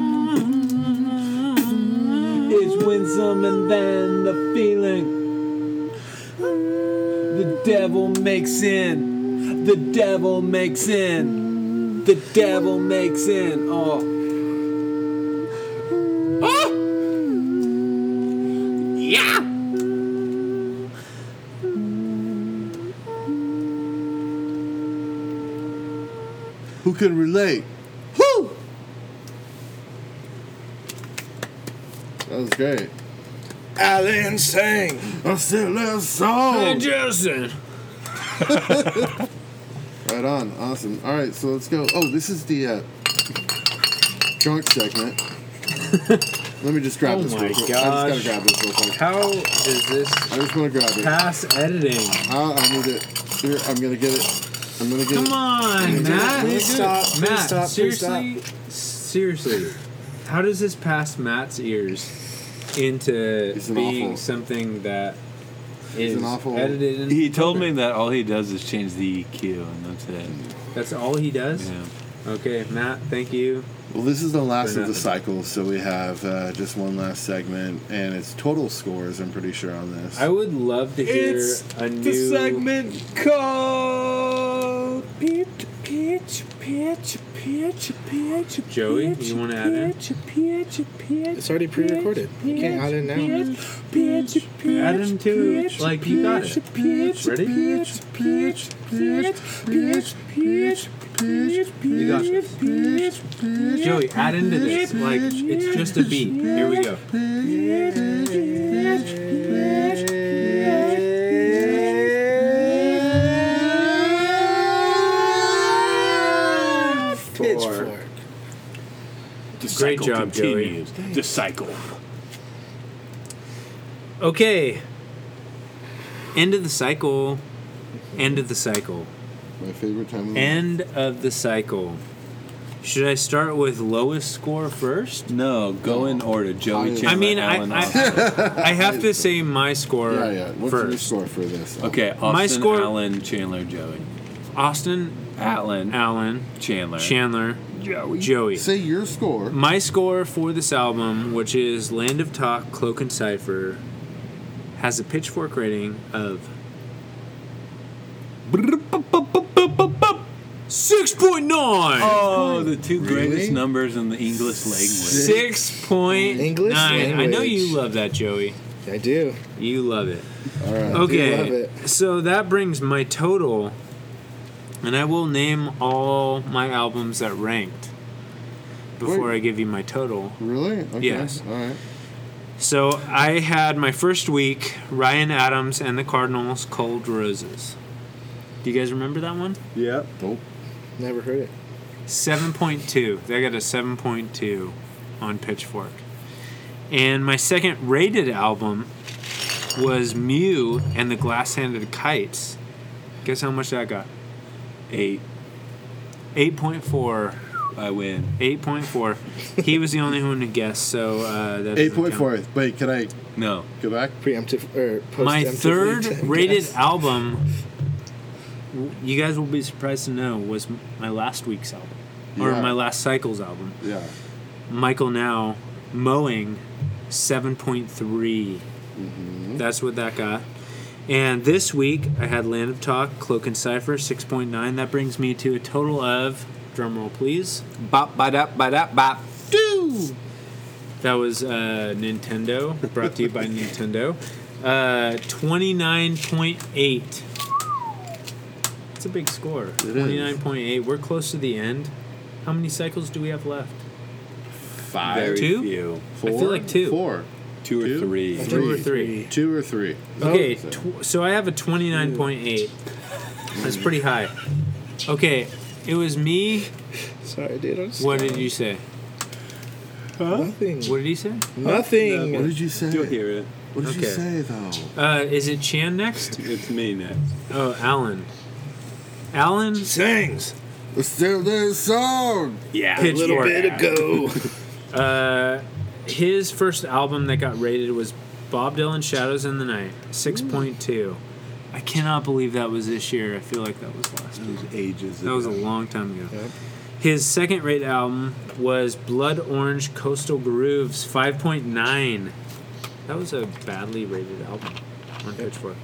S9: It's winsome and then the feeling. The devil makes in. The devil makes in. The devil makes in. Oh. Yeah!
S1: Who can relate? Who? That was great.
S8: Alan sang.
S1: I still love song.
S4: Hey, Justin.
S1: Right on. Awesome. All right, so let's go. Oh, this is the uh, drunk segment. Let me just grab
S4: Oh
S1: this
S4: my
S1: real quick. I
S4: gosh.
S1: just gotta grab this real quick.
S4: How is this
S1: I just wanna grab it.
S4: pass editing?
S1: How? I need it. Here, I'm gonna get it. I'm gonna get it.
S4: Come on, Matt.
S8: Please stop, please
S4: Matt,
S8: stop, please
S4: seriously, seriously, how does this pass Matt's ears into
S1: He's an
S4: being
S1: awful-
S4: something that
S1: He's
S4: is
S1: an awful-
S4: edited? In
S3: He told me that all he does is change the EQ, and that's it.
S4: that's all he does.
S3: Yeah.
S4: Okay, Matt, thank you.
S1: Well, this is the last
S4: For
S1: of the
S4: nothing.
S1: cycle, so we have uh, just one last segment, and it's total scores. I'm pretty sure on this.
S4: I would love to hear
S9: It's
S4: a new
S9: the segment called Pitch, Pitch, Pitch, Pitch, Pitch.
S4: Joey, you wanna add in?
S9: Pitch, Pitch, Pitch.
S8: It's already pre-recorded. You can't add it now.
S9: Pitch, Pitch, Pitch.
S4: Add in two,
S9: pitch,
S4: like, you got it.
S9: Pitch,
S4: Ready?
S9: Pitch, Pitch, Pitch, Pitch, Pitch, Pitch,
S4: You got it.
S9: Pitch, Pitch, Pitch.
S4: Joey, add into this. Like, it's just a beat. Here we go.
S8: Pitchfork.
S3: The
S4: Great job, Joey.
S3: Joey. The cycle.
S4: Okay. End of the cycle. End of the cycle.
S1: My favorite time. Of the
S4: End of the cycle. Should I start with lowest score first?
S3: No, go in order. Joey
S1: I-
S3: Chandler.
S4: I mean, I,
S3: Alan Austin.
S4: I, I have to say my score
S1: yeah, yeah. What's your
S4: first.
S1: score for this?
S3: okay, Austin,
S4: My score-
S3: Alan, Chandler, Joey.
S4: Austin,
S3: Alan,
S4: Allen,
S3: Chandler.
S4: Chandler,
S3: Joey.
S4: Joey.
S1: Say your score.
S4: My score for this album, which is Land of Talk, Cloak and Cipher, has a pitchfork rating of 6.9.
S3: Oh, the two
S1: Really?
S3: greatest numbers in the English language.
S4: Six point
S8: English
S4: nine. I know
S8: language.
S4: you love that, Joey.
S8: I do.
S4: You love it.
S1: All right.
S4: Okay.
S8: love it.
S4: So that brings my total, and I will name all my albums that ranked before
S1: Wait.
S4: I give you my total.
S1: Really? Okay.
S4: Yes.
S1: All right.
S4: So I had my first week Ryan Adams and the Cardinals Cold Roses. Do you guys remember that one?
S11: Yep.
S1: Dope.
S8: Never heard it.
S4: 7.2. They got a 7.2 on Pitchfork. And my second rated album was Mew and the Glass Handed Kites. Guess how much that got?
S3: Eight.
S4: 8.4.
S3: I win.
S4: 8.4. he was the only one to guess, so uh, that
S1: Eight
S4: doesn't
S1: point
S4: count.
S1: four. Wait, can I
S3: No.
S1: go back?
S8: Preemptive or post
S4: My third rated album, w- you guys will be surprised to know, was m- my last week's album. Or
S1: Yeah.
S4: my last Cycles album.
S1: Yeah.
S4: Michael now mowing 7.3.
S9: Mm-hmm.
S4: That's what that got. And this week I had Land of Talk, Cloak and Cipher 6.9. That brings me to a total of drumroll please.
S9: Bop, ba, da, ba, da, bop.
S4: Do. That was uh, Nintendo, brought to you by Nintendo. Uh, 29.8. It's a big score.
S1: is.
S4: 29.8. We're close to the end. How many cycles do we have left?
S1: Five.
S3: Very
S4: Two?
S3: few.
S1: Four.
S4: like two.
S1: Four.
S3: Two or
S1: Two?
S3: three.
S4: Two or three.
S1: Two or Oh. three.
S4: Okay,
S1: So-
S8: Oh,
S4: tw- so I have a 29.8. That's pretty high. Okay, it was me.
S8: Sorry, dude. I'm just
S4: What did you say?
S8: nothing.
S4: What did you say?
S8: Nothing.
S1: What did you say?
S3: You'll hear it.
S1: What did you
S4: Okay.
S1: say though?
S4: Uh, is it Chan next?
S3: It's me next.
S4: Oh, Alan. Alan
S8: Sings.
S1: Let's do this song.
S3: Yeah.
S4: Pitchfork.
S8: Little bit ago.
S4: Uh, his first album that got rated was Bob Dylan Shadows in the Night, 6.2. I cannot believe that was this year. I feel like that was last year.
S3: Ages.
S4: That was a
S3: ago.
S4: long time ago. His second rate album was Blood Orange Coastal Grooves 5.9. That was a badly rated album on Pitchfork.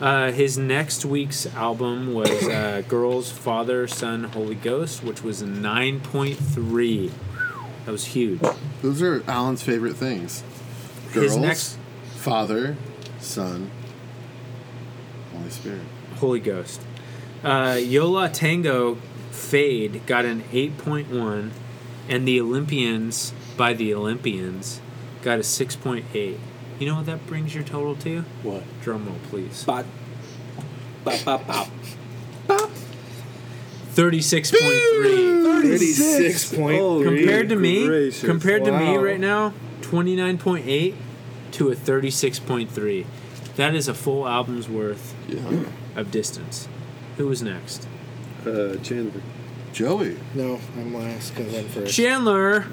S4: Uh, his next week's album was uh, Girls, Father, Son, Holy Ghost, which was a 9.3. That was huge.
S1: Those are Alan's favorite things.
S4: His
S1: Girls,
S4: next-
S1: father, son, Holy Spirit.
S4: Holy Ghost. Uh, Yola Tango Fade got an 8.1, and The Olympians by The Olympians got a 6.8. You know what that brings your total to?
S3: What?
S4: Drum roll, please.
S3: Bop. Bop, bop, bop.
S4: 36.3.
S2: 36.3.
S4: Compared to me,
S2: Gracious.
S4: compared to me
S2: Wow.
S4: right now, 29.8 to a 36.3. That is a full album's worth of distance. Who was next?
S3: Uh, Chandler.
S1: Joey.
S2: No, I'm last because I'm first.
S4: Chandler.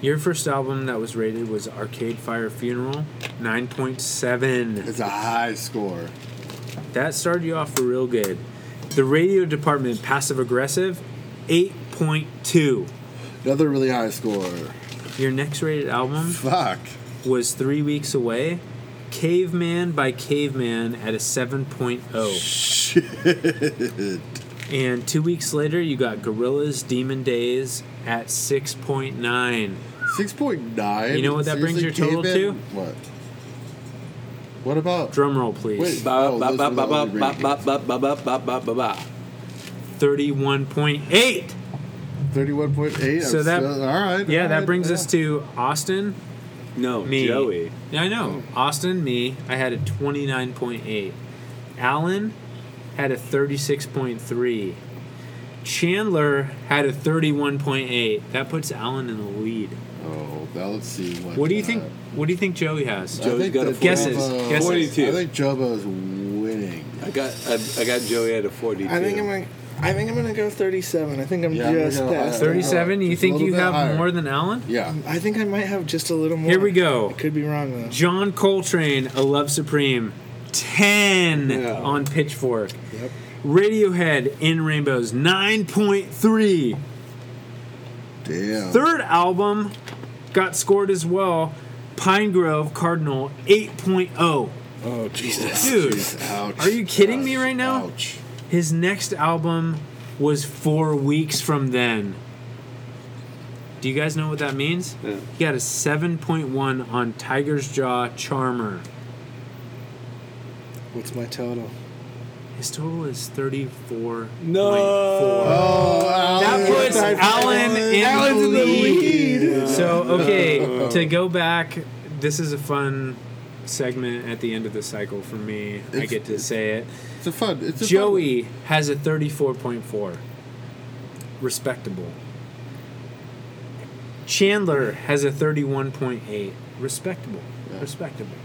S4: Your first album that was rated was Arcade Fire Funeral, 9.7.
S1: It's a high score.
S4: That started you off real good. The radio department, Passive Aggressive, 8.2.
S1: Another really high score.
S4: Your next rated album
S1: Fuck.
S4: was three weeks away. Caveman by Caveman at a 7.0.
S1: Shit.
S4: And two weeks later, you got Gorilla's Demon Days at 6.9.
S1: 6.9.
S4: You know what that brings
S1: Seriously,
S4: your total
S1: caveman? What? What about.
S4: Drum roll, please.
S1: Wait,
S3: Bop,
S1: no,
S3: bop,
S1: those
S3: bop,
S1: are the
S3: bop, bop,
S1: only
S3: bop, bop, bop, bop, bop, bop, bop, bop, bop.
S4: 31.8.
S1: 31.8.
S4: So
S1: I'm
S4: that-
S1: still- all right.
S4: Yeah,
S1: all
S4: that
S1: right,
S4: brings
S1: yeah.
S4: us to Austin,
S3: No,
S4: me.
S3: Oh, Joey.
S4: Yeah, I know. Austin, me. I had a 29.8. Alan had a 36.3. Chandler had a 31.8. That puts Alan in the lead.
S1: Oh, now let's see. What,
S4: What do you think?
S1: uh,
S4: What do you think Joey has?
S1: I
S3: Joey's
S1: think
S3: got
S1: that
S3: a
S4: Guesses.
S1: Jobo-
S4: Guesses.
S3: 42.
S1: I think Jobo's winning.
S3: I got I, I got Joey at a 42.
S2: I think I'm gonna. I think I'm gonna go 37. I think I'm
S1: Yeah, I'm
S2: just
S1: gonna go
S2: past.
S1: higher.
S4: 37. You
S1: Just a
S4: think
S1: little
S4: you
S1: bit
S4: have
S1: higher.
S4: more than Alan?
S1: Yeah.
S2: I think I might have just a little more.
S4: Here we go.
S2: I could be wrong though.
S4: John Coltrane, A Love Supreme, 10 on Pitchfork.
S2: Yep.
S4: Radiohead, In Rainbows, 9.3.
S1: Damn.
S4: Third album got scored as well. Pine Grove Cardinal, 8.0.
S1: Oh, Jesus.
S4: Dude,
S1: Ouch.
S4: are you kidding me right now?
S1: Ouch.
S4: His next album was four weeks from then. Do you guys know what that means?
S3: Yeah.
S4: He got a 7.1 on Tiger's Jaw Charmer.
S2: What's my total?
S4: His total is 34.
S3: No.
S1: Oh,
S4: That
S1: Alan.
S4: puts Alan in
S1: Alan's
S4: the
S1: in the
S4: lead.
S1: lead.
S4: So, okay, to go back, this is a fun segment at the end of the cycle for me. I
S1: It's-
S4: get to say it.
S1: It's a fun. It's a fun
S4: Joey has a 34.4. Respectable. Chandler has a 31.8. Respectable. Respectable.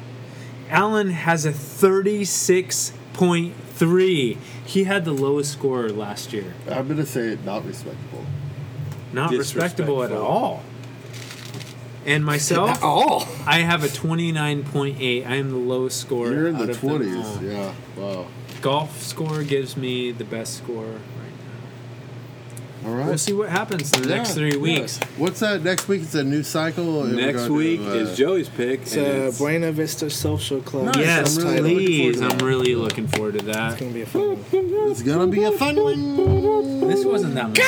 S4: Allen has a 36.3. He had the lowest score last year.
S1: one. I'm gonna say it not respectable.
S4: Not respectable at
S3: Disrespectful.
S4: all. And myself,
S1: Oh.
S2: all.
S4: I have a 29.8. I am the lowest score.
S1: You're in
S4: out
S1: the
S4: of them
S1: twenties.
S4: all.
S1: Yeah. Wow.
S4: Golf score gives me the best score right now.
S1: All right.
S4: We'll see what happens in the
S1: Yeah,
S4: next three
S1: yeah.
S4: weeks.
S1: What's that? Next week it's a new cycle. and we're
S3: Next
S1: gonna
S3: week
S1: do, uh,
S3: is Joey's pick.
S2: It's
S3: and
S2: a
S3: it's-
S2: Buena Vista Social Club.
S4: Yes,
S1: I'm really looking forward
S4: please.
S1: to
S4: I'm
S1: that.
S4: really looking forward to
S2: It's
S4: that.
S2: gonna be a fun. one.
S1: It's gonna be a fun one.
S4: This wasn't that much.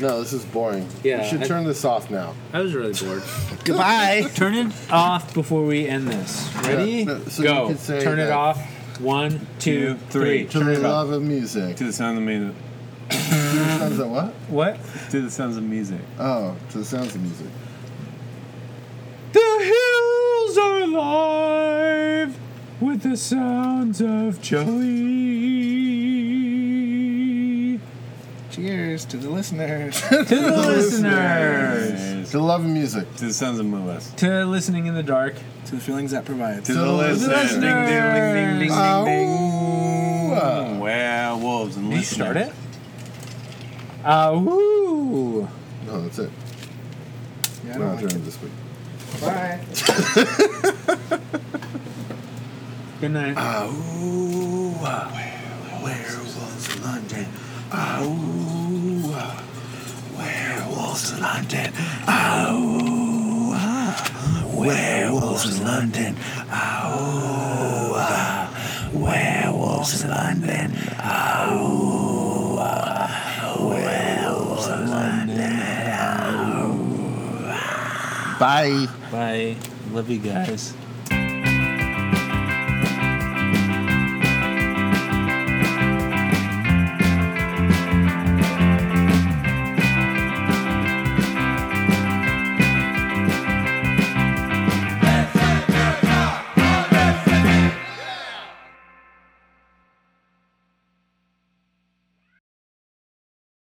S1: No, this is boring.
S4: Yeah,
S1: We should
S4: I-
S1: turn this off now.
S4: I was really bored.
S1: Goodbye.
S4: Turn it off before we end this. Ready?
S1: Yeah, no, so you
S4: Go.
S1: could say
S4: Turn it
S1: that-
S4: off. One, two, three.
S1: to the love of music.
S8: To the sounds of music.
S1: sounds of what?
S4: What?
S8: To the sounds of music.
S1: Oh, to the sounds of music.
S4: The hills are alive with the sounds of Joey.
S2: Cheers to the listeners.
S4: To the listeners.
S1: To the love of music.
S8: To the sounds of movies.
S4: To listening in the dark.
S2: to the feelings that provides.
S8: To the listeners.
S4: listeners.
S1: Oh.
S8: Werewolves and
S4: Did you
S8: listeners.
S4: start it? Ah, woo.
S1: No, that's it.
S2: Yeah, I
S1: We're
S2: don't
S1: not
S2: like
S1: doing it this week.
S2: it. Bye.
S4: Good night.
S1: Oh, werewolves in London.
S8: Oh, werewolves in London. Oh, ah, werewolves in London. Uh, Oh, ah, werewolves in London. Oh, ah, werewolves in London.
S12: Bye.
S4: Bye. Love you guys.